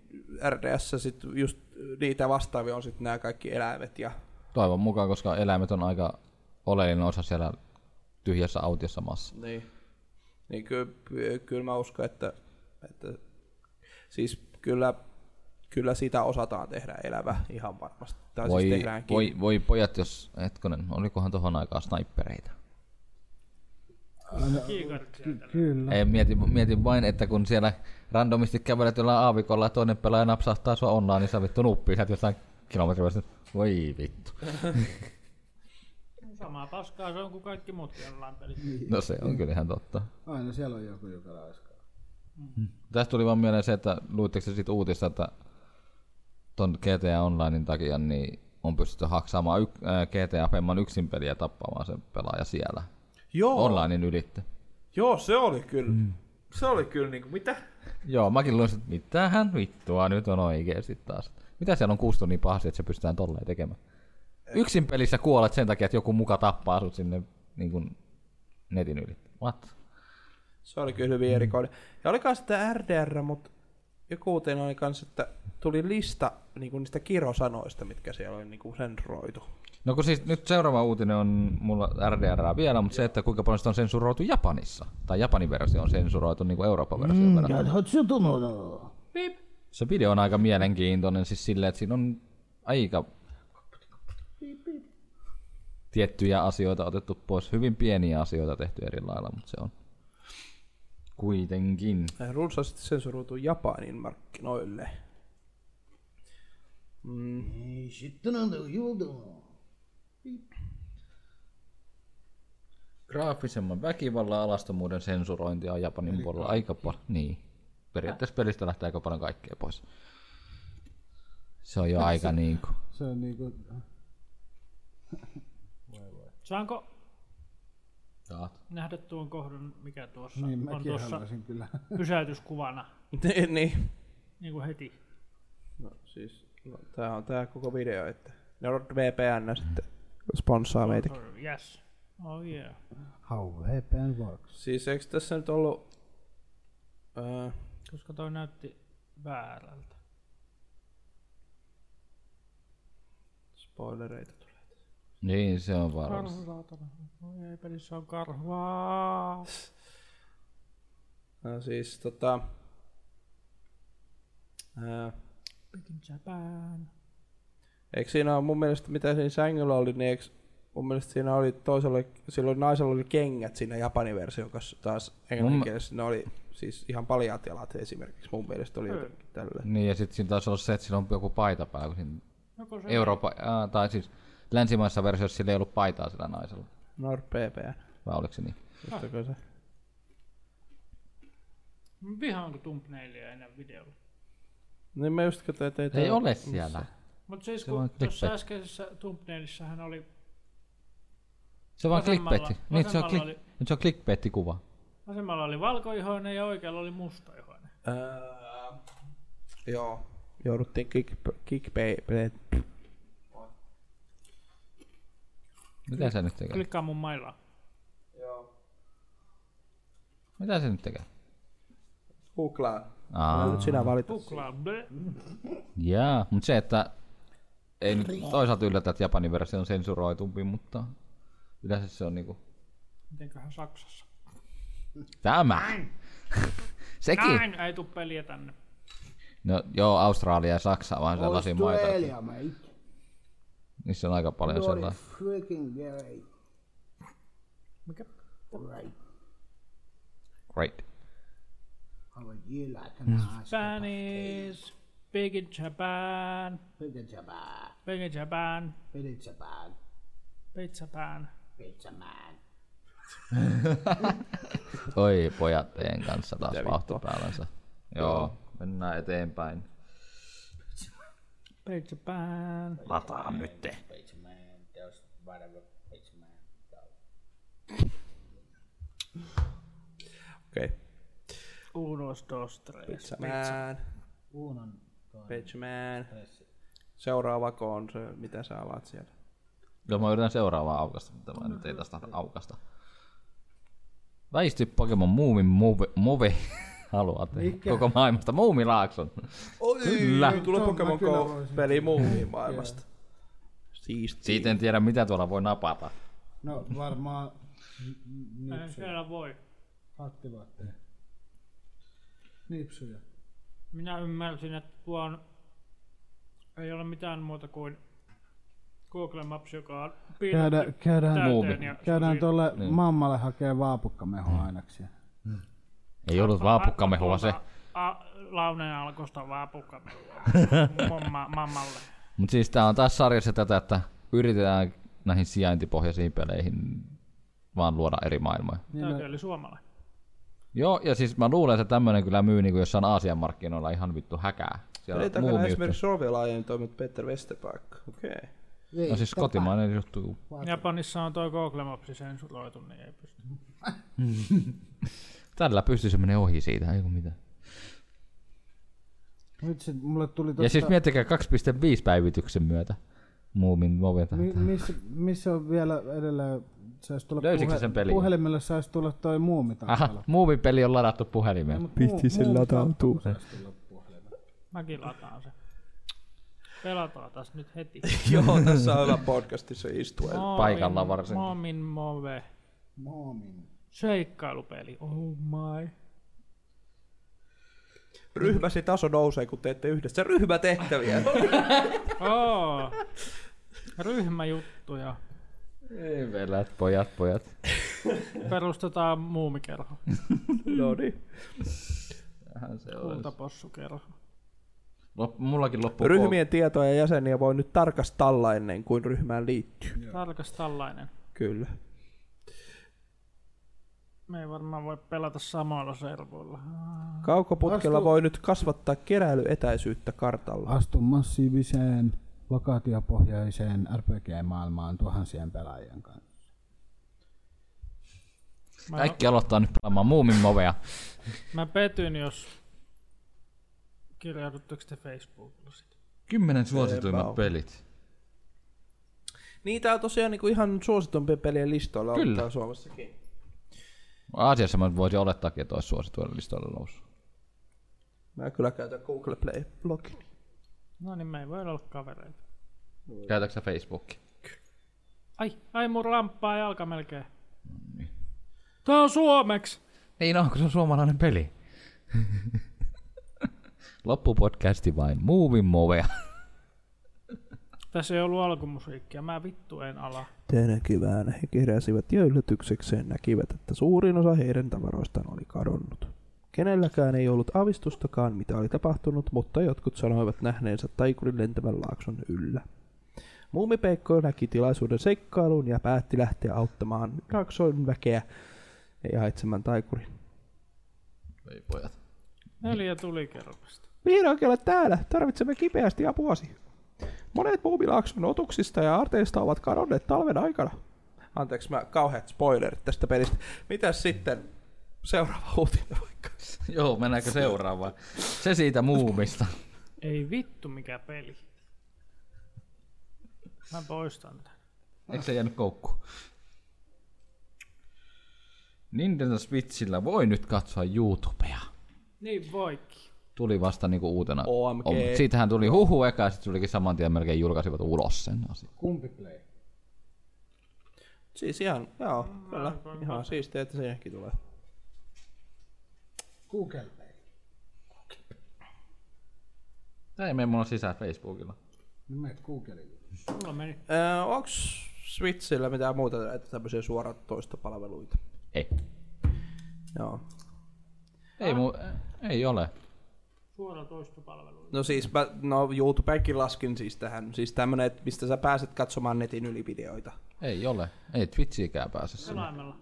RDS sit just niitä vastaavia on sitten nämä kaikki eläimet ja
Toivon mukaan, koska eläimet on aika oleellinen osa siellä tyhjässä autiossa maassa.
niin, niin kyllä, kyllä mä uskon, että, että siis kyllä, kyllä sitä osataan tehdä elävä ihan varmasti. Tai
Voi,
siis tehdäänkin.
voi, voi pojat, jos hetkonen, olikohan tohon aikaan snaippereita?
No.
Kiikartsia tällä.
kyllä.
Ei, mietin, mietin vain, että kun siellä randomisti kävelet jollain aavikolla ja toinen pelaaja napsahtaa sua onnaan, niin sä vittu nuppii sieltä jostain kilometrin päästä. Voi vittu.
Samaa paskaa se on kuin kaikki muutkin online-pelit.
Niin.
No se on kyllä ihan totta.
Aina siellä on joku, joka raiskaa.
Tästä tuli vaan mieleen se, että luitteko te siitä uutista, että ton GTA Onlinein takia niin on pystytty haksaamaan yk, äh, GTA Femman yksin peliä ja tappamaan sen pelaaja siellä.
Joo,
Onlinein ylitte.
joo, se oli kyllä. Mm. Se oli kyllä niinku, mitä?
Joo, mäkin luin, että mitähän vittua nyt on oikeesti taas. Mitä siellä on kuustu niin pahasti, että se pystytään tolleen tekemään? Yksin pelissä kuolet sen takia, että joku muka tappaa sut sinne niin kuin netin yli. What?
Se oli kyllä hyvin erikoinen. Ja oli kans sitä RDR, mutta joku uutinen oli kans, että tuli lista niinku niistä kirosanoista, mitkä siellä oli niinku sensuroitu.
No kun siis nyt seuraava uutinen on mulla RDR vielä, mutta se, että kuinka paljon sitä on sensuroitu Japanissa. Tai Japanin versio on sensuroitu niin kuin Euroopan versio. Mm, se video on aika mielenkiintoinen siis silleen, että siinä on aika tiettyjä asioita otettu pois. Hyvin pieniä asioita tehty eri lailla, mutta se on Kuitenkin.
runsaasti sensuroitu Japanin markkinoille.
Ei sitten on juutu.
Graafisemman väkivallan alastomuuden sensurointia Japanin puolella aika paljon. Niin. Periaatteessa pelistä lähtee aika paljon kaikkea pois. Se on jo aika niinku.
Se on niinku...
Saanko
Taat.
nähdä tuon kohdan, mikä tuossa
Niin
on
mäkin
tuossa
haluaisin kyllä.
pysäytyskuvana?
Niin, niin.
Niin kuin heti.
No siis, no, tää on tää koko video, että NordVPN sitten sponssaa meitä.
Or- Yes. Oh yeah.
How weapon works.
Siis eikö tässä nyt ollut... Öö,
Koska toi näytti väärältä.
spoilereita tulee.
Niin, se on varmasti.
Karhu saatana. Voi ei pelissä on karhua.
No siis tota... Öö,
Big in Japan.
eikö siinä ole mun mielestä, mitä siinä sängyllä oli, niin eikö mun mielestä siinä oli toisella, silloin naisella oli kengät siinä Japanin version kanssa taas englanninkielessä, ne oli siis ihan paljaat jalat esimerkiksi mun mielestä oli jotenkin tälleen.
Niin, ja sitten siinä taisi olla se, että sillä on joku paita päällä, kun siinä
Joko se
Euroopan, äh, tai siis länsimaisessa versiossa sillä ei ollut paitaa sillä naisella.
NordVPN,
Vai oliko se niin?
muistako se?
Mä vihaan kun thumbnailia enää videolla.
Niin mä just katsoin, että ei,
Ei
tää-
ole siellä.
Mut siis
on
kun tuossa
clickbait.
äskeisessä thumbnailissähän oli,
Se on vaan
Vasemmalla-
clickbait. Niin, se on,
vasemmalla
klik,
oli-
nyt se on clickbait-kuva.
vasemmalla oli valkoihoinen ja oikealla oli mustaihoinen.
Öö, joo, jouduttiin kick, kickpay,
Mitä se nyt tekee?
Klikkaa mun mailaa.
Mitä se nyt tekee?
Googlaa.
Aa,
Älä nyt sinä valita.
Kuklaa. bleh.
jaa. Mut se, että ei nyt toisaalta yllätä, että Japanin versio on sensuroitumpi, mutta yleensä se on niinku...
Mitenköhän Saksassa?
Tämä! Sekin!
Näin! Ei tuu peliä tänne.
No joo, Australia ja Saksa vaan sellaisia maita, että
Australia, mate.
niissä on aika paljon
You're
sellaisia.
freaking great.
Mikä?
Right.
Great.
How would you like
Mm.
an ice?
Spanish. Big in Japan.
Pizza man.
Big in Japan.
Pizza man.
Pizza Pan.
Pizza man.
Oi pojat teidän kanssa taas vauhti päällänsä. Joo, mennään eteenpäin.
Pizza Pan.
Lataa nyt te.
Pizza man. Just whatever. Pizza man.
Okei. Okay.
Unos, dos, tres.
Pizza man.
Unon.
Pizza man. Seuraavako on se, mitä sä avaat siellä.
Joo, mä yritän seuraavaa aukasta, mutta mä nyt ei tästä aukasta. Väisty Pokemon Muumin move, move haluaa tehdä koko maailmasta Muumilaakson.
Oi,
Kyllä.
Tulee
Tuon mä
Pokemon
kyllä
Go
voisin.
peli muumiin maailmasta. Siisti.
Siitä en tiedä, mitä tuolla voi napata.
No varmaan
Ei siellä voi.
hattivaatteja. Nipsuja.
Minä ymmärsin, että tuo on, ei ole mitään muuta kuin Google Maps, joka on
Käydä,
piirretty
käydään,
täyteen. Ja
käydään tuolle niin. mammalle hakee vaapukkamehoa aineksia.
Ei ollut vaapukkamehua se.
A, launen alkosta vaapukkamehua. Mamma, mammalle.
Mutta siis tää on taas sarjassa tätä, että yritetään näihin sijaintipohjaisiin peleihin vaan luoda eri maailmoja.
Tämäkin oli suomalainen.
Joo, ja siis mä luulen, että tämmönen kyllä myy niin jossain Aasian markkinoilla ihan vittu häkää. Siellä
Eli
on
takana
muumi yhteys.
esimerkiksi Rovelaajan niin toimit Peter Westerpark. Okei. Okay.
No siis kotimainen juttu.
Japanissa on tuo Google Maps sensuroitu, niin ei pysty.
Tällä pystyy se menee ohi siitä, ei kun mitään.
Nyt sit mulle tuli tosta,
Ja siis miettikää 2.5 päivityksen myötä Muumin movilta.
mi, missä, missä on vielä edelleen, saisi tulla
Löysitkö sen pelin?
puhelimelle saisi tulla toi muumi
Aha, Muumin peli on ladattu puhelimeen.
Piti sen latautuu.
Mäkin lataan se. Pelataan taas nyt heti.
Joo, tässä on hyvä podcastissa istua.
Paikalla varsinkin.
Momin Move.
Moomin.
Seikkailupeli. Oh my.
Ryhmäsi taso nousee, kun teette yhdessä ryhmätehtäviä.
Oo. Ryhmäjuttuja.
Ei velät, pojat, pojat.
Perustetaan muumikerho.
No niin.
Tähän se olisi.
Kultapossukerho.
Lop, mullakin loppuu
Ryhmien tietoja ja jäseniä voi nyt tarkastella ennen kuin ryhmään liittyy.
Tarkas tällainen.
Kyllä.
Me ei varmaan voi pelata samoilla servoilla. Ah.
Kaukoputkella
Astu-
voi nyt kasvattaa keräilyetäisyyttä kartalla.
Astu massiiviseen lokaatiopohjaiseen RPG-maailmaan tuhansien pelaajien kanssa.
Mä,
Kaikki aloittaa nyt pelaamaan muumin movea.
mä petyn, jos kirjaudutteko te Facebookilla sit?
Kymmenen
Eipä
suosituimmat
ole.
pelit.
Niitä on tosiaan niinku ihan suositumpien pelien listoilla ollut
Kyllä.
täällä Suomessakin.
Aasiassa mä voisin olettaa, että olisi suosituilla listoilla noussut.
Mä kyllä käytän Google Play-blogin.
No niin, me ei voi olla kavereita.
Käytätkö sä Facebookia?
Ai, ai mun ramppaa jalka melkein. Tää on suomeksi!
Niin on, kun se on suomalainen peli. Loppupodcasti vain muumin movea.
Tässä ei ollut alkumusiikkia, mä vittu en ala.
Tänä keväänä he keräsivät ja yllätyksekseen näkivät, että suurin osa heidän tavaroistaan oli kadonnut. Kenelläkään ei ollut avistustakaan, mitä oli tapahtunut, mutta jotkut sanoivat nähneensä taikurin lentävän laakson yllä. Muumipeikko näki tilaisuuden seikkailuun ja päätti lähteä auttamaan laakson väkeä ja haitsemaan taikurin.
Ei pojat.
Neljä tulikerpasta.
Vihdoinkin olet täällä. Tarvitsemme kipeästi apuasi. Monet muumilaakson otuksista ja arteista ovat kadonneet talven aikana. Anteeksi, mä kauheat spoilerit tästä pelistä. Mitäs sitten? Seuraava uutinen vaikka.
Joo, mennäänkö seuraavaan? Se siitä muumista.
Ei vittu mikä peli. Mä poistan tän.
Eikö se jäänyt koukkuun? Nintendo Switchillä voi nyt katsoa YouTubea.
Niin voikin.
Tuli vasta niinku uutena.
OMG.
Om- Siitähän tuli huhu eka ja sitten tulikin saman tien melkein julkaisivat ulos sen asian.
Kumpi play?
Siis ihan, joo, kyllä. Ihan siistiä, että siinäkin tulee.
Google Play.
Tää ei mene mulla sisään Facebookilla.
No meet Googleille.
Mulla meni.
Öö, onks Switchillä mitään muuta näitä tämmöisiä suoratoistopalveluita?
Ei.
Joo.
Ei, mu- ei ole.
Suora toistopalvelu.
No siis mä, no YouTubekin laskin siis tähän. Siis tämmönen, että mistä sä pääset katsomaan netin yli videoita.
Ei ole. Ei Twitchiikään pääse sinne.
Selaimella.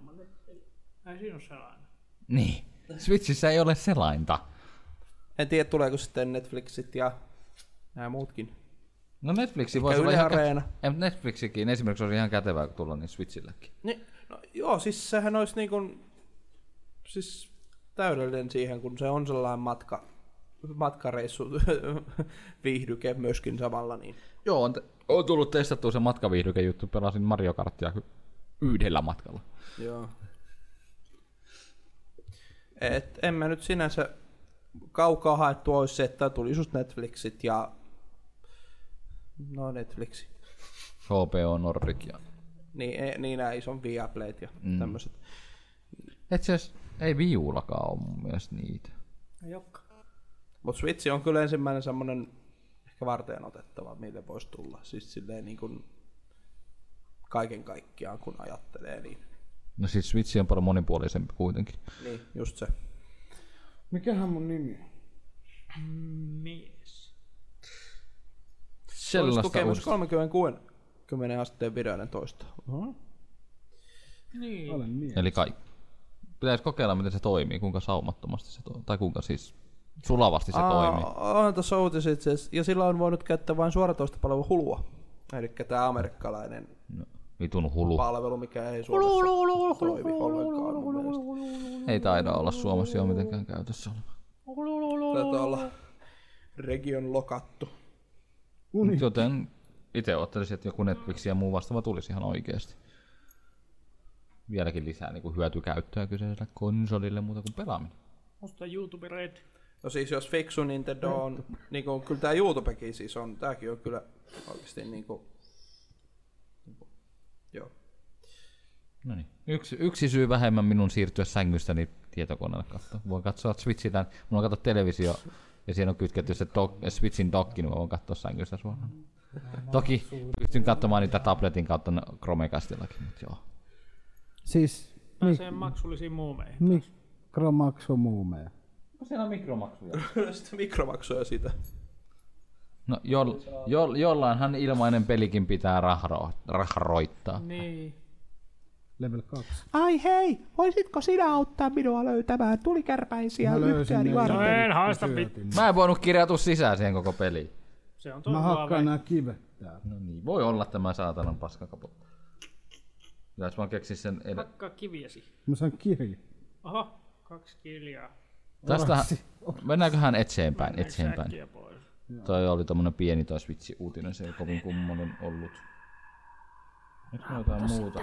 Ei siinä ole selain.
Niin. Switchissä ei ole selainta.
En tiedä, tuleeko sitten Netflixit ja nämä muutkin.
No Netflixi voisi olla
Yle
ihan...
Areena.
Kä- ei, mut Netflixikin esimerkiksi olisi ihan kätevää kun tulla niin Switchilläkin.
Niin, no, joo, siis sehän olisi niin kuin, siis täydellinen siihen, kun se on sellainen matka, matkareissu viihdyke myöskin samalla. Niin.
Joo, on, t- on tullut testattua se matkaviihdyke juttu. Pelasin Mario Karttia hy- yhdellä matkalla.
Joo. Et en mä nyt sinänsä kaukaa haettu olisi se, että tuli just Netflixit ja no Netflixi.
HBO Nordic ja...
Niin, e- niin nämä ison Viaplayt ja mm. tämmöiset.
Itse asiassa ei viulakaan ole mun mielestä niitä.
Jokka.
Mutta Switch on kyllä ensimmäinen semmoinen ehkä varteen otettava, mille voisi tulla. Siis silleen niin kuin kaiken kaikkiaan, kun ajattelee, niin,
No siis Switch on paljon monipuolisempi kuitenkin.
niin just se.
Mikähän mun nimi on?
Mies.
Olisi
Sellaista
tukemus
uudista.
36 10 asteen videoiden toista. Uh-huh.
Niin.
Olen mies.
Eli kaikki. Pitäisi kokeilla, miten se toimii, kuinka saumattomasti se toimii, tai kuinka siis sulavasti se toimii.
On tuossa uutisi itse asiassa. Ja sillä on voinut käyttää vain suoratoista palvelua hulua. Eli tämä amerikkalainen
No, vitun hulu.
palvelu, mikä ei Suomessa toimi ollenkaan mun mielestä.
Ei taida olla Suomessa jo mitenkään käytössä oleva.
Taitaa olla region lokattu.
Mut Joten itse ottaisin, että joku Netflix ja muu vastaava tulisi ihan oikeasti. Vieläkin lisää niin kuin hyötykäyttöä kyseiselle konsolille muuta kuin pelaaminen.
Musta YouTube Red.
No siis jos fiksu Nintendo on, niin kuin, kyllä tämä YouTubekin siis on, tämäkin on kyllä oikeasti niin kuin, joo.
No niin. Yksi, yksi syy vähemmän minun siirtyä sängystäni tietokoneelle katsoa. Voin katsoa Switchillä, mulla on katsoa televisio ja siinä on kytketty se dok, Switchin dokki, niin mä voin katsoa sängystä suoraan. Toki pystyn katsomaan niitä tabletin kautta Chromecastillakin, mutta joo.
Siis
pääsee maksullisiin muumeihin.
Mikromaksomuumeja.
Onko No, siellä mikromaksuja?
Sitten mikromaksuja siitä.
No jo, jo, jollainhan ilmainen pelikin pitää rahro, rahroittaa.
Niin.
Level 2.
Ai hei, voisitko sinä auttaa minua löytämään tulikärpäisiä
Mä löysin
yhtääni
ne.
varten?
No en haista pit.
Mä en voinut kirjautua sisään siihen koko peliin.
Se on
Mä
toivoa
hakkaan nää kivet täällä.
No niin, voi olla tämä saatanan paskakapo. Pitäis vaan keksiä sen edellä.
Hakkaa kiviesi.
Mä saan kirja.
Oho, kaksi kiljaa.
Tästä mennäänköhän eteenpäin, eteenpäin.
Äkkiä pois.
Toi oli tommonen pieni taas vitsi uutinen, se ei kovin kummonen ollut. Nyt on jotain muuta.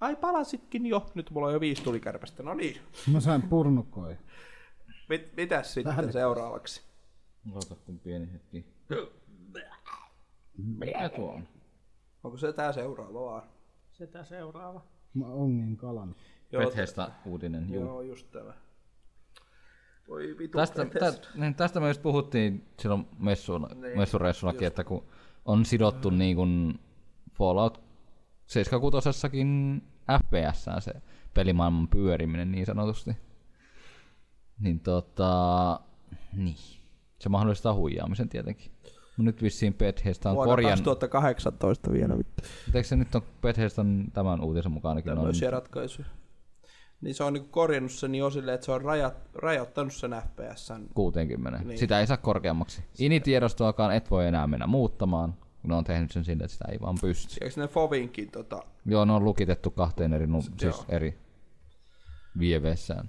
Ai palasitkin jo. Nyt mulla on jo viisi tulikärpästä. No niin.
Mä sain purnukoja.
Mit, mitäs sitten seuraavaksi?
Ota kun pieni hetki. Mikä tuo on?
Onko se tää seuraava vaan?
Sitä seuraava.
Mä ongin kalan.
Joo,
Bethesda uutinen, juu.
Joo, just tämä. Voi vitu
Tästä, tä,
Bethesda.
niin tästä me just puhuttiin silloin messuun,
Niin,
messureissunakin, että kun on sidottu
Mm.
niin kuin Fallout 76-osassakin fps se pelimaailman pyöriminen niin sanotusti. Niin tota, niin. Se mahdollistaa huijaamisen tietenkin. Mut nyt vissiin Bethesda on No
Vuonna
korjannut.
2018 vielä vittu.
Eikö se nyt on Bethesdan tämän uutisen mukaan ainakin on
Tämmöisiä ratkaisuja. Niin se on niinku korjannut sen jo silleen, että se on rajat, rajoittanut sen FPS.
60. Niin. Sitä ei saa korkeammaksi. Initiedostoakaan et voi enää mennä muuttamaan, kun ne on tehnyt sen silleen, että sitä ei vaan pysty.
Eikö ne Fovinkin tota...
Joo, ne on lukitettu kahteen eri, num- siis eri vieveessään.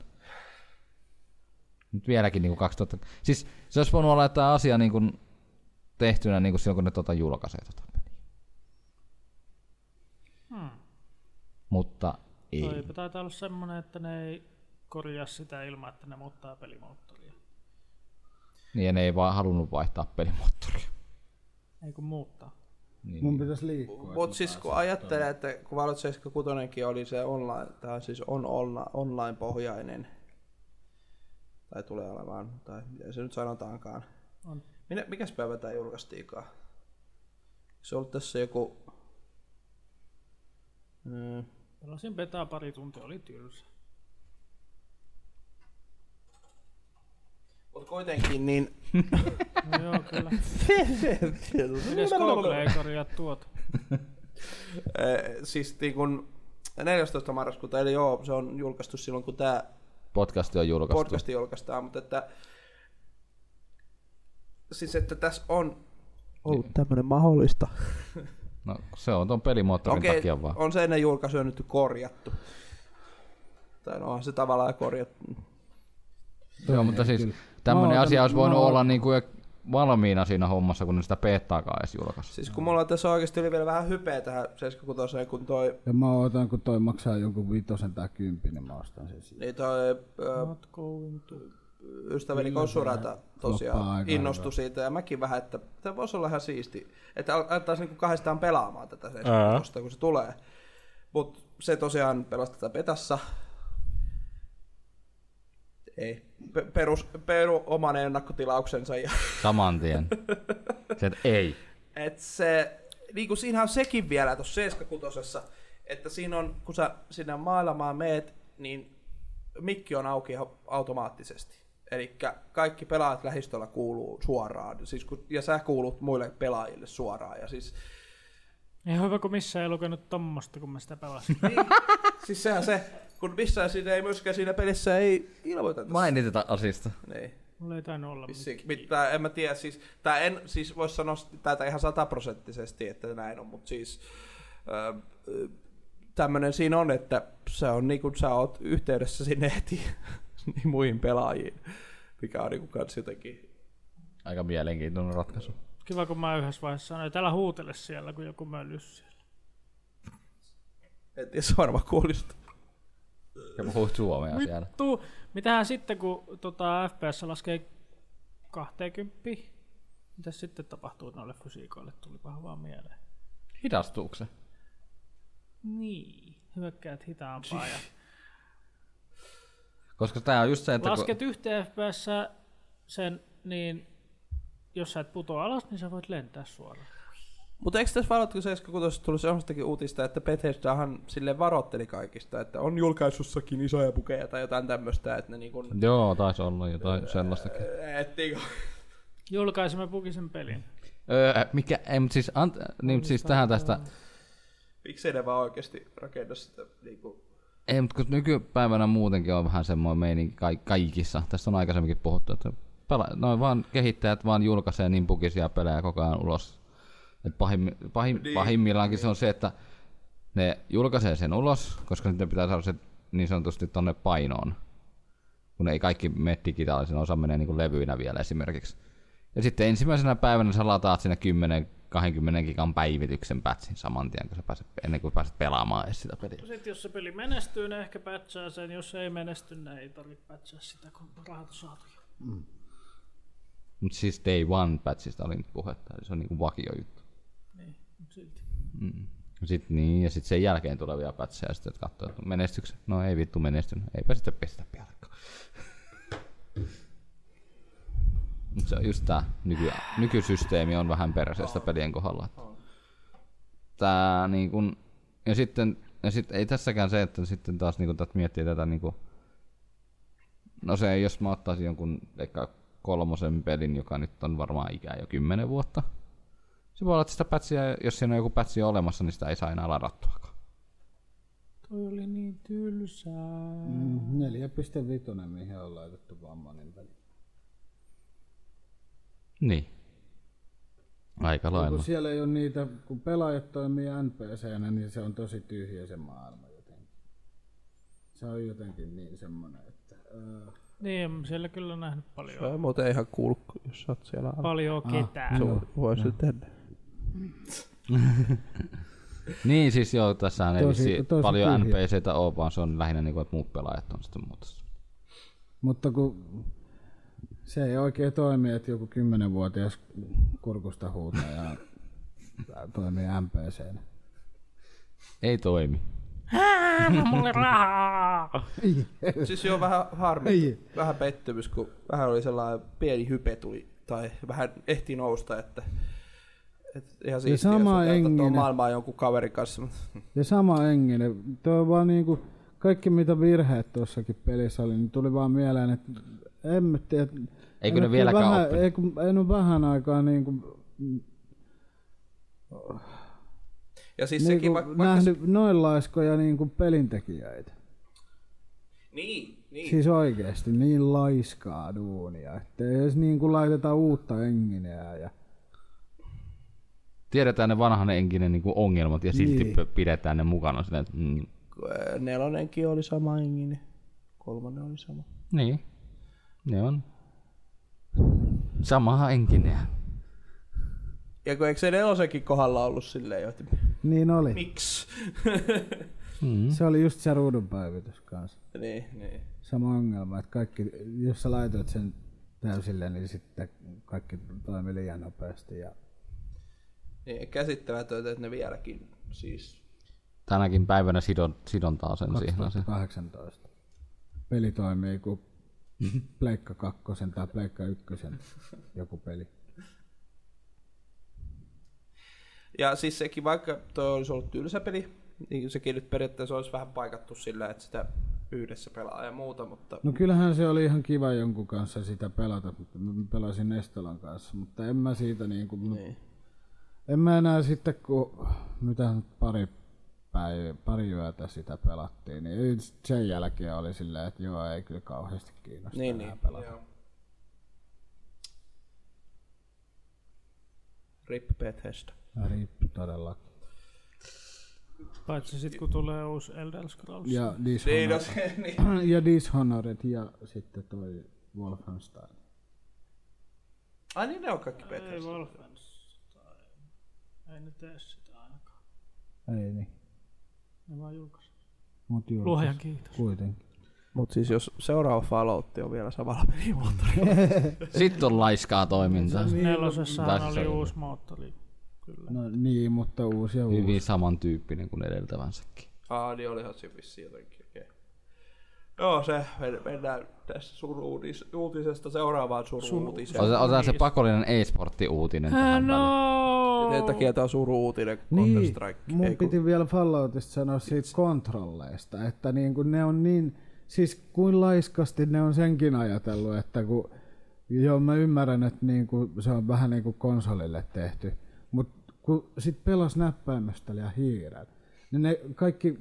Nyt vieläkin niin kuin 2000... Siis se olisi voinut olla tämä asia niin kuin tehtynä niin kuin silloin, kun ne tota julkaisee tota peliä. Mutta ei.
Toipa taitaa olla semmonen, että ne ei korjaa sitä ilman, että ne muuttaa pelimoottoria.
Niin ja ne ei vaan halunnut vaihtaa pelimoottoria.
Ei kun muuttaa.
Mun pitäisi liikkua.
Mut siis kun ajattelee, että kun Valot 76 oli se online, tää siis on olla, online-pohjainen, tai tulee olemaan, tai miten se nyt sanotaankaan.
On.
Minä, mikäs päivä tää julkaistiinkaan? Eikö Se on ollut tässä joku... Mm,
Pelasin betaa pari tuntia, oli tylsä.
Mutta kuitenkin niin...
No joo, kyllä. Mites Google ei korjaa tuota?
Eh, siis niin kun 14. marraskuuta, eli joo, se on julkaistu silloin, kun tämä
Podcasti on julkaistu.
podcasti julkaistaan, mutta että siis että tässä on ollut tämmöinen mahdollista.
No, se on ton pelimoottorin okay.
Okei,
takia vaan.
on se ennen julkaisua nyt korjattu. Tai no onhan se tavallaan korjattu.
Joo, mutta siis tämmöinen
Mä
asia
otan-
olisi voinut
mä otan-
olla niin kuin valmiina siinä hommassa, kun ne sitä peettaakaan edes julkaisi.
Siis kun mulla on tässä oikeasti oli vielä vähän hypeä tähän 76 kun toi,
Ja mä otan, kun toi maksaa jonkun vitosen tai kympin, niin mä ostan sen siitä.
niin toi ö,
Not going to.
ystäväni Kosurata
Loppaa
tosiaan
aika
innostui siitä ja mäkin vähän, että tämä voisi olla ihan siisti, että al- alettaisiin niinku kahdestaan pelaamaan tätä se
Ää.
tosta, kun se tulee. Mutta se tosiaan pelasi tätä petassa. Ei. Pe- perus, peru oman ennakkotilauksensa. Ja,
Saman tien. Se, että ei.
et se, niinku siinähän on sekin vielä tuossa 76 että siinä on, kun sä sinne maailmaan meet, niin mikki on auki ihan automaattisesti. Eli kaikki pelaajat lähistöllä kuuluu suoraan, siis kun, ja sä kuulut muille pelaajille suoraan. Ja siis,
Ihan hyvä, kun missään ei lukenut tommosta, kun mä sitä pelasin.
siis sehän se, kun missään siinä ei myöskään siinä pelissä ei ilmoiteta.
Mainiteta asista.
Niin.
Mulla ei tainnut olla
Vissiin, Siis mit- tää, en mä tiedä, siis, tää en siis voi sanoa s- tätä ihan sataprosenttisesti, että näin on, mutta siis ö, ö, tämmönen siinä on, että se on niinku sä oot yhteydessä sinne heti niin muihin pelaajiin, mikä on niinku kans jotenkin.
Aika mielenkiintoinen ratkaisu.
Kiva, kun mä yhdessä vaiheessa sanoin, että älä huutele siellä, kun joku möllys siellä.
En tiedä, se varmaan kuulista.
Ja puhut suomea siellä.
Tuu, mitähän sitten, kun tota, FPS laskee 20? Mitä sitten tapahtuu noille fysiikoille? Tulipahan vaan mieleen.
Hidastuuko se?
Niin, hyökkäät hitaampaa ja
Koska tää on just se, että
lasket
kun,
yhteen FPS sen, niin jos sä et putoa alas, niin sä voit lentää suoraan.
Mutta eikö tässä Fallout 76 tullut sellaistakin uutista, että Bethesdahan sille varoitteli kaikista, että on julkaisussakin isoja pukeja tai jotain tämmöistä, että ne niin kuin,
Joo, taisi olla jotain sellaistakin.
et niin kuin,
Julkaisimme pukisen pelin.
Öö, mikä, ei, mutta siis, ant, niin, mut siis tähän tästä,
miksei ne vaan oikeasti rakenna sitä niin kuin,
ei, mutta kun nykypäivänä muutenkin on vähän semmoinen meininki ka- kaikissa, tästä on aikaisemminkin puhuttu, että pela, noin vaan kehittäjät vaan julkaisee niin pukisia pelejä koko ajan ulos. Et pahim, pahim,
Niin.
pahimmillaankin se on se, että ne julkaisee sen ulos, koska sitten pitää saada se niin sanotusti tonne painoon. Kun ei kaikki mene digitaalisena, osa menee niin kuin levyinä vielä esimerkiksi. Ja sitten ensimmäisenä päivänä sä lataat sinne 10-20 gigan päivityksen pätsin saman tien, kun sä pääset, ennen kuin pääset pelaamaan edes sitä peliä.
Sitten No jos se peli menestyy, ne ehkä patchaa sen. Jos ei menesty, ne ei tarvitse patchaa sitä, kun rahat on saatu. jo.
Mutta siis day one patchista oli nyt puhetta, eli se on niinku vakio juttu.
Niin, mut silti.
Sitten niin, ja sitten sen jälkeen tulee vielä patcheja, ja sitten katsoo, että menestyksen. No ei vittu menestynyt, eipä sitten pestä pialkkaa. Mut se on just tää nyky, nykysysteemi on vähän perseestä pelien kohdalla. että Tää niin kun, ja sitten ja sit, ei tässäkään se, että sitten taas niin kun, miettii tätä niin kun, No se, jos mä ottaisin jonkun ehkä kolmosen pelin, joka nyt on varmaan ikää jo kymmenen vuotta. Se voi olla, että sitä pätsiä, jos siinä on joku pätsi olemassa, niin sitä ei saa enää ladattuakaan.
Toi oli niin tylsää.
Mm, 4.5, mihin on laitettu vammainen peli.
Niin. Aika lailla.
Kun siellä ei ole niitä, kun pelaajat toimii NPCnä, niin se on tosi tyhjä se maailma jotenkin. Se on jotenkin niin semmoinen, että... Öö,
Niin, siellä kyllä on nähnyt paljon.
Mä en muuten ihan kuullut, jos sä oot siellä alla.
Paljon ketään.
Joo, voisit tehdä.
Niin siis joo, tässähän ei
Tosi-
vissi
tosi
paljon
tyhjä.
NPCtä ole, vaan se on lähinnä niin kuin, että muut pelaajat on sitten muutossa.
mutta kun se ei oikein toimi, että joku kymmenenvuotias kurkusta huutaa ja toimii NPCnä.
Ei toimi.
mulle rahaa!
Siis joo, vähän harmi, vähän pettymys, kun vähän oli sellainen pieni hype tuli, tai vähän ehti nousta, että et ihan siistiä,
sama
jos otetaan tuo
henginen.
maailmaa jonkun kaverin kanssa. mutta
Ja sama enginen. Tuo on vaan niinku, kaikki mitä virheet tuossakin pelissä oli, niin tuli vaan mieleen, että en mä tiedä.
Eikö ne
en-
vieläkään
vähän,
oppinut?
ei, kun, en ole vähän aikaa niinku,
Siis Ja siis sekin,
niinku
vaikka, vaikka
nähnyt noin laiskoja niinku pelintekijöitä.
Niin, niin.
Siis oikeesti niin laiskaa duunia, että ei edes niinku laiteta uutta engineä ja
Tiedetään ne vanhan enkinen niin kuin ongelmat ja silti niin. pidetään ne mukana. Silleen, että, mm,
Öö, nelonenkin oli sama enginen, kolmannen oli sama.
niin. Ne on. Samaa enkineä.
Ja kun eikö se nelosenkin kohdalla ollut silleen jo, että
niin oli.
miksi?
Se oli just se ruudunpäivitys kanssa.
niin, niin.
sama ongelma, että kaikki, jos sä laitoit sen täysille, niin sitten kaikki toimi liian nopeasti. Ja
niin käsittämätöntä, että ne vieläkin siis...
Tänäkin päivänä sidon, sidontaa sen siihen asiaan.
2018. Peli toimii kuin Pleikka kakkosen tai Pleikka ykkösen joku peli.
Ja siis sekin, vaikka toi olisi ollut tylsä peli, niin sekin nyt periaatteessa olisi vähän paikattu sillä, että sitä yhdessä pelaa ja muuta, mutta Niin,
No kyllähän se oli ihan kiva jonkun kanssa sitä pelata, mutta mä pelasin Estolan kanssa, mutta en mä siitä niin kuin, niin. en mä enää sitten kun, mitä nyt pari päivä, pari yötä sitä pelattiin, niin ei- sen jälkeen oli silleen, että joo, ei kyllä kauheasti kiinnosta
Niin,
enää
niin.
pelata.
Joo. Rip Bethesda.
Riippu todella.
Paitsi sit kun tulee uusi Elder Scrolls.
Ja
Niin, no
Dishonored,
se, niin.
ja, Dishonored ja sitten toi Wolfenstein.
Ai niin, ne on kaikki
Ei
Bethesda.
Wolfenstein. Ei ne tee sitä ainakaan.
Ei niin,
Ne vaan julkaisi.
mut julkis-
Luojan kiitos.
Kuitenkin.
Mut siis jos seuraava Fallout on vielä samalla pelimuotoilla.
Sitten on laiskaa toimintaa.
Nelosessahan
Tässä
oli
Niin, on-
uusi moottori. Kyllä.
No niin, mutta uusia uusia.
Ah,
Hyvin samantyyppinen kuin edeltävänsäkin.
Aa, niin olihan se vissiin jotenkin. Okay. Joo, se men- mennään tässä sun uutis, uutisesta seuraavaan sun, sun uutiseen.
Otetaan, otetaan
niin.
se pakollinen e-sportti-uutinen tähän väliin.
No.
Sen takia tää on sun uutinen Counter
Niin,
Strike.
mun piti vielä Falloutista sanoa siitä kontrolleista, että niin kuin ne on niin, siis kuin laiskasti ne on senkin ajatellut, että kun, joo mä ymmärrän, että niin kuin se on vähän niin kuin konsolille tehty, mutta kun sit pelas näppäimestä ja hiiren, niin ne kaikki,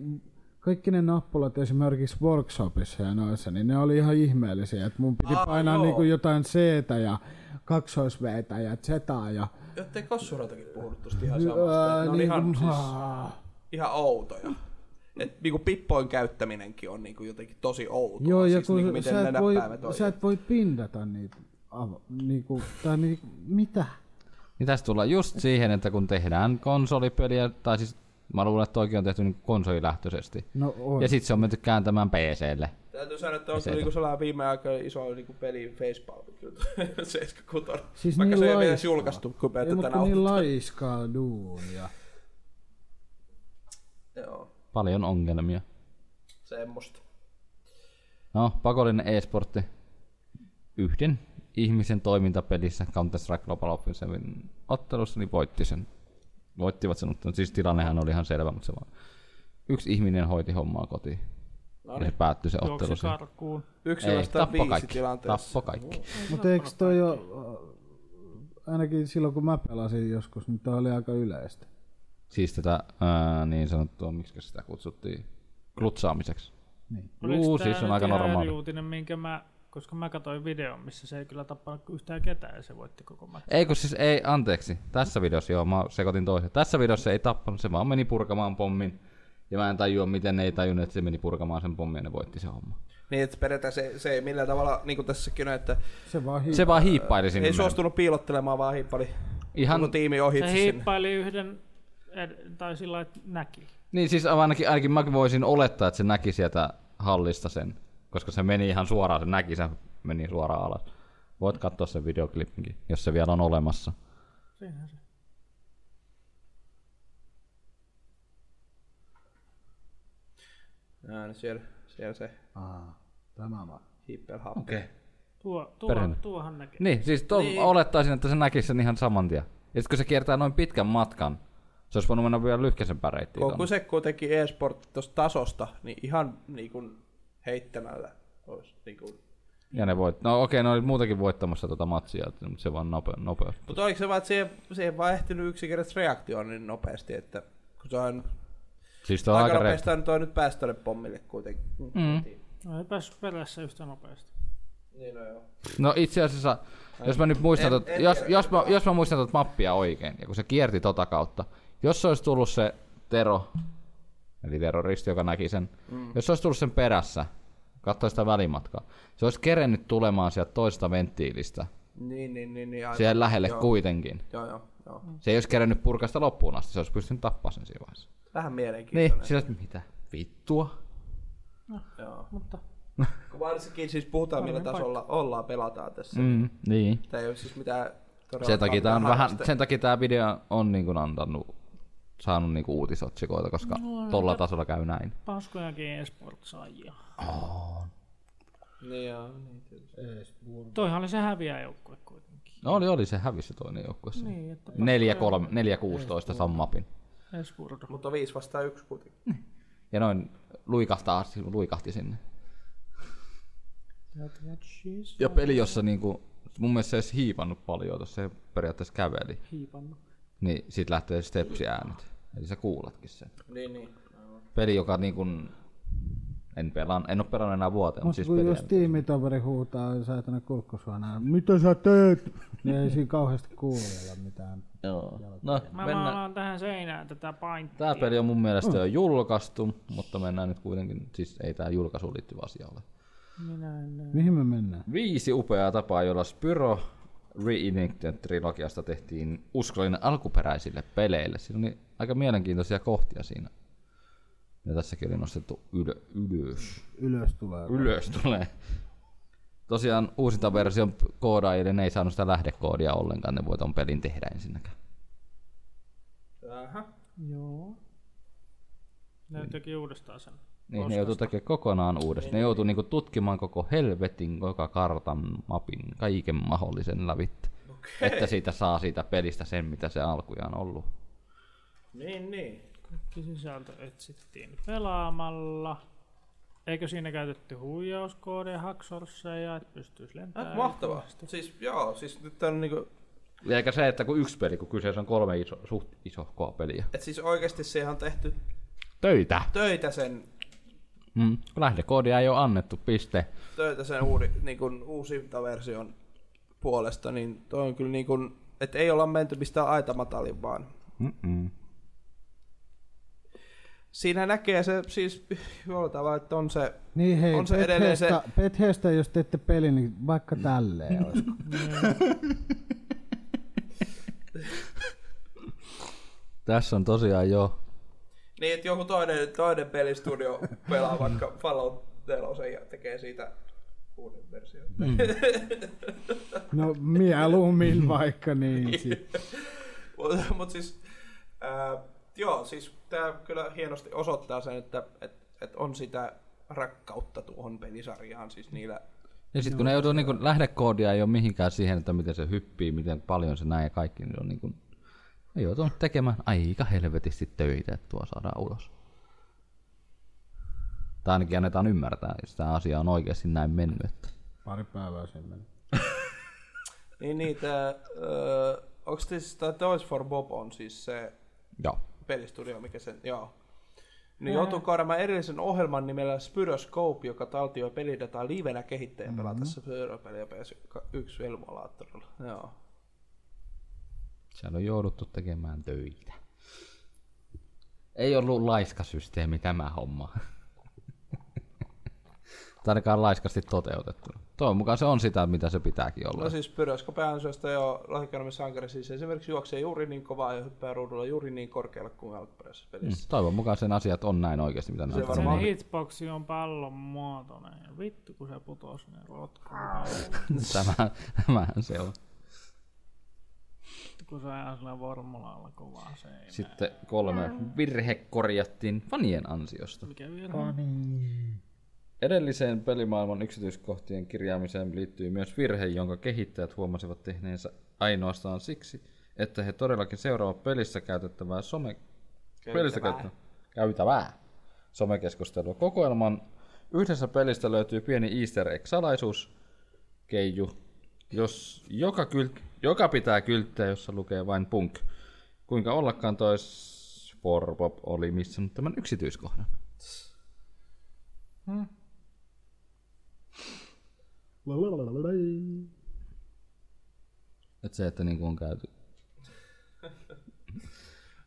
kaikki ne nappulat esimerkiksi workshopissa ja noissa, niin ne oli ihan ihmeellisiä, että mun piti
Ah,
painaa
joo.
niin kuin jotain c ja kaksoisveitä ja zetaa ja
Jottei Kassuratakin puhunut tosta ihan samasta. Ää, ne on
niin
ihan,
kuin-
siis, ihan outoja. Et niinku pippoin käyttäminenkin on niinku jotenkin tosi outoa.
Joo, ja
siis
kun
niinku miten
sä,
ne
et voi,
näppäimet on.
sä et voi pindata niitä, avo, niinku, tai niinku, mitä?
Niin tässä tullaan just siihen, että kun tehdään konsolipeliä, tai siis mä luulen, että toikin on tehty niin konsolilähtöisesti.
No on.
Ja sitten se on menty kääntämään PClle.
Täytyy sanoa, että on kyllä niinku sellainen viime aikoina iso niinku peli facepalmi kyllä 76.
Siis
Vaikka
niin
se ei ole
laiskaa.
edes julkaistu, kun me
Ei,
tätä
mutta kun niin
nauhoitetaan.
laiskaa duunia.
Joo,
Paljon ongelmia.
semmoista.
No, pakollinen e-sportti. Yhden ihmisen toimintapelissä Counter-Strike Global Offensivein ottelussa, niin voitti sen. Voittivat sen, mutta siis tilannehan oli ihan selvä, mutta se vaan. Yksi ihminen hoiti hommaa kotiin. No niin. Ja se päättyi se ottelu.
Juoksi
siihen.
karkuun.
Yksi
Ei,
vastaan
tappo
viisi
kaikki.
tilanteessa.
Tappo kaikki.
Mutta eikö toi jo, äh, ainakin silloin kun mä pelasin joskus, niin tää oli aika yleistä.
Siis tätä ää, niin sanottua, miksi sitä kutsuttiin, klutsaamiseksi.
Oliko
Juu,
tää
siis on
nyt
aika
ihan
normaali.
eri Uutinen, minkä mä, koska mä katsoin videon, missä se ei kyllä tappanut yhtään ketään ja se voitti koko matkan.
Ei kun siis, ei, anteeksi. Tässä videossa, joo, mä sekoitin toisen. Tässä videossa ei tappanut, se vaan meni purkamaan pommin. Ja mä en tajua, miten ne ei tajunnut, että se meni purkamaan sen pommin ja ne voitti se homma.
Niin, että periaatteessa se, se ei millään tavalla, niin kuin tässäkin on, että
Se vaan hi-
Se vaan hiippaili sinne.
ei suostunut piilottelemaan, vaan hiippali
Ihan,
koko tiimi ohitsi
Se
sinne.
hiippaili yhden, ed- tai sillä lailla, että näki.
niin siis ainakin, ainakin mä voisin olettaa, että se näki sieltä hallista sen. Koska se meni ihan suoraan, se näki, se meni suoraan alas. Voit katsoa sen videoklipinkin, jos se vielä on olemassa.
Siinähän se.
Jaa, niin siellä, siellä se
Tämä vaan.
hiippelhappi.
Okei. Okay.
Tuo, tuo,
Perhana.
tuohan näki.
Niin, siis to, niin. olettaisin, että se näkisi sen ihan saman tien. Ja sit kun se kiertää noin pitkän matkan, se olisi voinut mennä vielä lyhkäisempään reittiin.
Kun on
tonne.
kyse kuitenkin e-sport tuosta tasosta, niin ihan niin kuin heittämällä olisi niin kuin...
Ja ne voit... No okei, ne oli muutenkin voittamassa tota matsia, että- mutta se vaan nope, nopeus.
Mutta oliko se vaan, että siihen, siihen vaan ehtinyt yksinkertaisesti reaktioon niin nopeasti, että kun se on
Siis toi on
aika
aika reippa.
nopeasti on toi nyt päästölle pommille kuitenkin. Mm.
No, ei päässyt perässä yhtä nopeasti.
Niin no joo.
No itse asiassa, jos mä nyt muistan, tot, jos, jos, mä, jos mä muistan tot mappia oikein, ja kun se kierti tota kautta, jos se olisi tullut se Tero, eli terroristi, joka näki sen, mm. jos se olisi tullut sen perässä, katsoi sitä välimatkaa, se olisi kerennyt tulemaan sieltä toista venttiilistä,
Niin, niin, niin, niin aivan.
siihen lähelle
joo.
kuitenkin.
Joo, joo, joo.
Se ei olisi kerännyt purkaista loppuun asti, se olisi pystynyt tappamaan sen siinä vaiheessa.
Vähän
Niin,
mielenkiintoinen.
sillä että mitä? Vittua.
Joo. Mutta... Kun varsinkin siis puhutaan millä tasolla ollaan, pelataan tässä. Mm.
Niin. Mm, niin.
Tämä ei ole siis mitään todella
Sen takia, tämä on vähän,
harraste-
sen takia tämä video on niin kuin antanut, saanut niin kuin uutisotsikoita, koska no, tolla tasolla käy näin.
Paskojakin e-sport-saajia.
Niin joo, niin tietysti.
Toihan oli se häviäjoukkue kuitenkin.
No oli, oli se hävisi se toinen joukkue. Niin.
Niin, että
4-16 san mapin.
Espurdo.
Mutta viisi vastaan yksi kuitenkin.
Ja noin luikahtaa, luikahti sinne. Ja peli, jossa niinku, mun mielestä se ei edes hiipannut paljon, tuossa se periaatteessa käveli.
Hiipannut.
Niin sit lähtee stepsiäänet. Eli sä kuuletkin sen.
Niin, niin.
peli, joka niin kuin, en, pelaan, en ole pelannut enää vuoteen, mutta
Mutta
siis
kun
peli.
jos tiimitoveri huutaa niin saatana kurkkusuonaan, mitä sä teet? Niin ei siinä kauheasti kuulijalla mitään.
Joo. No,
Mä Mennään.
mennään.
maalaan tähän seinään tätä paintia.
Tämä peli on mun mielestä jo julkaistu, mutta mennään nyt kuitenkin, siis ei tämä julkaisuun liittyvä asia ole.
Minä en näe.
Mihin me mennään?
Viisi upeaa tapaa, jolla Spyro Reignite trilogiasta tehtiin uskollinen alkuperäisille peleille. Siinä oli aika mielenkiintoisia kohtia siinä. Ja tässäkin oli nostettu ylö, ylös.
Ylös tulee.
Ylös tulee. Tosiaan uusinta version koodaajille ne ei saanut sitä lähdekoodia ollenkaan, ne voi ton pelin tehdä ensinnäkään.
Aha.
Joo. Näytääkin uudestaan sen.
Niin, ne joutuu tekemään kokonaan uudestaan. Ne joutuu niinku tutkimaan koko helvetin, koko kartan, mapin, kaiken mahdollisen lävitte. Okay. Että siitä saa siitä pelistä sen, mitä se alkujaan ollut.
Niin, niin.
Kaikki sisältö etsittiin pelaamalla. Eikö siinä käytetty huijauskoodeja, haksorseja, että pystyisi lentämään?
Äh, mahtavaa. Siis joo, siis nyt tää on niinku,
Eikä se, että kun yksi peli, kun kyseessä on kolme iso, suht isohkoa peliä.
et siis oikeesti siihen on tehty
Töitä!
töitä sen,
Mm. Lähdekoodia ei ole annettu, piste.
töitä sen uuri, niinku, uusinta version puolesta, niin toi on kyllä niinku, et ei olla menty mistään aitamatalin vaan.
Mm-mm.
Siinä näkee se siis jollain tavalla, että on se,
Niin hei,
On se edelleen se-
Bethesda, se... Bethesda, jos teette pelin, niin vaikka tälleen olisiko.
Tässä on tosiaan jo.
niin että joku toinen, toinen pelistudio pelaa vaikka Fallout 4 ja tekee siitä uuden version.
No mieluummin vaikka niin. sit.
Mutta mut siis, ää, joo, siis tämä kyllä hienosti osoittaa sen, että et, et on sitä rakkautta tuohon pelisarjaan, siis niillä
Ja sitten kun ne joutuu, niin kun, lähdekoodia ei ole mihinkään siihen, että miten se hyppii, miten paljon se näin ja kaikki, niin se on niin kun, ne joutuu tekemään aika helvetisti töitä, että tuo saadaan ulos. Tai ainakin annetaan ymmärtää, jos tämä asia on oikeasti näin mennyt. Että.
Pari päivää sen meni.
Niin niitä, öö, onko siis tämä Toys for Bob on siis se
Joo.
pelistudio, mikä sen, joo. Niin joutuu kaadamaan erillisen ohjelman nimellä Spyroscope, joka taltioi pelidataa livenä kehittäjän pelaa tässä Spyropeliä PS1 emulaattorilla. Joo.
Siellä on jouduttu tekemään töitä. Ei ollut laiska systeemi tämä homma. tai ainakaan laiskasti toteutettuna. Toivon mukaan se on sitä, mitä se pitääkin olla.
No siis Spyroskope ansiosta jo Lahjakanamissa Ankara siis esimerkiksi juoksee juuri niin kovaa ja hyppää ruudulla juuri niin korkealle kuin alkuperäisessä pelissä.
Mm. Toivon mukaan sen asiat on näin oikeasti, mitä ne on
Sen
varmaan.
hitboxi on pallon muotoinen. Ja vittu kun se putosi sinne rotkuun.
Tämä, tämähän se on.
Kun se ajaa sillä vormulalla kovaa seinää.
Sitten kolme. Virhe korjattiin fanien ansiosta.
Mikä virhe?
Edelliseen pelimaailman yksityiskohtien kirjaamiseen liittyy myös virhe, jonka kehittäjät huomasivat tehneensä ainoastaan siksi, että he todellakin seuraavat pelissä käytettävää some... Pelissä käytettävää. käytävää somekeskustelua. Kokoelman yhdessä pelistä löytyy pieni easter egg-salaisuus, keiju, jos, joka, kyl, joka pitää kylttiä, jossa lukee vain punk. Kuinka ollakaan tois Forbop oli missannut tämän yksityiskohdan. Hmm. Et se, että niinku on käyty
On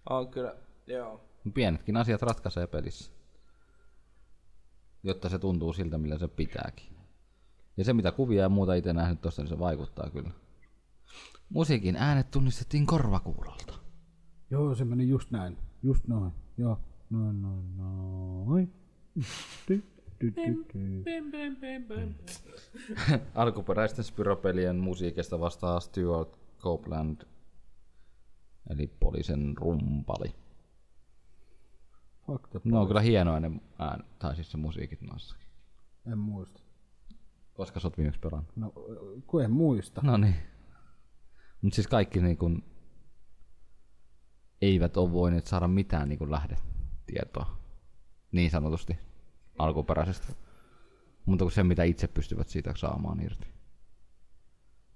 Ah, kyllä, joo.
Pienetkin asiat ratkaisee pelissä. Jotta se tuntuu siltä, millä se pitääkin. Ja se, mitä kuvia ja muuta itse nähnyt tuosta, niin se vaikuttaa kyllä. Musiikin äänet tunnistettiin korvakuulolta.
Joo, se meni just näin. Just noin. Joo. Noin, noin, noin. Ty, ty,
Niin.
ty, ty.
Pim, pim, pim, pim.
Alkuperäisten Spyropelien musiikista vastaa Stuart Copeland, eli Polisen rumpali.
Fuck the...
No on kyllä hienoja ne äänet, tai siis se musiikit noissakin.
En muista.
Koska sä oot viimeksi pelannut?
No, kun en muista.
No niin. Mutta siis kaikki niin kun, eivät ole voineet saada mitään niin kun lähdetietoa, niin sanotusti, alkuperäisestä. Mutta kuin se, mitä itse pystyvät siitä saamaan irti.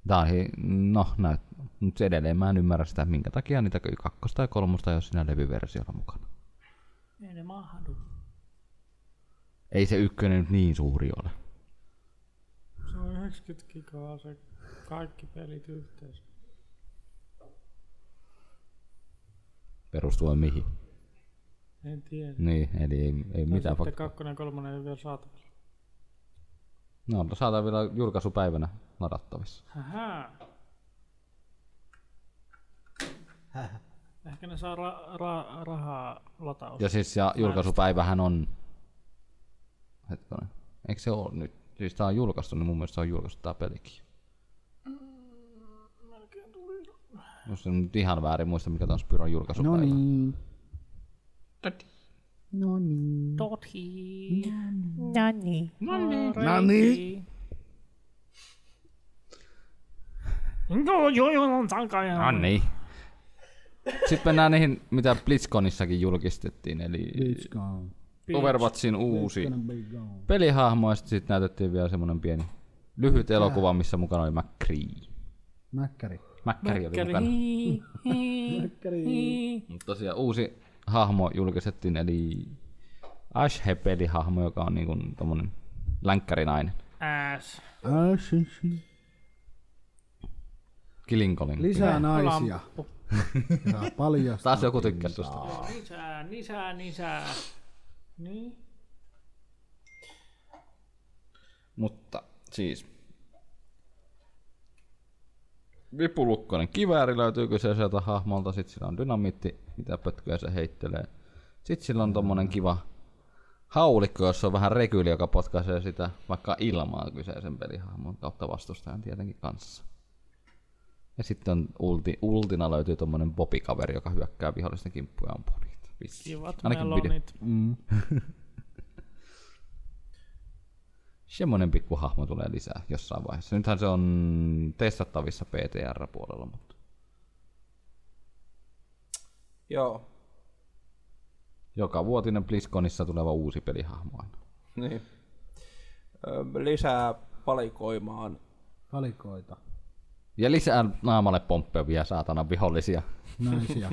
Tai, no, näyt, nyt se edelleen mä en ymmärrä sitä, minkä takia niitä kakkosta tai kolmosta ei ole siinä levyversiolla mukana.
Ei ne mahdu.
Ei se ykkönen nyt niin suuri ole.
Se on 90 gigaa se kaikki pelit yhteensä.
Perustuen mihin.
En tiedä.
Niin, eli ei, ei mitään
Sitten
faktaa.
kakkonen ja kolmonen ei ole vielä saatavilla.
No, saadaan vielä julkaisupäivänä ladattavissa.
Hähää. Ehkä ne saa ra- ra- rahaa lataus.
Ja siis ja julkaisupäivähän on... Hetkinen. Eikö se ole nyt? Siis tää on julkaistu, niin mun mielestä se on julkaistu tää pelikin. Jos en nyt ihan väärin muista, mikä tää on Spyron julkaisupäivä. No niin.
No niin.
Tothi.
No niin.
No niin. Joo, joo, joo, on takana.
No niin. Sitten mennään niihin, mitä BlitzConissakin julkistettiin, eli
It's gone.
Overwatchin uusi
Gonna be gone.
pelihahmo, ja sitten näytettiin vielä semmonen pieni lyhyt elokuva, missä mukana oli McCree.
Mäkkäri.
Mäkkäri oli mukana. Mutta tosiaan uusi hahmo julkistettiin, eli Ashe-pelihahmo, joka on niinku tommonen länkkärinainen.
Ass.
Ah, shi, shi.
Kilinkolin.
Lisää naisia.
Lamppu.
Saa paljastaa.
Taas joku tykkää tuosta.
Nisää, nisää, nisää. Niin.
Mutta siis... Vipulukkoinen kivääri löytyy kyseiseltä hahmolta, sit sillä on dynamiitti, mitä pötköä se heittelee. Sit sillä on tommonen kiva haulikko, jossa on vähän rekyli, joka potkaisee sitä vaikka ilmaa kyseisen pelihahmon kautta vastustajan tietenkin kanssa. Ja sitten on ulti, ultina löytyy tommonen bobikaveri, joka hyökkää vihollisten kimppuja ja ampuu niitä. Vissi.
Kivat
Ainakin video-
melonit.
Semmoinen pikku hahmo tulee lisää jossain vaiheessa. Nythän se on testattavissa PTR-puolella, mutta
Joo.
joka vuotinen BlizzConissa tuleva uusi pelihahmo aina.
Niin. Ö, Lisää valikoimaan.
Palikoita.
Ja lisää naamalle pomppevia saatana vihollisia,
Naisia.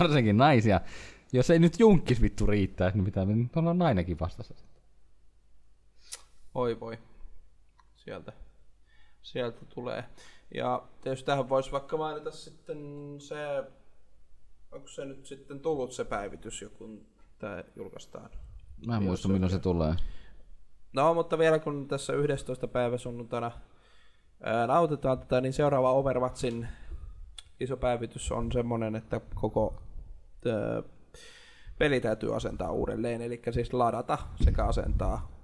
varsinkin naisia. Jos ei nyt junkkis vittu riittää, niin mitä nyt on nainenkin vastassa.
Oi voi. Sieltä. Sieltä tulee. Ja tietysti tähän voisi vaikka mainita sitten se, onko se nyt sitten tullut se päivitys, joku tämä julkaistaan.
Mä en muista milloin se tulee.
No, mutta vielä kun tässä 11. päivä sunnuntaina ää, nautitaan tätä, niin seuraava Overwatchin iso päivitys on semmoinen, että koko ää, peli täytyy asentaa uudelleen, eli siis ladata sekä asentaa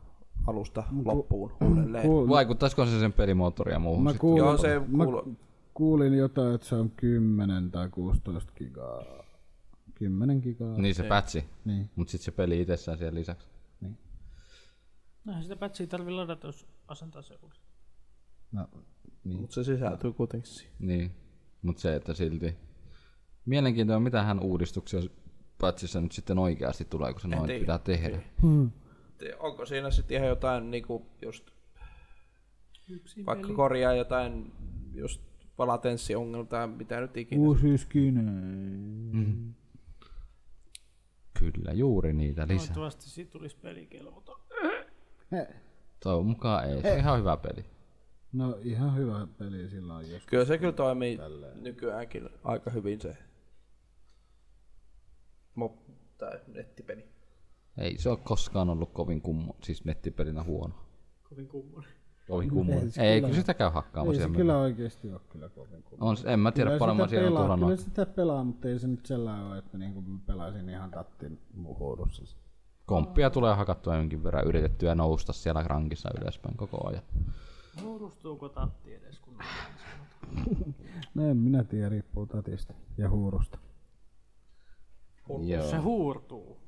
alusta loppuun uudelleen.
Kuul-
Vaikuttaisiko se sen pelimoottori ja muuhun
Mä
sitten?
kuulin,
Joo, se
mä
kuuluu.
kuulin jotain, että se on 10 tai 16 gigaa. 10 gigaa.
Niin se pätsi.
Niin.
Mut sit se peli itsessään siihen lisäksi.
No sitä pätsiä tarvii ladata, jos asentaa se uudestaan.
No, niin.
Mutta se sisältyy kuitenkin siihen.
Niin, mutta se, että silti. Mielenkiintoa, mitä hän uudistuksia patsissa nyt sitten oikeasti tulee, kun se noin
tiedä.
pitää tehdä.
Niin.
Te- Onko siinä sitten ihan jotain niinku just vaikka korjaa jotain just palatenssiongelmaa tai mitä nyt ikinä.
Uusi skin.
Kyllä, juuri niitä
No,
lisää.
Toivottavasti siitä tulisi pelikelvoton.
Toivon mukaan ei, se on ihan hyvä peli.
No ihan hyvä peli sillä on, jos
Kyllä se kyllä toimii Tälleen. nykyäänkin aika hyvin se mob tai nettipeli.
Ei se ole koskaan ollut kovin kummo, siis nettipelinä huono.
Kovin kummonen.
Kovin kummo. Ei, kyllä sitä käy
ei se
hakkaamassa.
kyllä oikeesti ole kyllä kovin kuva.
On, se- en mä tiedä, paljon mä siellä
pelaa,
tuolla
kyllä
noin.
sitä pelaa, mutta ei se nyt sellainen ole, että niinku mä pelaisin ihan tattin muhuudussa.
Komppia tulee hakattua jonkin verran, yritettyä nousta siellä rankissa ylöspäin koko ajan.
Huurustuuko tatti edes kun...
No en minä tiedä, riippuu tatista ja huurusta.
Se
Joo.
huurtuu.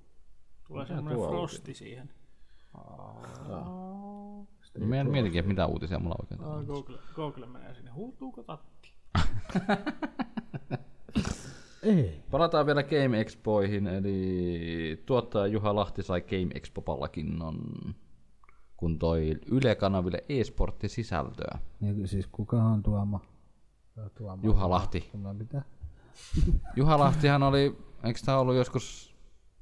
Tulee semmoinen frosti siihen.
Mä en mietinkin, että mitä uutisia mulla oikein on.
Ah, Google, Google menee sinne. Huurtuuko tatti?
Ei.
Palataan vielä Game Expoihin, eli tuottaja Juha Lahti sai Game Expo-palkinnon, kun toi Yle-kanaville e-sporttisisältöä.
Niin siis kukahan tuoma? Tuoma.
Juha Lahti.
Mä mitä?
Juha Lahtihan oli, eikö tää ollut joskus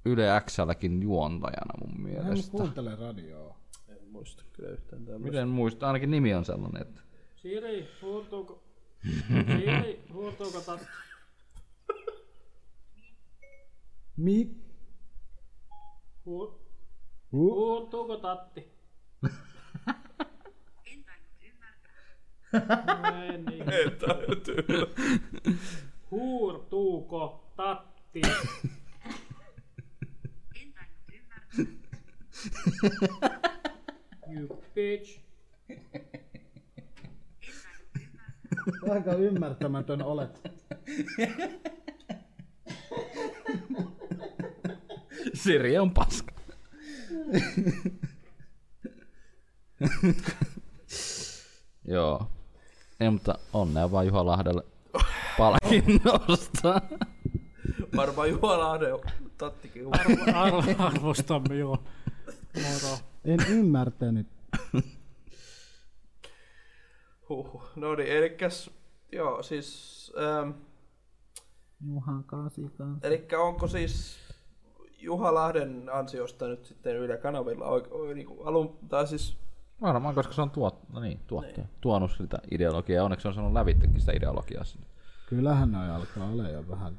Yle Xlläkin juontajana mun
Hän
mielestä?
kuuntele radioa.
En muista kyllä yhtään tämmöistä.
Miten muista, ainakin nimi on sellainen, että
Siri, huurtuuko... Siri, huurtuuko tatti?
Mi?
Huur...
Hu-
Huurtuuko tatti? No ei niin. Huurtuuko tatti? You bitch.
Aika ymmärtämätön olet.
Siri on paska. Joo. Ei, mutta onnea vaan Juha Lahdelle palkinnosta.
Varmaan Juha Lahden tattikin huomaa.
Arvo- Arvostamme, joo. Moro.
En ymmärtänyt.
Huhhuh. No niin, elikäs, joo, siis... Ähm,
Juha Kasikan.
elikkä onko siis Juha Lahden ansiosta nyt sitten Yle Kanavilla oik- niin kuin alun, tai siis
Varmaan, koska se on tuot, no niin, tuottaja. Niin. tuonut sitä ideologiaa. Onneksi se on saanut lävittekin sitä ideologiaa sinne.
Kyllähän noi alkaa olla jo vähän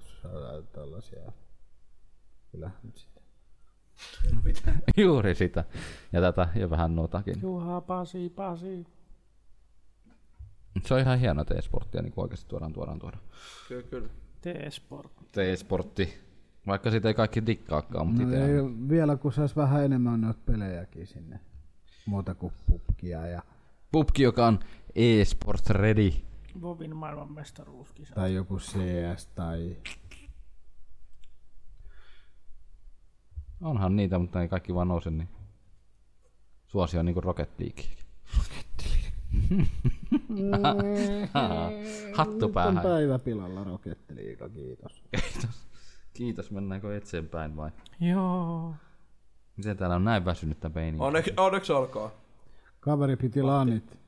tällaisia. Kyllähän nyt sitä.
Juuri sitä. Ja tätä ja vähän noitakin.
Juha, Pasi, Pasi.
Se on ihan hieno että e-sporttia, niin kuin oikeasti tuodaan, tuodaan, tuodaan.
kyllä, kyllä.
T-Sport.
E-sportti. Vaikka siitä ei kaikki dikkaakaan, mutta
No
no
ei, vielä kun saisi vähän enemmän noita pelejäkin sinne. Muuta kuin pupkia ja,
Pupki, joka on e-sports ready.
Vovin maailmanmestaruuskisa.
tai joku CS tai...
Onhan niitä, mutta ei kaikki vaan nouse, niin suosio on niinku Rocket League. Hattu
On
päähän.
päivä pilalla rokettiliiga, kiitos.
Kiitos. Kiitos, mennäänkö eteenpäin vai?
Joo.
Miten Niin täällä on näin väsynyttä peiniä?
Onneksi, onneksi olkoon.
Kaveri piti lanit.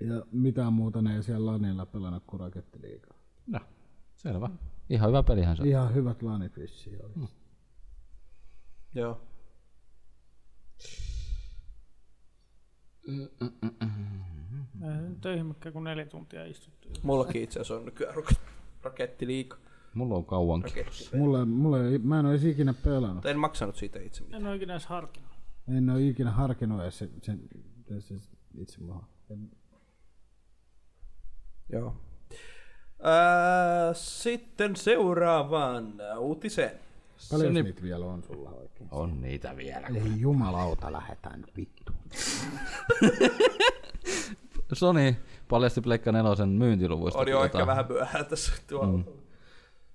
Ja mitään muuta ne ei siellä lanilla pelannut kuin rakettiliigaa.
No, selvä. Ihan hyvä pelihän se on.
Ihan hyvät lanit vissiin oli.
Joo.
Ei nyt töihin mikään kuin neljä tuntia istuttu.
Mullakin itse asiassa on nykyään rak- rakettiliika.
Mulla on kauankin.
Raketti.
Mulle, mulle, ei- mä en ole edes ikinä pelannut.
En maksanut siitä itse mitään.
En ole ikinä edes harkinnut.
En ole ikinä harkinnut edes sen, sen, sen itse maha.
Joo. Ää, Äh, sitten seuraavaan uutiseen.
Paljon niitä vielä on sulla oikein?
On niitä vielä.
Ei jumalauta, lähetään vittu.
Sony No niin, paljasti Pleikka 4 myyntiluvuista. tuota,
On jo ehkä
jotain.
vähän myöhään tässä tuolla.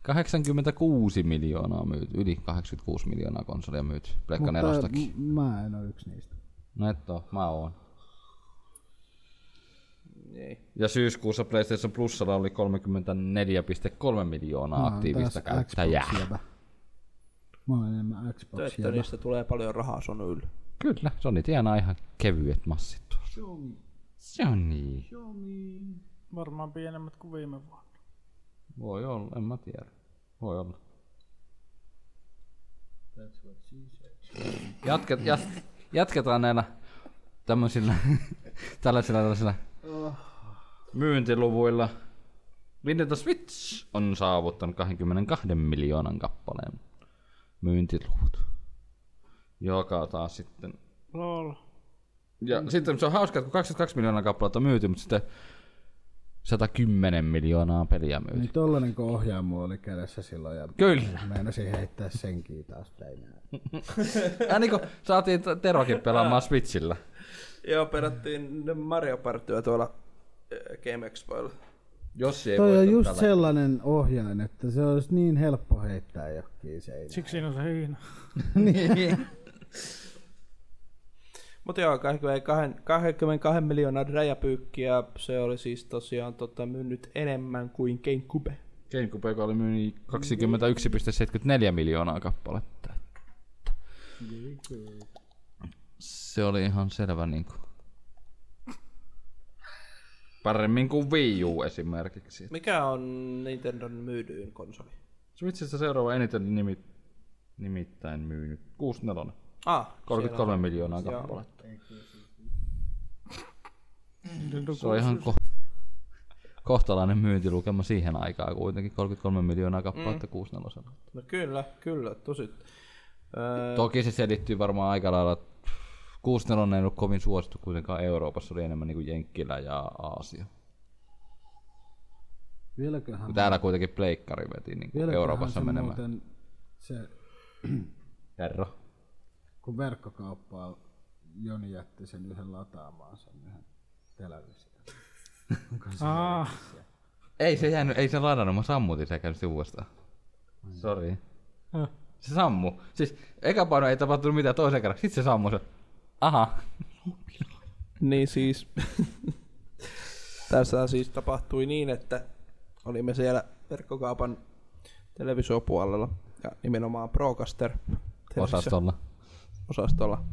86 miljoonaa myyty, yli 86 miljoonaa konsolia myyty Pleikka
Mutta mm.
nelostakin.
m- mä en ole yksi niistä.
No et oo, mä oon.
Niin.
Ja syyskuussa PlayStation Plusalla oli 34,3 miljoonaa
Mä oon
aktiivista
taas
käyttäjää.
Xbox-jäbä. Mä oon enemmän
Töistä
Xboxia.
niistä tulee paljon rahaa sun yllä.
Kyllä, Sony tienaa ihan kevyet massit tuossa. Sony.
Varmaan pienemmät kuin viime vuonna.
Voi olla, en mä tiedä. Voi olla. Jatket, jat, jatketaan näillä tämmöisillä, tällaisilla, tällaisilla myyntiluvuilla. Nintendo Switch on saavuttanut 22 miljoonan kappaleen myyntiluvut. Joka taas sitten
Lol.
ja sitten se on hauska, että kun 22 miljoonaa kappaletta on myyty, mutta sitten 110 miljoonaa peliä myyty.
Niin tollanen kun ohjaamo oli kädessä silloin ja
Kyllä.
meinasin heittää senkin taas seinään.
Äh, niin kuin saatiin t- Terokin pelaamaan Switchillä.
Joo, pelattiin Mario Partyä tuolla äh, Game Expoilla.
Jos ei
Toi
voi
on just sellainen ohjain, että se olisi niin helppo heittää johonkin seinään.
Siksi siinä on se hiina.
Mutta joo, 22, 22 miljoonaa räjäpyykkiä. Se oli siis tosiaan tota, myynyt enemmän kuin GameCube.
GameCube, joka oli myynyt 21,74 miljoonaa kappaletta. Se oli ihan selvä niin kuin. Paremmin kuin Wii U esimerkiksi.
Mikä on Nintendon myydyin konsoli?
Switchistä seuraava eniten nimi, nimittäin myynyt. 64.
Ah,
33 miljoonaa kappaletta.
Nintendo
Se on ihan ko- kohtalainen myyntilukema siihen aikaan kuitenkin. 33 miljoonaa kappaletta mm. 64.
No kyllä, kyllä, tosi. Öö,
Toki se selittyy varmaan aika lailla. 64 ei ollut kovin suosittu kuitenkaan Euroopassa. Se oli enemmän niin kuin Jenkkilä ja Aasia.
Vieläköhän
Kun Täällä kuitenkin pleikkari veti niin kuin
Vieläköhän
Euroopassa
se
menemään.
muuten Se,
Herra.
kun verkkokauppaa Joni jätti sen yhden lataamaan sen yhden television.
Aa,
Ei se jäänyt, ei se ladannut. Mä sammutin sen käynyt sivusta. Sori. Se sammu. Siis eka paino ei tapahtunut mitään toisen kerran. Sitten se sammu se. Aha.
Niin siis, tässä siis tapahtui niin, että olimme siellä verkkokaupan televisiopuolella ja nimenomaan Procaster
Osastolla.
osastolla.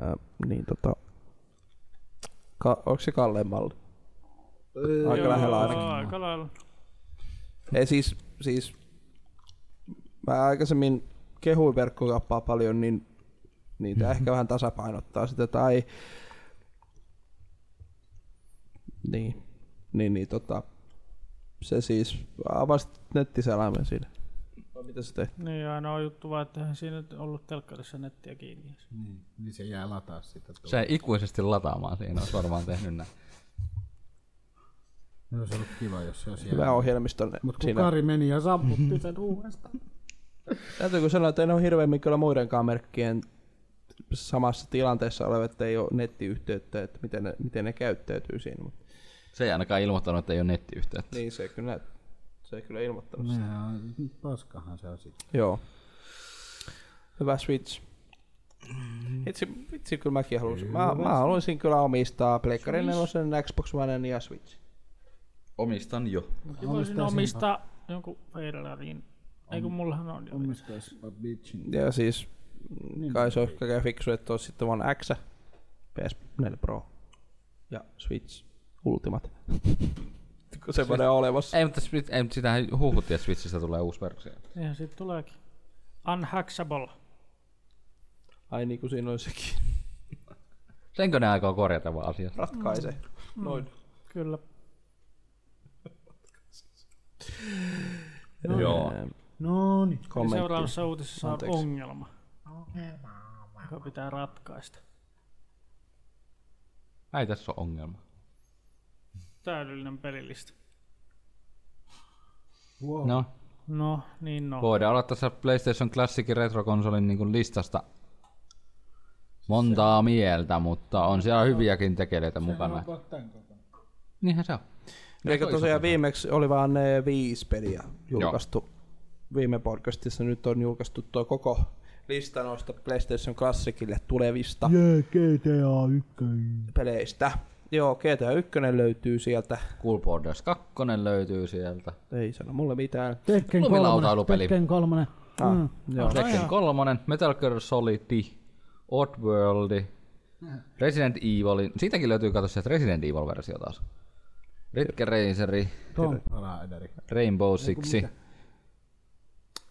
Ää, niin tota, ka, onko se Kalleen malli? Aika lähellä ainakin.
Aika lailla.
Ei siis, siis mä aikaisemmin kehuin verkkokappaa paljon, niin
Mhm.
niitä ehkä vähän tasapainottaa sitä, tai niin, niin, niin tota, se siis avasi nettiselaimen siinä. Vai Mitä se teit?
Niin ainoa juttu vaan, että eihän siinä nyt ollut telkkarissa nettiä kiinni.
Niin, niin se jää lataa sitä. tuolla.
Se ei ikuisesti lataamaan siinä, olisi varmaan tehnyt näin.
Ne olisi ollut kiva, jos se olisi
Hyvä
jäänyt.
ohjelmisto
Mutta kun
siinä.
Kari meni ja sammutti sen uudestaan.
Täytyykö sanoa, että en ole hirveämmin kyllä muidenkaan merkkien samassa tilanteessa olevat, että ei ole nettiyhteyttä, että miten ne, miten ne käyttäytyy siinä. Mutta
Se ei ainakaan ilmoittanut, että ei ole nettiyhteyttä.
Niin, se kyllä, se ei kyllä ilmoittanut sitä.
Nehän, paskahan se on sitten.
Joo. Hyvä Switch. Itse, itse kyllä mäkin haluaisin. Mä, mä haluaisin kyllä omistaa Pleikkarin nelosen, Xbox Oneen ja Switchin.
Omistan jo.
Mäkin voisin omistaa jonkun Federalin. Ei kun mullahan on jo.
Omistaispa bitchin.
Ja siis niin. kai se on kaikkein fiksu, että olisi sitten vaan X, PS4 Pro ja Switch Ultimate. Siis- Kun semmoinen on olemassa.
Ei, mutta Switch, ei, mutta sitähän huhuttiin, että Switchistä tulee uusi versio.
Eihän siitä tuleekin. Unhacksable.
Ai niin kuin siinä on sekin.
Senkö ne aikoo korjata vaan asiassa?
Ratkaise. Noin.
Kyllä.
Joo.
No niin.
Ja
Kommentti.
seuraavassa uutisessa on
Anteeksi.
ongelma. Joka pitää ratkaista.
Ei tässä ole ongelma.
Täydellinen pelilista.
No,
No, niin no.
voidaan olla tässä PlayStation Classicin retrokonsolin niin kuin listasta montaa mieltä, mutta on siellä hyviäkin tekeleitä mukana. Niinhän se on.
Eikä tosiaan viimeksi oli vaan ne viisi peliä julkaistu viime podcastissa. Nyt on julkaistu tuo koko lista noista PlayStation Classicille tulevista
Jee, GTA 1.
peleistä. Joo, GTA 1 löytyy sieltä.
Cool Borders 2 löytyy sieltä.
Ei sano mulle mitään.
Tekken
Lumilautailupeli.
kolmonen. Tekken kolmonen.
Ah, mm.
Joo. Tekken 3, Metal Gear Solid, Oddworld, Resident Evil. Siitäkin löytyy kato sieltä Resident Evil-versio taas. Ritke Raceri,
Tomb Raideri.
Rainbow Six.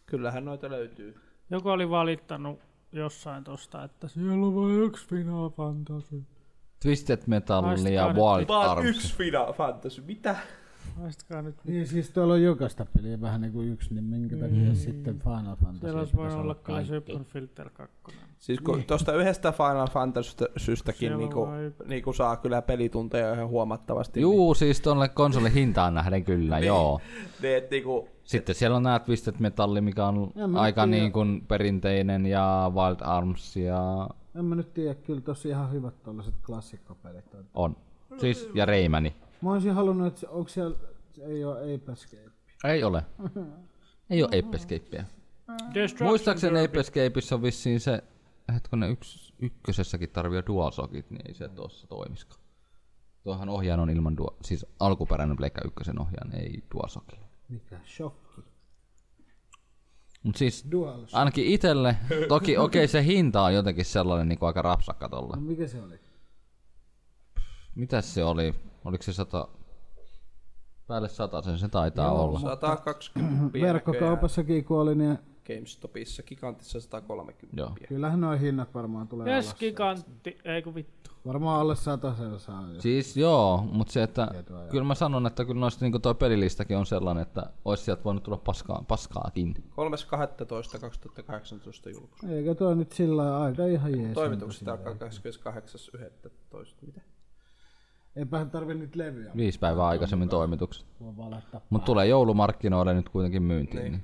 Kyllähän noita löytyy.
Joku oli valittanut jossain tosta, että siellä on vain yksi Final Fantasy.
Twisted Metal ja
Haistakaa nyt.
Wild Arms.
Final Fantasy, mitä?
Haistakaa nyt.
Niin siis tuolla on jokaista peliä vähän niin kuin yksi, niin minkä takia sitten Final Fantasy
Mm. Siellä olisi
pitäisi
voinut olla kyllä
kaikki.
Superfilter 2.
Siis kun tuosta yhdestä Final Fantasystäkin
Siellä
niinku,
vai-
niinku saa kyllä pelitunteja ihan huomattavasti.
Juu,
Niin.
siis tuonne konsolin hintaan nähden kyllä, joo.
Niin, ne, et niinku,
Sitten siellä on nämä Twisted Metalli, mikä on
En mä
aika
tiedä.
niin kuin perinteinen, ja Wild Arms, ja
En mä nyt tiedä, kyllä tossa ihan hyvät tollaset klassikkopelit on.
on. Siis, ja Reimani.
Mä olisin halunnut, että se- onko siellä, se ei ole Ape Escape.
Ei ole. Ei ole Ape Escapea. Muistaakseni Ape Escapeissa on vissiin se, hetkonen, yks, ykkösessäkin tarvii jo DualShockit, niin ei se tuossa toimiskaan. Tuohan ohjaan on ilman, dual, siis alkuperäinen Pleikka ykkösen ohjaan, ei DualShockilla.
Mikä shokki.
Mut siis
Dual shock.
Ainakin itelle. Toki okei, okay, se hinta on jotenkin sellainen niin kuin aika rapsakka tolle.
No mikä se oli?
Mitäs se oli? Oliko se sata... Päälle sen se taitaa Joo, olla.
120
Verkkokaupassakin kun oli, niin
GameStopissa gigantissa 130.
Joo.
kyllähän noi hinnat varmaan tulee alas.
Keskikantti, ei kun vittu.
Varmaan alle satasella saa jo.
Siis joo, mutta se, että kyllä mä sanon, että kyllä noista niin toi pelilistakin on sellainen, että olisi sieltä voinut tulla paskaa, paskaakin.
3.12.2018 julkaisu.
Eikä toi nyt sillä lailla aika ihan jees.
Toimitukset alkaa 28.11. Mitä?
Eipähän tarvi nyt levyä,
Viisi päivää aikaisemmin toimitukset.
voi vaan laittaa.
Mutta tulee joulumarkkinoille nyt kuitenkin myyntiin. Niin.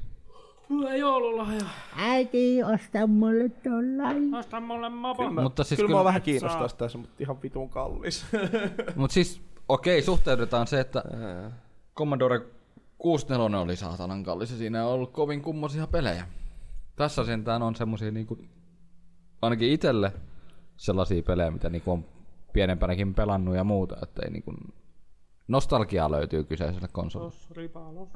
Hyvä joululahja.
Äiti, osta mulle tollain.
Osta mulle mapa.
Niin.
Mä,
Mutta siis
kyllä,
kyllä-
mä vähän kiinnostaa sitä, se, mutta ihan vitun kallis.
Mutta siis, okei, suhteutetaan se, että Commodore 64 oli saatanan kallis ja siinä on ollut kovin kummosia pelejä. Tässä sentään on semmosia niinku, ainakin itelle sellaisia pelejä, mitä niinku on pienempänäkin pelannut ja muuta, että ei niinku, nostalgiaa löytyy kyseiselle konsolille.
Ripalo.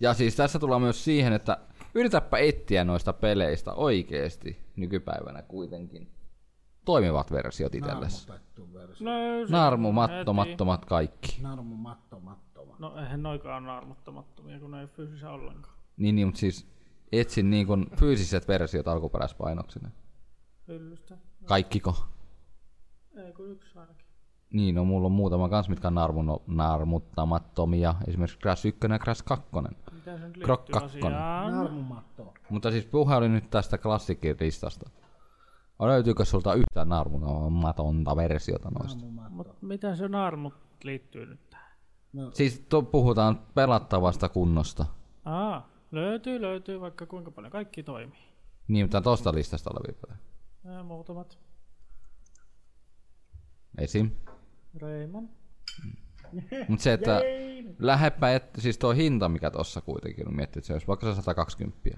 Ja siis tässä tullaan myös siihen, että yritäpä etsiä noista peleistä oikeesti nykypäivänä kuitenkin toimivat versiot itsellesi.
No, se-
Narmumattomattomat kaikki.
Narmumattomattomat.
No eihän noikaan ole naarmuttamattomia, kun ne ei ole fyysisiä ollenkaan.
Niin, niin mutta siis etsin niin kun fyysiset versiot alkuperäispainoksena.
Hyllystä.
Kaikkiko?
Ei kun yksi ainakin.
Niin, no mulla on muutama kans, mitkä on narmun, narmuttamattomia. Esimerkiksi Crash 1 ja Crash 2.
Mitä se nyt
Croc
liittyy
kakkonen.
asiaan?
Mutta siis puhe oli nyt tästä klassikin listasta. Löytyykö sulta yhtään narmuttamatonta versiota noista?
Mut mitä se naarmut liittyy nyt tähän?
Siis to, puhutaan pelattavasta kunnosta.
Aa, löytyy, löytyy vaikka kuinka paljon. Kaikki toimii.
Niin, mutta tosta listasta olevia pelejä.
Nää muutamat.
Esim.
Reiman.
Mutta se, että lähepä, et, siis tuo hinta, mikä tuossa kuitenkin on miettii, että se olisi vaikka se 120, niin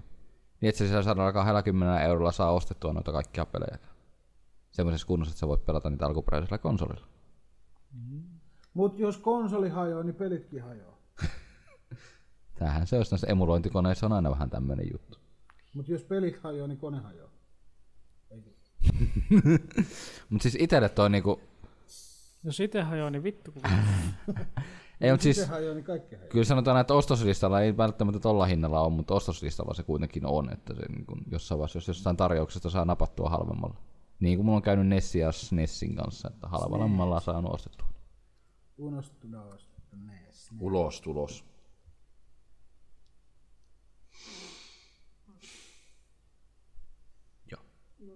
et sä sillä 120 eurolla saa ostettua noita kaikkia pelejä. Semmoisessa kunnossa, että sä voit pelata niitä alkuperäisellä konsolilla.
Mut jos konsoli hajoaa, niin pelitkin hajoaa.
Tämähän se olisi näissä emulointikoneissa on aina vähän tämmöinen juttu.
Mut jos pelit hajoaa, niin kone hajoaa.
Mutta siis itelle toi niinku,
Jos ite hajoaa, niin vittu kun...
ei mut
Se
siis,
hajoaa, niin kaikki hajoaa.
kyllä sanotaan, että ostoslistalla ei välttämättä tolla hinnalla ole, mutta ostoslistalla se kuitenkin on, että se niinku jossain vaiheessa, jos jostain tarjouksesta saa napattua halvemmalla. Niin kuin mulla on käynyt Nessin ja Snessin kanssa, että halvemmalla saa ostettua.
Unostunaus. Nice.
Ulos, tulos.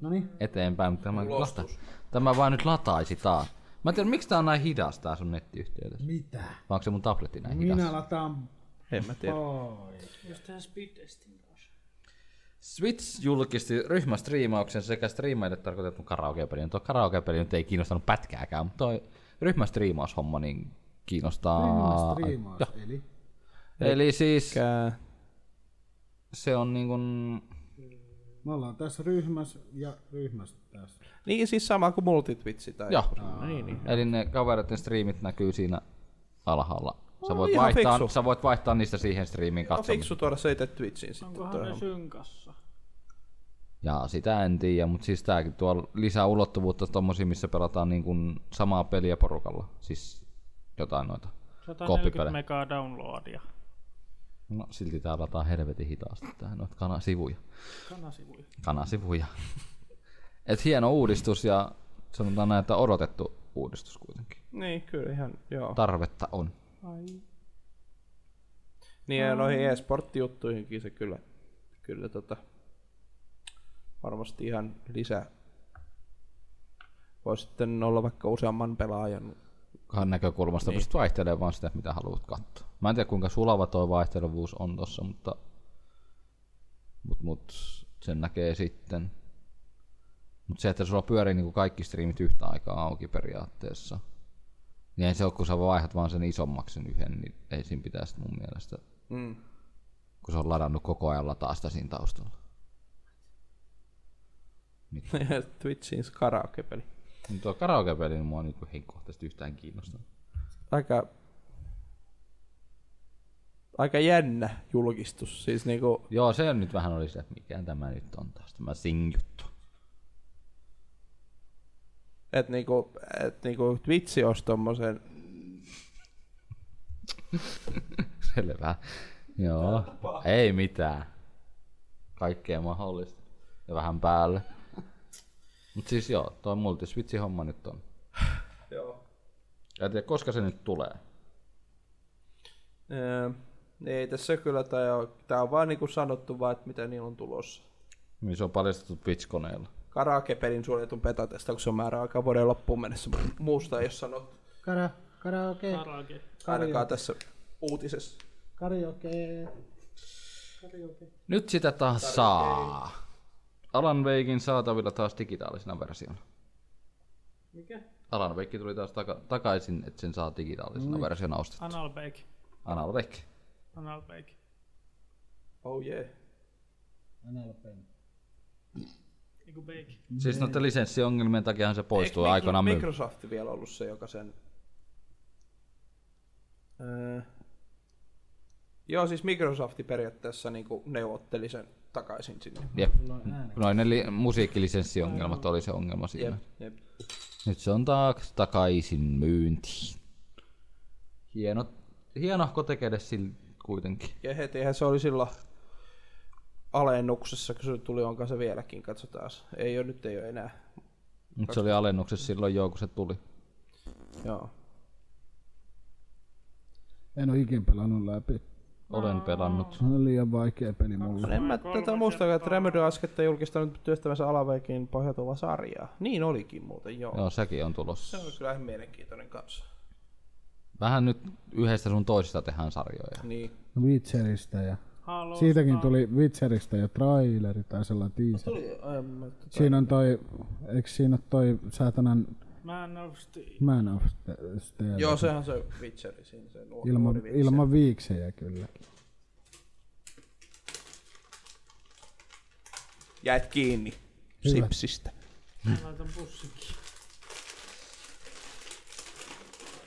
Noniin.
Eteenpäin, mutta tämä, lata, tämä vaan nyt lataisi taas. Mä en tiedä, miksi tää on näin hidas tää sun nettiyhteydessä. Vai
Mitä?
onko se mun tabletti näin
Minä
hidas?
lataan
En mä tiedä.
pois.
Jos tehdään speed testin kanssa.
Switch julkisti ryhmästriimauksen sekä striimaille tarkoitetun karaokepelin. Tuo karaokepeli nyt ei kiinnostanut pätkääkään, mutta toi ryhmästriimaushomma niin kiinnostaa.
Striimaus,
Joo.
eli
Eli siis
Kää.
se on niin kuin...
me ollaan tässä ryhmässä ja ryhmässä tässä.
Niin siis sama kuin multitwitchi tai...
Joo.
No
Niin, niin.
Eli ne kavereiden striimit näkyy siinä alhaalla. Sä
No,
voit,
ihan
vaihtaa,
fiksu.
sä voit vaihtaa niistä siihen striimin
On
katsomiseen.
No, fiksu tuoda se itse Twitchiin sitten.
Onkohan
toi
ne
homma.
synkassa?
Ja sitä en tiedä, mutta siis tämäkin tuo lisää ulottuvuutta tommosiin, missä pelataan niin kuin samaa peliä porukalla. Siis jotain noita.
140
Koppipele.
megaa downloadia.
No silti tää lataa helvetin hitaasti tää noita kanasivuja.
Kanasivuja.
Kanasivuja. Et hieno uudistus ja sanotaan näin, että odotettu uudistus kuitenkin.
Niin, kyllä ihan, joo.
Tarvetta on.
Niin ja noihin e-sporttijuttuihinkin se kyllä, kyllä tota, varmasti ihan lisää. Voi sitten olla vaikka useamman pelaajan.
Kahden näkökulmasta niin. pystyt vaihtelemaan vaan sitä, mitä haluat katsoa. Mä en tiedä kuinka sulava tuo vaihtelevuus on tossa, mutta mut, mut, sen näkee sitten. Mutta se, että sulla pyörii niinku kaikki striimit yhtä aikaa auki periaatteessa, niin ei se ole, kun sä vaihdat vaan sen isommaksi sen yhden, niin ei siinä pitäisi mun mielestä.
Mm.
Kun se on ladannut koko ajan lataa sitä siinä taustalla.
Twitchin karaoke-peli.
Niin tuo karaoke-peli niin mua niinku henkkohtaisesti yhtään kiinnostaa.
Aika, aika jännä julkistus. Siis niinku,
Joo, se on nyt vähän oli se, että mikä tämä nyt on taas tämä sing-juttu.
et niinku, et niinku Twitch olisi tommosen,
Selvä. Joo. Ei mitään. Kaikkea mahdollista. Ja vähän päälle. Mut siis joo, toi multiswitchi homma nyt on.
joo.
Ja tiedä, koska se nyt tulee.
Öö, ei tässä kyllä, tää on, tää on vaan niinku sanottu vaan, että mitä niillä on tulossa.
Niin se on paljastettu Twitch-koneella.
karaokepelin suljetun betatestauksen määrä alkaa vuoden loppuun mennessä, mutta muusta ei ole sanottu
Kara, karaoke,
Karaoke.
ainakaan tässä uutisessa.
karaoke.
Nyt sitä taas saa. Alan Veikin saatavilla taas digitaalisena versiona.
Mikä?
Alan
Niin.
Veikki tuli taas taka- takaisin, että sen saa digitaalisena versiona ostettua.
Analbake.
Anal Veikki.
Analpeikin.
Oh yeah.
Eiku beikin.
Siis noiden lisenssiongelmien takiahan se poistui
Niin. Eikö Mikro-
aikanaan myy.
Microsoft vielä ollut se, joka sen... Öö. Joo, siis Microsoft periaatteessa niin neuvotteli sen takaisin sinne.
Jep.
No,
Noin ne li- musiikkilisenssiongelmat oli se ongelma siinä.
Jep, jep.
Nyt se on taas takaisin myyntiin. Hieno, hienohko tekee sillä kuitenkin.
Ja heti se oli silloin alennuksessa, kun se tuli, onko se vieläkin, katsotaan. Ei ole, nyt ei ole enää.
Nyt se oli alennuksessa silloin joo, kun se tuli.
Joo.
En ole ikinä pelannut läpi.
Olen pelannut.
Se on liian vaikea peli mulle.
En mä tätä muistakaan, että Remedy äskettä julkistanut työstämänsä alaveikin pohjautuvaa sarjaa. Niin olikin muuten, joo.
Joo, säkin on tulossa.
Se on kyllä ihan mielenkiintoinen kanssa.
Vähän nyt yhdestä sun toisesta tehdään sarjoja.
Niin.
Witcheristä ja...
Halo.
Siitäkin tuli Witcheristä jo traileri tai sellainen teaser. Siinä on toi... Eikö siinä ole toi säätänän
Man of Steel.
Man of the- Steel?
Joo, sehän se Witcheri siinä se nuori
Ilman,
nuori Witcher.
ilman viiksejä kyllä.
Jäit kiinni
Hyvä.
sipsistä.
Mä laitan pussinkin.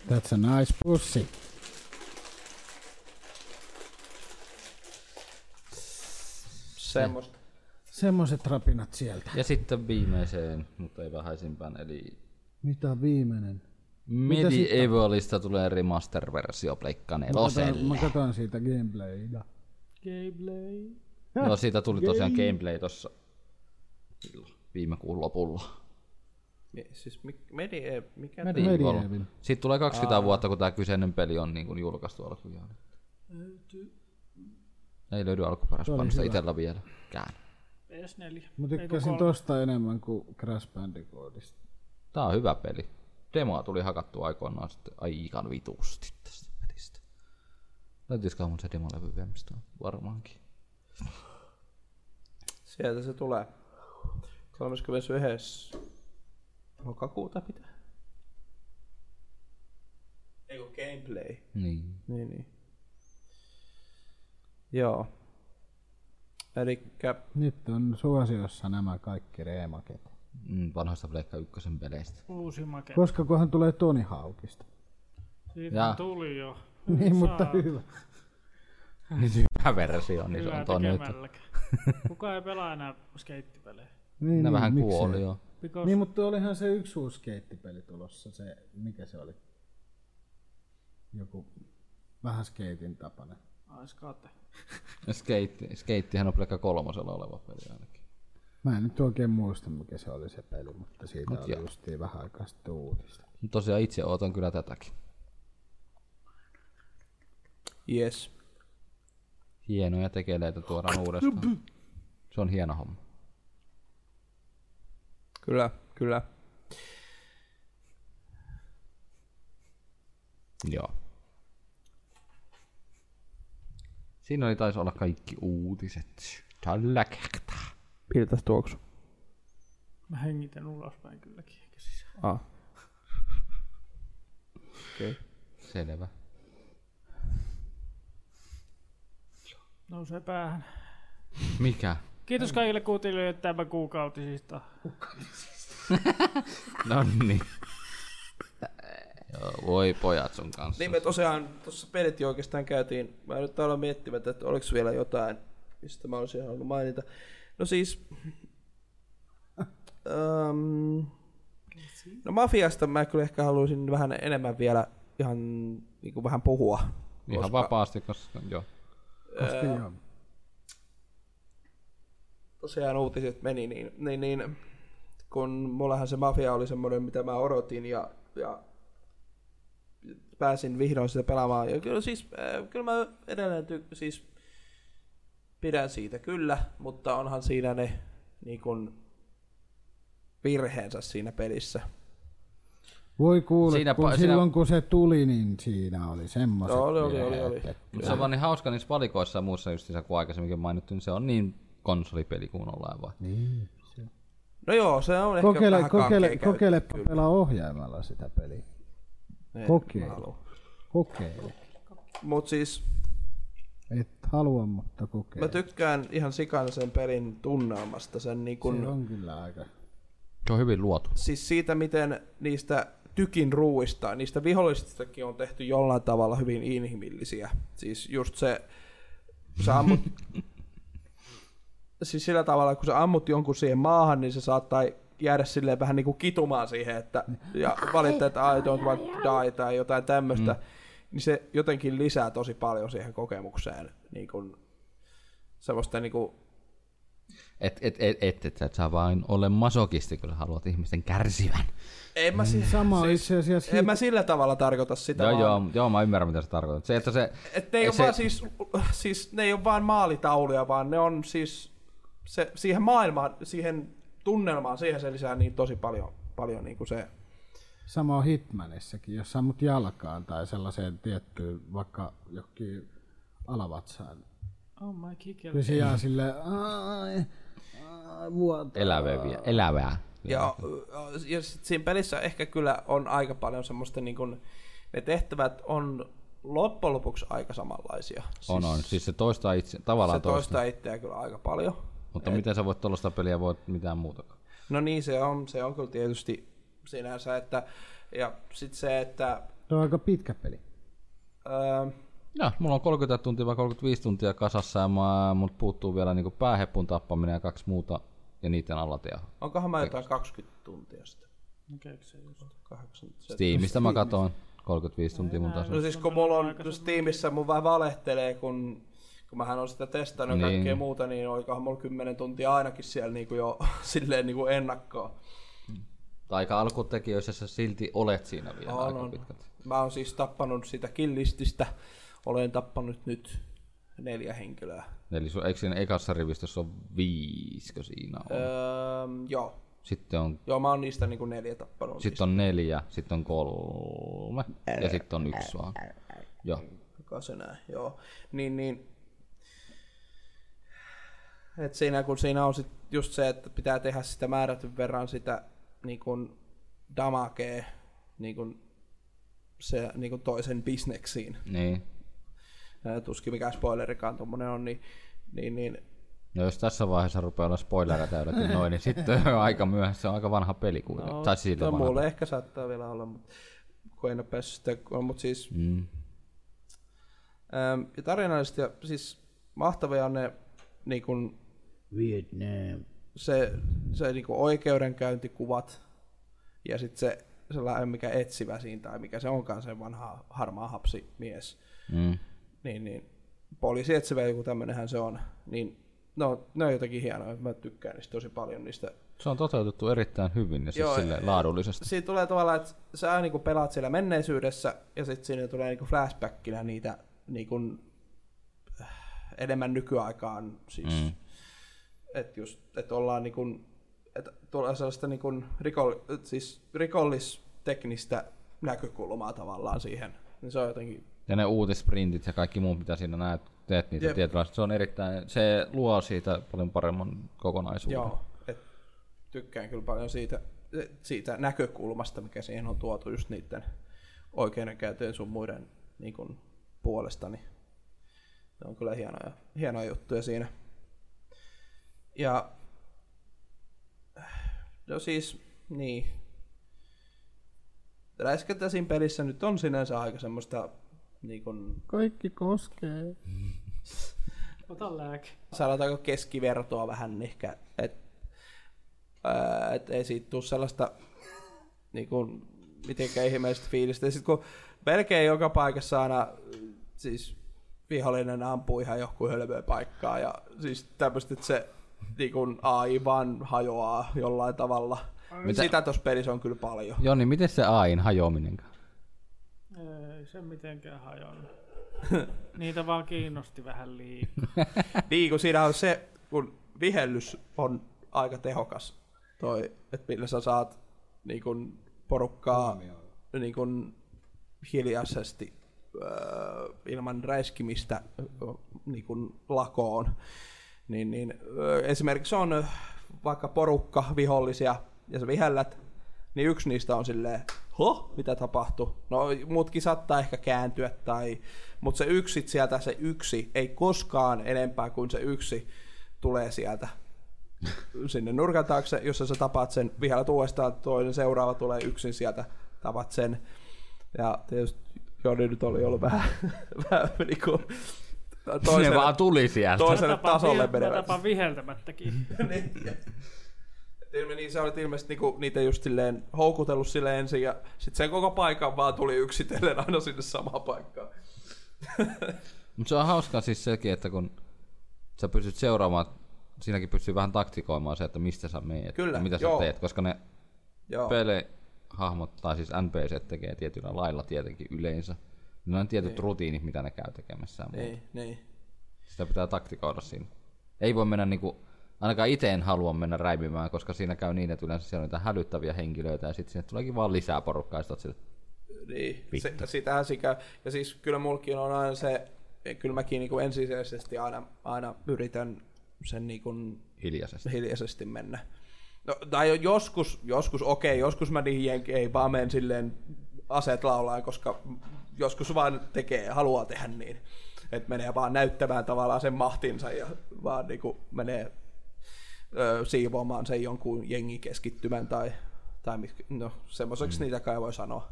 That's a nice pussy.
Semmosta.
Semmoiset rapinat sieltä.
Ja sitten viimeiseen, mutta ei vähäisimpään, eli
Mitä viimeinen?
Medievalista tulee remaster-versio Pleikka
Mä
neloselle.
katsoin siitä gameplayia.
Gameplay.
Joo, No, siitä tuli tosiaan gameplay tossa silloin viime kuun lopulla.
Mi- Siis mik- medi, ei- mikä Medi.
Medieval.
Medieval.
Siitä tulee 20 vuotta, kun tämä kyseinen peli on niin kuin julkaistu alkujaan. Ei löydy alkuperäispanosta itellä vieläkään.
PS4.
Mä tykkäsin tosta enemmän kuin Crash Bandicootista.
Tää on hyvä peli. Demoa tuli hakattu aikoinaan sitten aivan vitusti tästä pelistä. Löytyisikö mun se demolevy vielä mistä on? Varmaankin.
sieltä se tulee. 31. lokakuuta pitää. Eiku gameplay.
Niin.
Niin, niin. Joo. Elikkä
Nyt on suosiossa nämä kaikki reemaket.
Mm, vanhoista Pleikka ykkösen peleistä.
Uusi make.
Koska kohan tulee Tony Hawkista?
Siitä
Jaa.
tuli jo.
Niin, mutta
Saa.
hyvä.
Nyt hyvä versio, niin se
Hyvää
on tuo nyt.
tekemälläkään. Kuka ei pelaa enää skeittipelejä?
Niin,
Ne vähän
miksei.
kuoli jo.
Because
Niin, mutta olihan se yksi uusi skeittipeli tulossa, se, mikä se oli? Joku vähän skeitin tapainen.
Aiskate.
Skate, skatehän on Pleikka kolmosella oleva peli ainakin.
Mä en nyt oikein muista, mikä se oli se peli, mutta siitä
Mut
oli
joo.
justiin vähän aikaa sitten uutista.
Mut Tosiaan itse ootan kyllä tätäkin.
yes.
Hienoja tekeleitä tuodaan uudestaan. Se on hieno homma.
Kyllä, kyllä.
Joo. Siinä oli taisi olla kaikki uutiset tällä kertaa.
Piltäs tuoksu.
Mä hengitän ulospäin kylläkin, eikä sisään.
Ah. Okei. Okay.
Selvä.
Nousee päähän.
Mikä?
Kiitos kaikille kuuntelijoille tämän kuukautisista.
No niin. Joo, voi pojat sun kanssa.
Niin me tosiaan tuossa pelit jo oikeastaan käytiin. Mä nyt täällä miettimättä, että oliko vielä jotain, mistä mä olisin halunnut mainita. No siis... um, no Mafiasta mä kyllä ehkä haluaisin vähän enemmän vielä ihan niin kuin vähän puhua. äh,
Ihan vapaasti, koska joo.
Koska joo,
tosiaan uutiset meni, niin, niin, niin kun mullahan se mafia oli semmoinen, mitä mä odotin ja, ja pääsin vihdoin sitä pelaamaan. Ja kyllä siis, äh, kyllä mä edelleen ty- siis pidän siitä kyllä, mutta onhan siinä ne niin kun, virheensä siinä pelissä.
Voi kuule,
Siinä
siinä, kun
pa- siinä-
silloin kun se tuli, niin siinä oli semmoiset
Joo, oli, oli, oli,
virheet,
oli.
että-
Mutta se on vaan niin hauska niissä valikoissa ja muussa justiinsa kuin aikaisemminkin mainittu, niin se on niin konsolipeli kuin ollaan vaan. Niin.
No joo, se on ehkä
Kokeile,
vähän
kokeile,
kankea käyttö,
kokeilepa
kyllä.
pelaa ohjaimella sitä peliä.
En
kokeile.
mä halua.
Kokeile.
Mut siis
Et halua, mutta kokee.
Mä tykkään ihan sikana sen pelin tunnelmasta, sen niin kun,
Se on kyllä aika.
Se on hyvin luotu.
siis siitä, miten niistä tykin ruuista, niistä vihollisistakin on tehty jollain tavalla hyvin inhimillisiä. Siis just se, sä ammut, siis sillä tavalla, kun sä ammut jonkun siihen maahan, niin se saattaa jäädä silleen vähän niinku kitumaan siihen, että ja valittaa, että I don't want to die tai jotain tämmöistä, mm. niin se jotenkin lisää tosi paljon siihen kokemukseen niin kun, semmoista niinku,
Et, et, et, et, et, et sä vain ole masokisti, kun sä haluat ihmisten kärsivän.
en mä, si-
Sama siis, itse asiassa
en mä sillä tavalla tarkoita sitä,
Joo,
vaan
joo, joo, mä ymmärrän mitä sä tarkoitat. Se, että se,
Et ne ei, ole
se,
vaan siis, siis, ne ei ole vaan maalitauluja, vaan ne on siis se, siihen maailmaan, siihen tunnelmaan, siihen se lisää niin tosi paljon, paljon niin kuin se.
Sama on Hitmanissakin, jos sammut jalkaan tai sellaiseen tiettyyn, vaikka johonkin alavatsaan.
Oh my kikel.
Kyllä se jää silleen, ai, ai, vuotaa.
eläviä, elävää.
Ja, ja sit siinä pelissä ehkä kyllä on aika paljon semmoista, niin kuin, ne tehtävät on loppujen lopuksi aika samanlaisia. Siis
On, on. Siis se toistaa itse, tavallaan
se
toistaa.
toistaa itseä kyllä aika paljon.
Mutta miten sä voit tuollaista peliä voit mitään muuta?
No niin, se on, se on kyllä tietysti sinänsä, että ja sitten se, että
Se on aika pitkä peli.
öö,
Ja, No, mulla on 30 tuntia vai 35 tuntia kasassa ja mä, mut puuttuu vielä niinku pääheppun tappaminen ja kaksi muuta ja niiden alatea.
onkohan mä jotain 20 tuntia sitten.
Mikä se just?
18.
Steamista mä katoin. 35 tuntia mun taas.
No siis kun mulla on tuossa tiimissä, mun vähän valehtelee, kun, kun mähän on sitä testannut niin.
Niin.
kaikkea muuta, niin oikohan mulla 10 tuntia ainakin siellä niinku jo silleen niinku ennakkoa.
Aika alkutekijöissä sä silti olet siinä vielä
On,
aika
on.
pitkälti.
Mä oon siis tappanut sitä killististä, olen tappanut nyt neljä henkilöä.
Eli sun, eikö siinä ekassa rivistössä on viisikö siinä on?
Öö, joo.
Sitten on,
joo, mä oon niistä niinku neljä tappanut.
sit on neljä, sitten on kolme ja sitten on yksi vaan. Joo.
Kuka se näin, joo. Niin, niin. Et siinä kun siinä on sit just se, että pitää tehdä sitä määrätyn verran sitä niin kun damakee niin kun se niin kun toisen bisneksiin.
Niin.
Ää, Tuskin mikään spoilerikaan tuommoinen on, niin, niin, niin
No jos tässä vaiheessa rupeaa olla spoilereita jollekin noin, niin sitten on jo aika myöhässä. Se on aika vanha peli kuitenkin. No, tai siitä
no,
vanha.
mulle ehkä saattaa vielä olla, mutta kun en ole päässyt sitä, mutta siis
Mm.
äm, ja tarinallisesti ja siis mahtavia on ne niin kun,
Vietnam.
se, se niinku oikeudenkäyntikuvat ja sitten se sellainen, mikä etsivä siinä tai mikä se onkaan se vanha harmaa hapsi mies,
Mm.
niin, niin poliisi etsivä joku tämmönenhän se on, niin no, ne on jotenkin hienoja, mä tykkään niistä tosi paljon niistä.
Se on toteutettu erittäin hyvin ja siis
Joo,
Joo, sille
ja-
laadullisesti.
Siinä tulee tavallaan, että sä niinku pelaat siellä menneisyydessä ja sitten siinä tulee niinku flashbackinä niitä niinku, äh, enemmän nykyaikaan siis mm. että just, että ollaan niin kuin, että tulee sellaista niin kuin rikoll, siis rikollisteknistä näkökulmaa tavallaan siihen. Niin se on jotenkin,
Ja ne uutisprintit ja kaikki muut, mitä siinä näet, teet niitä
Jep.
tietynlaista. Se on erittäin, se luo siitä paljon paremman kokonaisuuden.
joo, et tykkään kyllä paljon siitä, siitä näkökulmasta, mikä siihen on tuotu just niiden oikeudenkäytöjen sun muiden niin kuin, puolesta, niin ne on kyllä hienoja, hienoja juttuja siinä. Ja no siis, niin, räiskintä siinä pelissä nyt on sinänsä aika semmoista, niin kuin,
Kaikki koskee.
Ota lääke.
sanotaanko keskivertoa vähän ehkä, että et ei siitä tule sellaista niin kuin, mitenkään ihmeellistä fiilistä. Ja sitten kun melkein joka paikassa aina siis vihollinen ampuu ihan johonkin hölmöön paikkaan ja siis tämmöistä, että se niin kuin AI vaan hajoaa jollain tavalla. Mitä? Sitä tuossa pelissä on kyllä paljon.
Joni, miten se AIN hajoaminen?
Ei se mitenkään hajonnut. Niitä vaan kiinnosti vähän liikaa.
Niin, kun siinä on se, kun vihellys on aika tehokas, toi, että millä sä saat niin kun, porukkaa niin kun, hiljaisesti öö, ilman räiskimistä öö, niin kun, lakoon. Niin, niin, öö, esimerkiksi on öö, vaikka porukka vihollisia ja sä vihellät, niin yksi niistä on silleen huh, mitä tapahtui? No muutkin saattaa ehkä kääntyä tai, mutta se yksi sieltä, se yksi, ei koskaan enempää kuin se yksi tulee sieltä sinne nurkan taakse, jossa sä tapaat sen, vihellä uudestaan toinen seuraava tulee yksin sieltä, tapat sen. Ja tietysti Joni nyt oli ollut vähän, vähän meni kuin
Ne
toiselle,
vaan tuli sieltä.
toiselle
Mä tapaan
tasolle
vi- Mä
menevä.
tapaan viheltämättäkin.
niin. Et Ilme, niin sä olet ilmeisesti niinku, niitä just silleen houkutellut sille ensin ja sit sen koko paikan vaan tuli yksitellen aina sinne samaan paikkaan.
Mutta se on hauskaa siis sekin, että kun sä pystyt seuraamaan, siinäkin pystyy vähän taktikoimaan se, että mistä sä meet,
Kyllä,
ja mitä
joo.
sä teet, koska ne
Joo.
pelehahmot tai siis NPC tekee tietyllä lailla tietenkin yleensä. Ne on tietyt rutiinit, mitä ne käy tekemässä. Niin.
niin, niin.
Sitä pitää taktikoida siinä. Ei voi mennä niinku, ainakaan itse en halua mennä räimimään, koska siinä käy niin, että yleensä siellä on niitä hälyttäviä henkilöitä ja sitten sinne tuleekin vaan lisää porukkaa. Ja sit oot sille,
Niin, se, sitähän sikä. Ja siis kyllä mulkin on aina se, kyllä mäkin niin ensisijaisesti aina, aina yritän sen niin kuin
hiljaisesti.
hiljaisesti mennä. No, tai joskus, joskus okei, okay, joskus mä niihin jenkeihin vaan menen silleen aseet laulaa, koska joskus vaan tekee, haluaa tehdä niin. Että menee vaan näyttämään tavallaan sen mahtinsa ja vaan niinku menee ö, siivoamaan sen jonkun jengikeskittymän tai, tai mit, no, semmoiseksi mm. niitä kai voi sanoa.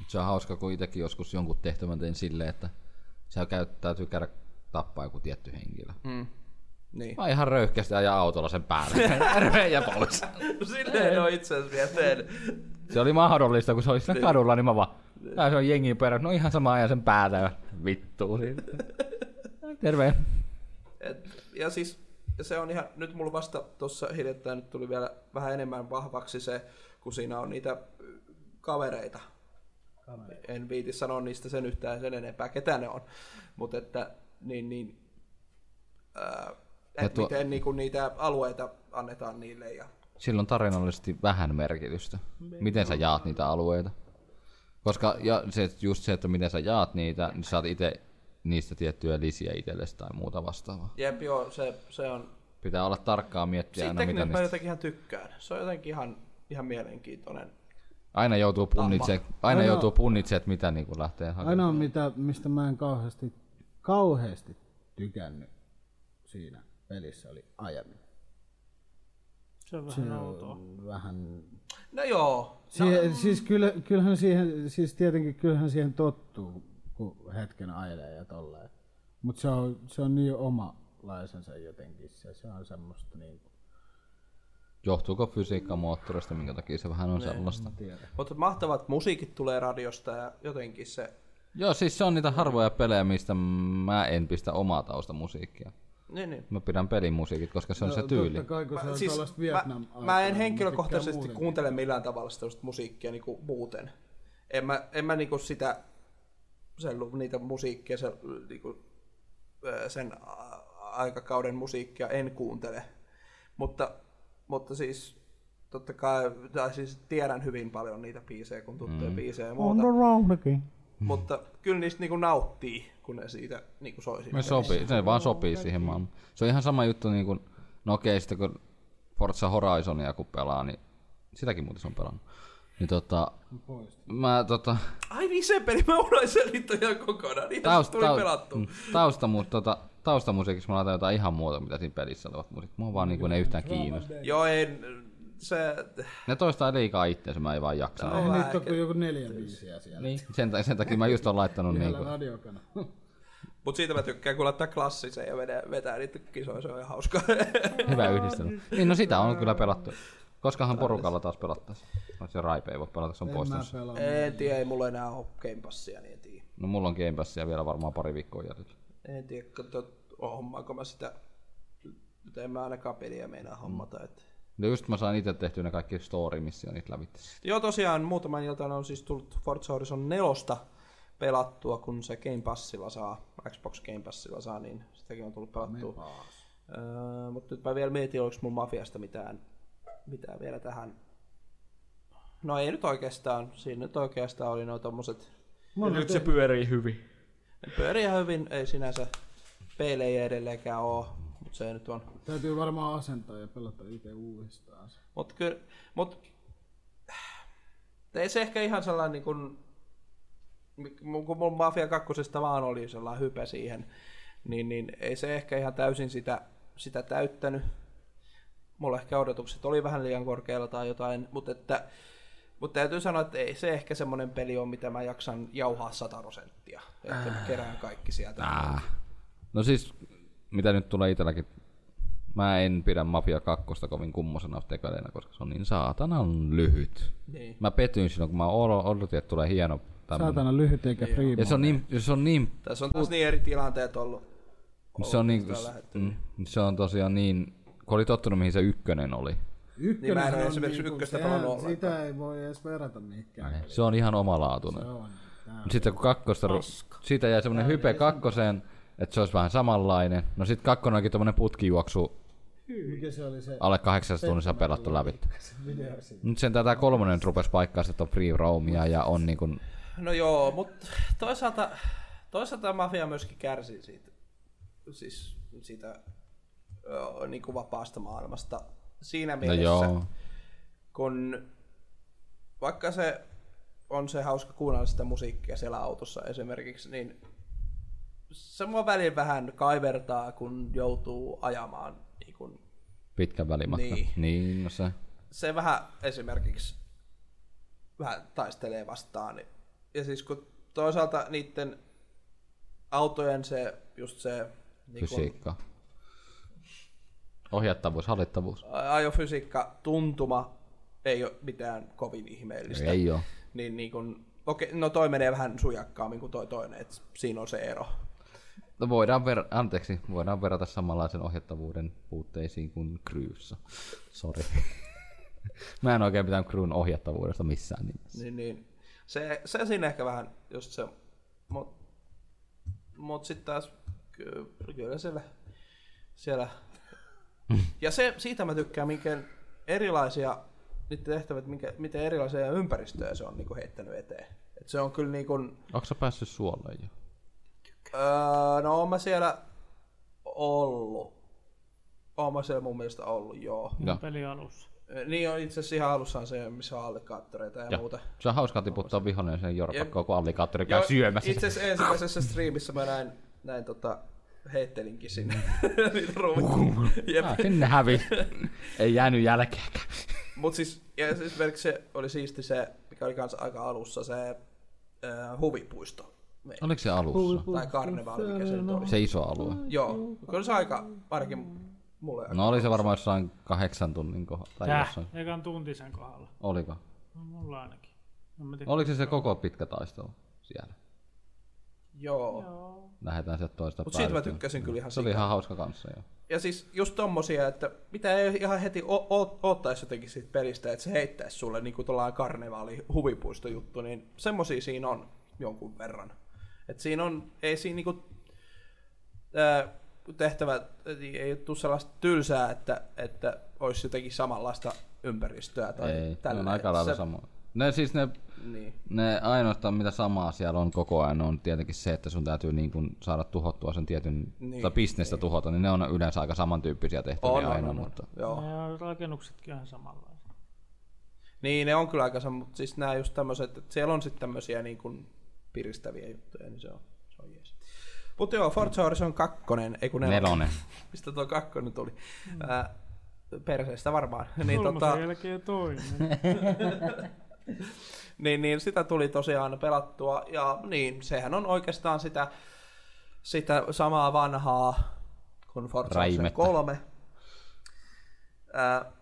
Mut Se on hauska, kun itsekin joskus jonkun tehtävän tein silleen, että se täytyy käydä tappaa joku tietty henkilö. Mm.
Niin.
Mä ihan röyhkeästi ajaa autolla sen päälle. Terve ja pois.
Silleen ei ole itse asiassa vielä tehnyt.
Se oli mahdollista, kun se oli siinä kadulla, niin mä vaan, tää se on jengi perä, no ihan sama ajan sen päätä ja vittuu siitä. Terve.
Et, ja siis se on ihan, nyt mulla vasta tuossa hiljattain nyt tuli vielä vähän enemmän vahvaksi se, kun siinä on niitä ö, kavereita. kavereita. En viiti sanoa niistä sen yhtään sen enempää, ketä ne on. Mutta että niin, niin ää,
Ja
et
tuo-
tuo... miten niinku niitä alueita annetaan niille ja
Sillä on tarinallisesti vähän merkitystä. Miten sä jaat niitä alueita? Koska ja se, just se, että miten sä jaat niitä, niin saat itse niistä tiettyjä lisiä itsellesi tai muuta vastaavaa.
jep, joo, se, se on.
Pitää olla tarkkaa miettiä aina,
Siitä
no mitä
mä
niistä
jotenkin ihan tykkään. Se on jotenkin ihan, ihan mielenkiintoinen.
Aina joutuu punnitse, aina
Aina-
joutuu punnitse, että mitä niin lähtee hakemaan.
Ainoa, mitä, mistä mä en kauheasti, kauheasti tykännyt siinä pelissä oli ajaminen.
Se on vähän outoa.
Vähän...
No joo,
Siihen, siis kyllä, kyllähän siihen, siis tietenkin kyllähän siihen tottuu, kun hetken ajelee ja tolleen. Mutta se on, se on niin omalaisensa jotenkin se, se on semmoista niin kuin,
Johtuuko fysiikka moottorista, minkä takia se vähän on sellaista?
tiedä.
mutta mahtavat musiikit tulee radiosta ja jotenkin se
Joo, siis se on niitä harvoja pelejä, mistä mä en pistä omaa taustamusiikkia.
niin, niin.
Mä pidän pelimusiikit, koska se on se tyyli.
No, Totta kai, kun se on
Siis
tuollaista
mä,
Vietnam
mä en henkilökohtaisesti kuuntele millään tavalla sitä sellaista musiikkia niin kuin muuten. En mä, en mä niin kuin sitä, sen, lu- niitä musiikkia, sen, niin kuin, ö, sen a- aikakauden musiikkia en kuuntele. Mutta, mutta siis totta kai, tai siis tiedän hyvin paljon niitä biisejä, kun tuttuja mm. biisejä ja
On
muuta.
the round again.
Mutta kyllä niistä niin kuin nauttii, kun ne siitä niin kuin soi siinä
Me sopii, se vaan sopii siihen maailmaan. Se on ihan sama juttu, niin kuin, no okei, sitten kun Forza Horizonia kun pelaa, niin sitäkin muuten se on pelannut. Niin tota, mä tota,
Ai niin se peli, mä unoin selittää ihan kokonaan. Ihan
Taust,
Taust, tuli
taust-
pelattu.
mm, tausta, mutta tota, taustamusiikiksi mä laitan jotain ihan muuta, mitä siinä pelissä olevat musiikit. Mua vaan niinku ne yhtään kiinnosta.
Joo, en, se,
Ne toistaa liikaa itseensä, mä en vaan jaksa.
Tää on vähän
Nyt on kuin joku neljä biisiä siellä.
Niin. Sen, ta- sen takia mä just oon laittanut niinku.
Täällä radiokana.
Mutta siitä mä tykkään, kun laittaa klassisen ja vetää, vetää niitä kisoja, se on ihan hauska.
Hyvä yhdistelmä. Niin no sitä on kyllä pelattu. Koskahan porukalla taas pelattaisiin. No, se raipe ei voi pelata, se on poistunut.
Pelaa.
en tiedä, ei mulla enää ole Game Passia, niin en tiedä.
No mulla on Game Passia vielä varmaan pari viikkoa jäljellä.
En tiedä, kato, oh, hommaanko mä sitä. Nyt en mä ainakaan peliä meinaa hommata. Et.
No just mä sain itse tehtyä ne kaikki story-missionit lävitse.
Joo, tosiaan muutaman iltana on siis tullut Forza Horizon 4 pelattua, kun se Game Passilla saa, Xbox Game Passilla saa, niin sitäkin on tullut pelattua. Öö, mutta nyt mä vielä mietin, oliko mun mafiasta mitään, mitään vielä tähän. No ei nyt oikeastaan, siinä nyt oikeastaan oli noin tommoset
Nyt se
pyörii hyvin. Pyörii ihan hyvin, ei sinänsä peilejä edelleenkään oo, mutta se nyt on.
Täytyy varmaan asentaa ja pelata itse uudestaan. se.
Mut kyllä, mut Mutta ei se ehkä ihan sellainen niin kuin, mi- kun mun Mafia 2 vaan oli sellainen hype siihen, niin, niin ei se ehkä ihan täysin sitä, sitä täyttänyt. Mulla ehkä odotukset oli vähän liian korkealla tai jotain, mutta, että, mutta täytyy sanoa, että ei se ehkä semmoinen peli on, mitä mä jaksan jauhaa 100 prosenttia. Että mä kerään kaikki sieltä.
Ah. No siis, mitä nyt tulee itselläkin, mä en pidä Mafia 2 kovin kummosena tekalena, koska se on niin saatanan lyhyt.
Niin.
Mä petyin silloin, kun mä ol- odotin, että tulee hieno tämmönen.
Saatana lyhyt eikä
Ja
priima.
se on niin, se on niin,
Tässä on taas niin eri tilanteet ollut.
se on, niin,
Tällä
mm, se on tosiaan niin, kun oli tottunut mihin se ykkönen oli.
Niin mä en ole
on
esimerkiksi
niinku-
ykköstä
sehän-
pelannut ollenkaan.
Sitä ei voi edes verrata mihinkään.
Se on ihan omalaatuinen.
On. Tää
Mut Sitten kun kakkosta, ru- siitä jäi semmoinen hype kakkoseen, että se olisi vähän samanlainen. No sitten kakkonen onkin tommonen putkijuoksu
Mikä se oli se
alle kahdeksassa tunnissa pelattu läpi.
video siitä?
Nyt sen tämä kolmonen rupesi paikkaa, että on free roamia ja on niin kuin,
No joo, mutta toisaalta, toisaalta mafia myöskin kärsii siitä, siis siitä ö, niin kuin vapaasta maailmasta siinä
no
mielessä,
joo,
kun vaikka se on se hauska kuunnella sitä musiikkia siellä autossa esimerkiksi, niin se mua välillä vähän kaivertaa, kun joutuu ajamaan niin kuin
pitkä välimatka.
Niin.
Niin. niin no se.
se vähän esimerkiksi vähän taistelee vastaan. niin- Ja siis kun toisaalta niiden autojen se, just se niin kun,
fysiikka. Ohjattavuus, hallittavuus.
a- ajofysiikka tuntuma ei ole mitään kovin ihmeellistä.
Ei oo.
Niin, niin kun, okei, no toi menee vähän sujakkaammin kuin toi toinen, että siinä on se ero.
No voidaan, ver- anteeksi, voidaan verrata samanlaisen ohjattavuuden puutteisiin kuin Crewssa. Sori. Mä en oikein pitänyt Crewn ohjattavuudesta missään nimessä.
Niin, niin. Se, se siinä ehkä vähän just se, mut, mut sit taas ky- kyllä siellä, siellä. Ja se, siitä mä tykkään, minkä erilaisia niiden tehtävät, minkä, miten erilaisia ympäristöjä se on niinku heittänyt eteen. Et se on kyllä niinku,
Onko sä päässyt suolle jo?
öö, no oon mä siellä ollut. Oon mä siellä mun mielestä ollut, joo.
Joo.
Peli alussa.
Niin on itse asiassa ihan alussaan se, missä on allikaattoreita ja, ja. muuta.
Se on hauskaa tiputtaa vihollinen sen jorpakkoon, kun allikaattori käy
Joo,
syömässä.
Itse asiassa ensimmäisessä striimissä mä näin, näin tota, heittelinkin sinne niitä ruumiita. Jep.
Mm. Ah, sinne hävi. Ei jäänyt jälkeäkään.
Mut siis, ja siis esimerkiksi se oli siisti se, mikä oli kanssa aika alussa, se äh, huvipuisto. Me-
Oliko se alussa?
Tai karnevaali, mikä se nyt oli.
Se iso alue.
Joo, kyllä se aika, ainakin mulle.
No oli se varmaan jossain kahdeksan tunnin kohdalla. Tai
Täh,
jossain.
ekan tunti sen kohdalla.
Oliko?
No, mulla ainakin. No, mä tiedän.
Oliko se se koko pitkä taistelu siellä?
Joo.
Lähdetään sieltä toista
Mut siitä mä
päästä.
tykkäsin kyllä ihan
Se oli
sikana.
ihan hauska kanssa joo.
Ja siis just tommosia, että mitä ei ihan heti o- o- oottaisi jotenkin siitä pelistä, että se heittäisi sulle niin kuin tuollainen karnevaali huvipuisto juttu, niin semmosia siinä on jonkun verran. Et siinä on, ei siinä niinku, ää, tehtävä, ei ole tule sellaista tylsää, että, että olisi jotenkin samanlaista ympäristöä tai
Ei, ne
tällä.
on aika lailla sama. Ne siis ne,
Niin.
ne ainoastaan mitä samaa siellä on koko ajan on tietenkin se, että sun täytyy niin kuin saada tuhottua sen tietyn,
Niin,
niin, tai bisnestä niin. tuhota, niin ne on yleensä aika samantyyppisiä tehtäviä
On, on,
aina,
on, on.
mutta
Joo.
Ja rakennuksetkin on ihan samanlaisia.
Niin, ne on kyllä aika sama, mutta siis nämä just tämmöiset, että siellä on sitten tämmöisiä niin kuin piristäviä juttuja, niin se on, se on jees. Mutta joo, Forza Horizon 2, ei kun nelonen.
nelonen.
Mistä tuo kakkonen tuli? Mm. Ää, perseestä varmaan. niin,
Niin,
tota,
tota... jälkeen toinen.
niin, niin, sitä tuli tosiaan pelattua, ja niin, sehän on oikeastaan sitä, sitä samaa vanhaa kuin Forza Horizon
Raimetta.
3. Ää,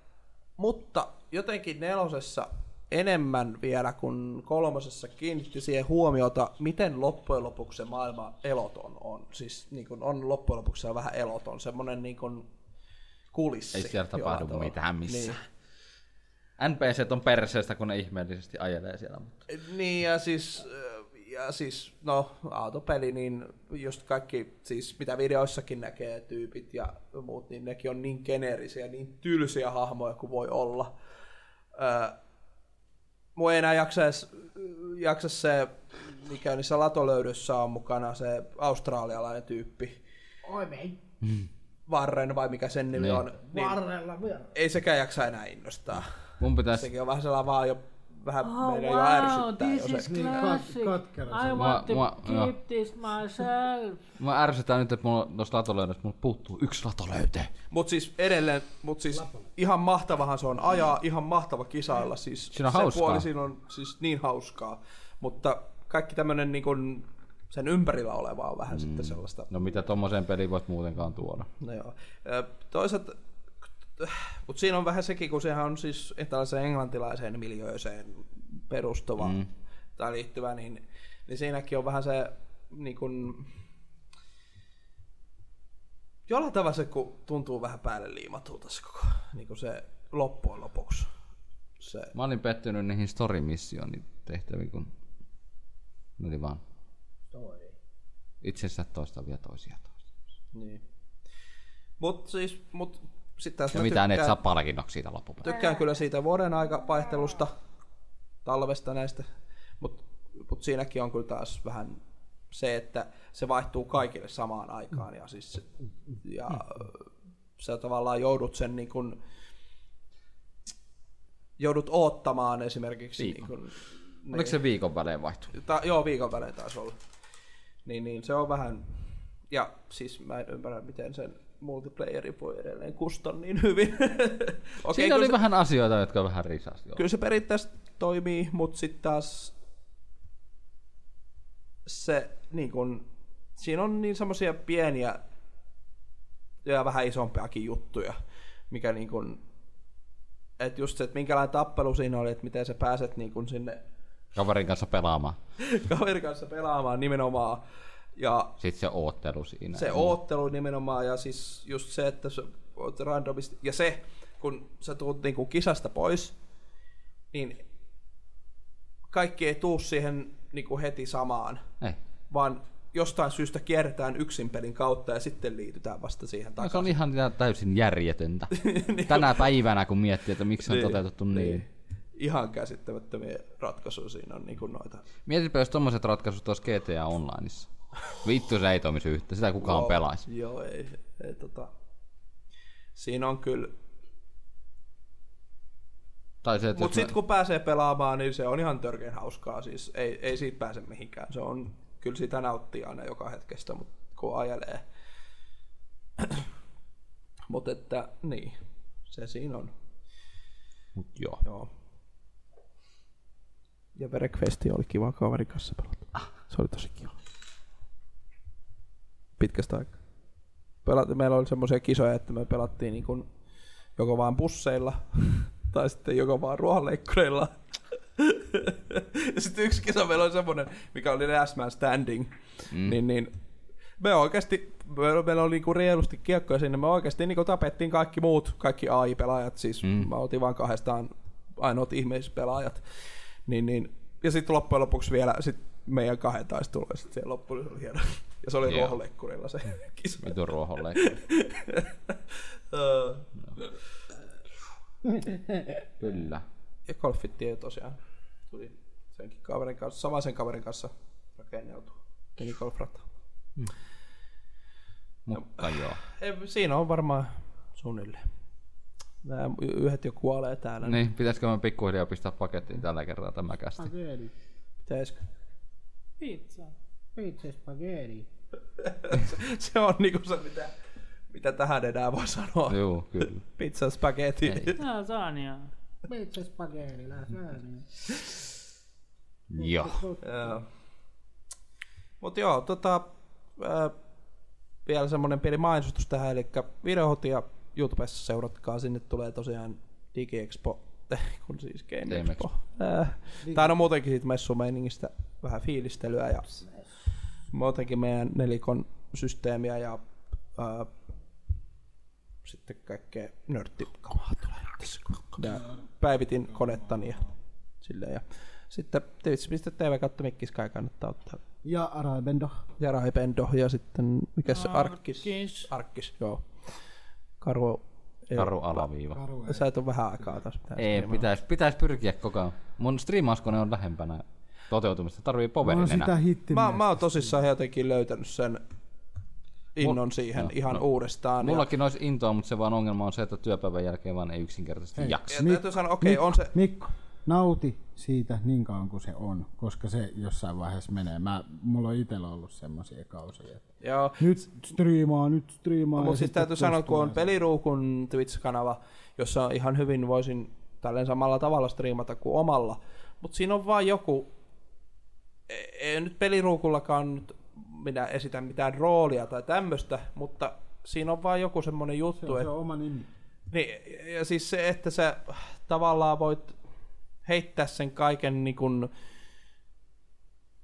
mutta jotenkin nelosessa enemmän vielä kuin kolmosessa kiinnitti siihen huomiota, miten loppujen lopuksi se maailma eloton on. Siis niin kuin on loppujen lopuksi se on vähän eloton, semmoinen niin kuin kulissi.
Ei siellä
jollain
tapahdu
tavalla. Niin.
mitään missään. NPC on perseestä, kun ne ihmeellisesti ajelee siellä. Mutta.
Niin ja siis, äh, ja siis no autopeli, niin just kaikki, siis mitä videoissakin näkee tyypit ja muut, niin nekin on niin geneerisiä, niin tylsiä hahmoja kuin voi olla. Öö, mua ei enää jaksa, edes, jaksa se, mikä niissä latolöydössä on mukana, se australialainen tyyppi.
Oi mei.
Varren vai mikä sen nimi
Niin.
on. Niin,
Varrella vielä.
ei sekään jaksa enää innostaa.
Mun pitäisi
Sekin on vähän sellainen vaan jo vähän oh,
Oh
meidän wow, jo
wow,
ärsyttää jo
this
se.
is
Niin, kat-
classic.
katkera
I
se.
want to
Mua- mua- joo.
keep this myself.
Mä ärsytään nyt, että mulla noista latolöydöistä mulla puuttuu yksi latolöyte.
Mut siis edelleen, mut siis ihan mahtavahan se on ajaa, ihan mahtava kisailla. Siis
Siinä on
se
hauskaa.
puoli siinä on siis niin hauskaa, mutta kaikki tämmönen niin kun sen ympärillä olevaa on vähän mm. sitten sellaista.
No mitä tommoseen peliin voit muutenkaan tuoda?
No joo. Ö, Toisaalta, mutta siinä on vähän sekin, kun sehän on siis tällaiseen englantilaiseen miljööseen perustuva mm. tai liittyvä, niin, niin siinäkin on vähän se niin kun, jollain tavalla se kun tuntuu vähän päälle liimatulta se koko niin kun se loppujen lopuksi. Se,
Mä olin pettynyt niihin story missioonin tehtäviin, kun ne oli vaan itsensä toistavia toisia toisia.
niin. Mut siis, mut sit taas
Ja
mä
mitään et
tykkään-
saa palkinnoksi siitä loppupeleissä.
Tykkään kyllä siitä vuoden aikavaihtelusta, talvesta näistä, mutta mut siinäkin on kyllä taas vähän se, että se vaihtuu kaikille samaan aikaan ja siis ja äh, sä tavallaan joudut sen niin kun, joudut oottamaan esimerkiksi niin kun,
Oliko se viikon välein vaihtu?
ta, joo, viikon välein taas olla. Niin, niin se on vähän... Ja siis mä en ymmärrä, miten sen multiplayeri voi edelleen kuston niin hyvin.
Siinä
Okei, kyllä
oli
se-
vähän asioita, jotka vähän risas. Joo.
kyllä se periaatteessa toimii, mutta sitten taas se niin kun, siinä on niin semmoisia pieniä ja vähän isompiakin juttuja, mikä niin kun, että just se, että minkälainen tappelu siinä oli, että miten sä pääset niin kun sinne
Kaverin kanssa pelaamaan.
kaverin kanssa pelaamaan nimenomaan ja
Sitten se oottelu siinä.
se oottelu nimenomaan ja siis just se, että sä oot randomisti. Ja se, kun sä tuut niinku kisasta pois, niin kaikki ei tuu siihen niinku heti samaan,
Ei.
vaan jostain syystä kierretään yksin pelin kautta ja sitten liitytään vasta siihen
No, se on
takaisin.
ihan nä- täysin järjetöntä. Tänä päivänä, kun miettii, että miksi se on
Niin,
toteutettu niin.
Ihan käsittämättömiä ratkaisuja siinä on niinku noita.
Mietitpä, jos tommoset ratkaisut olisi GTA Onlineissa. Vittu se ei toimisi yhtä, sitä kukaan
Joo,
pelaisi.
Joo, ei, ei tota. Siinä on kyllä.
Tai se, että
Mutta
jos
sitten kun pääsee pelaamaan, niin se on ihan törkeän hauskaa. Siis ei, ei siitä pääse mihinkään. Se on, kyllä sitä nauttii aina joka hetkestä, mut kun ajelee. mutta että, niin. Se siinä on.
Mut joo.
Joo. Ja Verekvesti oli kiva kaverin kanssa pelata. Se oli tosi kiva. Pitkästä aikaa. Pelatti, meillä oli semmoisia kisoja, että me pelattiin niin kuin joko vaan busseilla tai sitten joko vaan ruohonleikkureilla. ja sitten yksi kisa meillä oli semmoinen, mikä oli Last Man Standing. Mm. Niin, niin me oikeasti, me- meillä oli niinku reilusti kiekkoja sinne, me oikeasti niinku tapettiin kaikki muut, kaikki AI-pelaajat, siis mm. me oltiin vaan kahdestaan ainoat ihmispelaajat. Niin, niin. Ja sitten loppujen lopuksi vielä sit meidän kahden taisi tulla, ja sitten loppu oli hieno. Ja se oli
Joo.
yeah. ruohonleikkurilla se kisa.
Vitun ruoholle.
Öö,
Kyllä.
ja golfittiin tosiaan tuli senkin kaverin kanssa, samaisen kaverin kanssa rakenneltu minigolfrata.
Mutta joo.
Ei, Siinä on varmaan suunnilleen. Nämä y- yhdet jo kuolee täällä. Niin.
Niin, pitäisikö mä pikkuhiljaa pistää pakettiin tällä kertaa tämä kästi?
Spaghetti.
Pitäisikö?
Pizza.
Pizza spaghetti.
Se on niinku se, mitä, mitä tähän enää voi sanoa.
Joo, kyllä.
Pizza spaghetti.
Lasagna.
Pizza spaghetti, lasagna.
joo.
Joo. Mut joo, tota, ää, vielä semmonen pieni mainostus tähän, eli videohotia YouTubessa seuratkaa, sinne tulee tosiaan DigiExpo, kun siis Game
Game
Expo. Ää, Tää on muutenkin siitä messumeiningistä vähän fiilistelyä ja muutenkin meidän nelikon systeemiä ja ää, sitten kaikkea nörttikamaa tulee. Ja päivitin konettani ja silleen. Ja sitten twitch.tv kautta mikkis kai kannattaa ottaa.
Ja Arabendo.
Ja Raipendo ja sitten mikä se Arkis?
Arkis.
Arkis, joo. Karu. ei-
Karu alaviiva.
Sä et ole vähän aikaa taas pitää.
Ei, pitäis, pitäis pyrkiä koko ajan. Mun striimauskone on lähempänä toteutumista. Tarvii
Mä oon
poverin
sitä
enää.
hittimies.
Mä, mä oon tosissaan jotenkin löytänyt sen innon siihen
no.
ihan uudestaan. ja-
Mullakin olisi intoa, mutta se vaan ongelma on se, että työpäivän jälkeen vaan ei yksinkertaisesti jaksa.
Ja täytyy sanoa, okei, on se,
Mikko, nauti siitä niin kauan kuin se on, koska se jossain vaiheessa menee. Mä, mulla on itsellä ollut semmoisia kausia. Että
Joo.
nyt striimaa, nyt striimaa. ja
Mutta siis
sitten
täytyy sanoa,
tuosta
kun on
tulee-
peliruukun Twitch-kanava, jossa ihan hyvin voisin tälleen samalla tavalla striimata kuin omalla, mutta siinä on vaan joku, ei- ei nyt peliruukullakaan nyt minä esitän mitään roolia tai tämmöistä, mutta siinä on vaan joku semmoinen juttu,
Se
että
on oma nimi.
niin, ja siis se, että sä tavallaan voit heittää sen kaiken niin kun,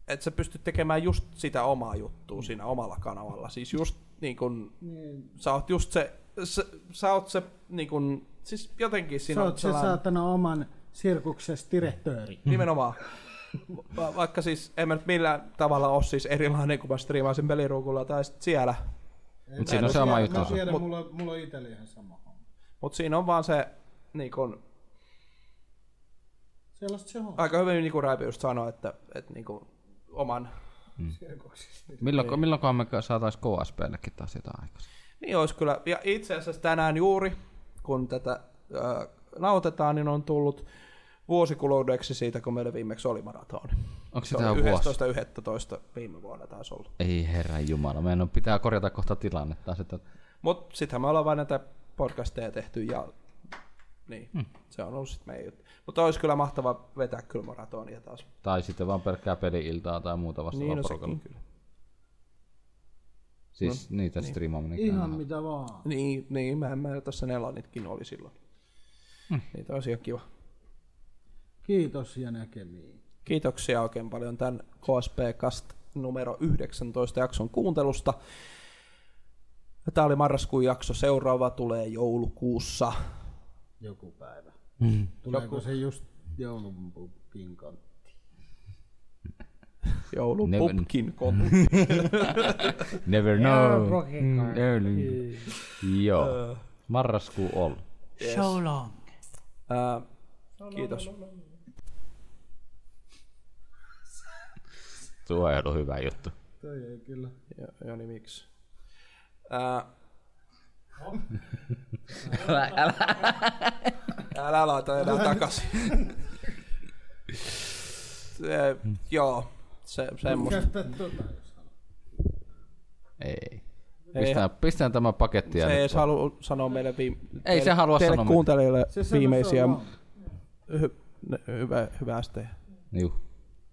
että sä pystyt tekemään just sitä omaa juttua siinä omalla kanavalla. Siis just niin kun, niin. sä oot just se, sä, sä oot se niin kun, siis jotenkin siinä
Sä oot se
sellainen-
saatana oman sirkuksesi direktööri.
Nimenomaan. Va- vaikka siis en mä nyt millään tavalla ole siis erilainen, kun mä striimaan sen peliruukulla tai sit siellä.
Mut siinä No, on sama juttu.
Mä tiedän,
Mut-
mulla, on- mulla on itsellä ihan sama homma.
Mutta siinä on vaan se, niin kun,
Sellaista se on.
aika hyvin niin kuin Räipi just sanoi, että, että niin kun, oman
Milloin, milloinkohan me saatais KSPllekin taas jotain aikaisemmin?
Niin olisi kyllä. Ja itse asiassa tänään juuri, kun tätä ää, nautetaan, niin on tullut vuosikuludeksi siitä, kun meillä viimeksi oli maratoni.
Onko se
Se
tähän
oli
vuosi?
11.11. viime vuonna taisi olla.
Ei herran jumala, meidän on pitää korjata kohta tilanne taas, että
Mutta sittenhän me ollaan vain näitä podcasteja tehty ja niin, hmm. se on ollut sitten meidän juttu. Mutta olisi kyllä mahtava vetää kyllä maratonia taas.
tai sitten vaan pelkkää peli-iltaa tai muuta vastaavaa
Niin no
niin,
sekin
porukalla.
kyllä.
Siis niitä niin. striimaaminen.
Ihan mitä vaan.
Niin, niin mä, mä tässä nelanitkin oli silloin. Hmm. Niitä olisi ihan kiva.
Kiitos ja näkemiin.
Kiitoksia oikein paljon tämän KSP Cast numero 19 jakson kuuntelusta. Tämä oli marraskuun jakso. Seuraava tulee joulukuussa.
Joku päivä.
Mm.
Tuleeko se just joulunpukin kanssa?
Joulupupkin kotu.
Never know. Mm, early. Joo. Marraskuu on.
So long.
No,
Ää, kiitos.
Tuo ei ollut hyvä juttu.
Toi ei kyllä.
Jo, Joni, niin, miksi? Ää,
Älä, älä.
Älä laita enää takaisin. se, joo, se, semmoista.
Käytä tota, jos haluat.
Ei.
Ei,
Pistään, pistään tämä paketti ja
se ei
nyt
edes halua sanoa meille viime...
Ei se halua
teille
sanoa
kuuntelijoille
Se sanoi, se
viimeisiä
on vaan.
hy, ne- hyvä, hyvä No, asteja.
Juu.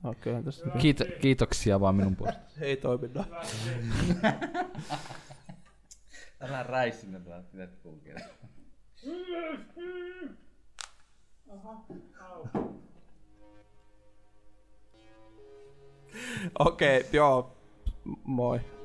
Okei, okay, tästä
Kiito, kiitoksia vaan minun puolestani.
ei toimi noin.
Älä räisinä tällä pidät kulkea.
Okei, okay, joo. Moi.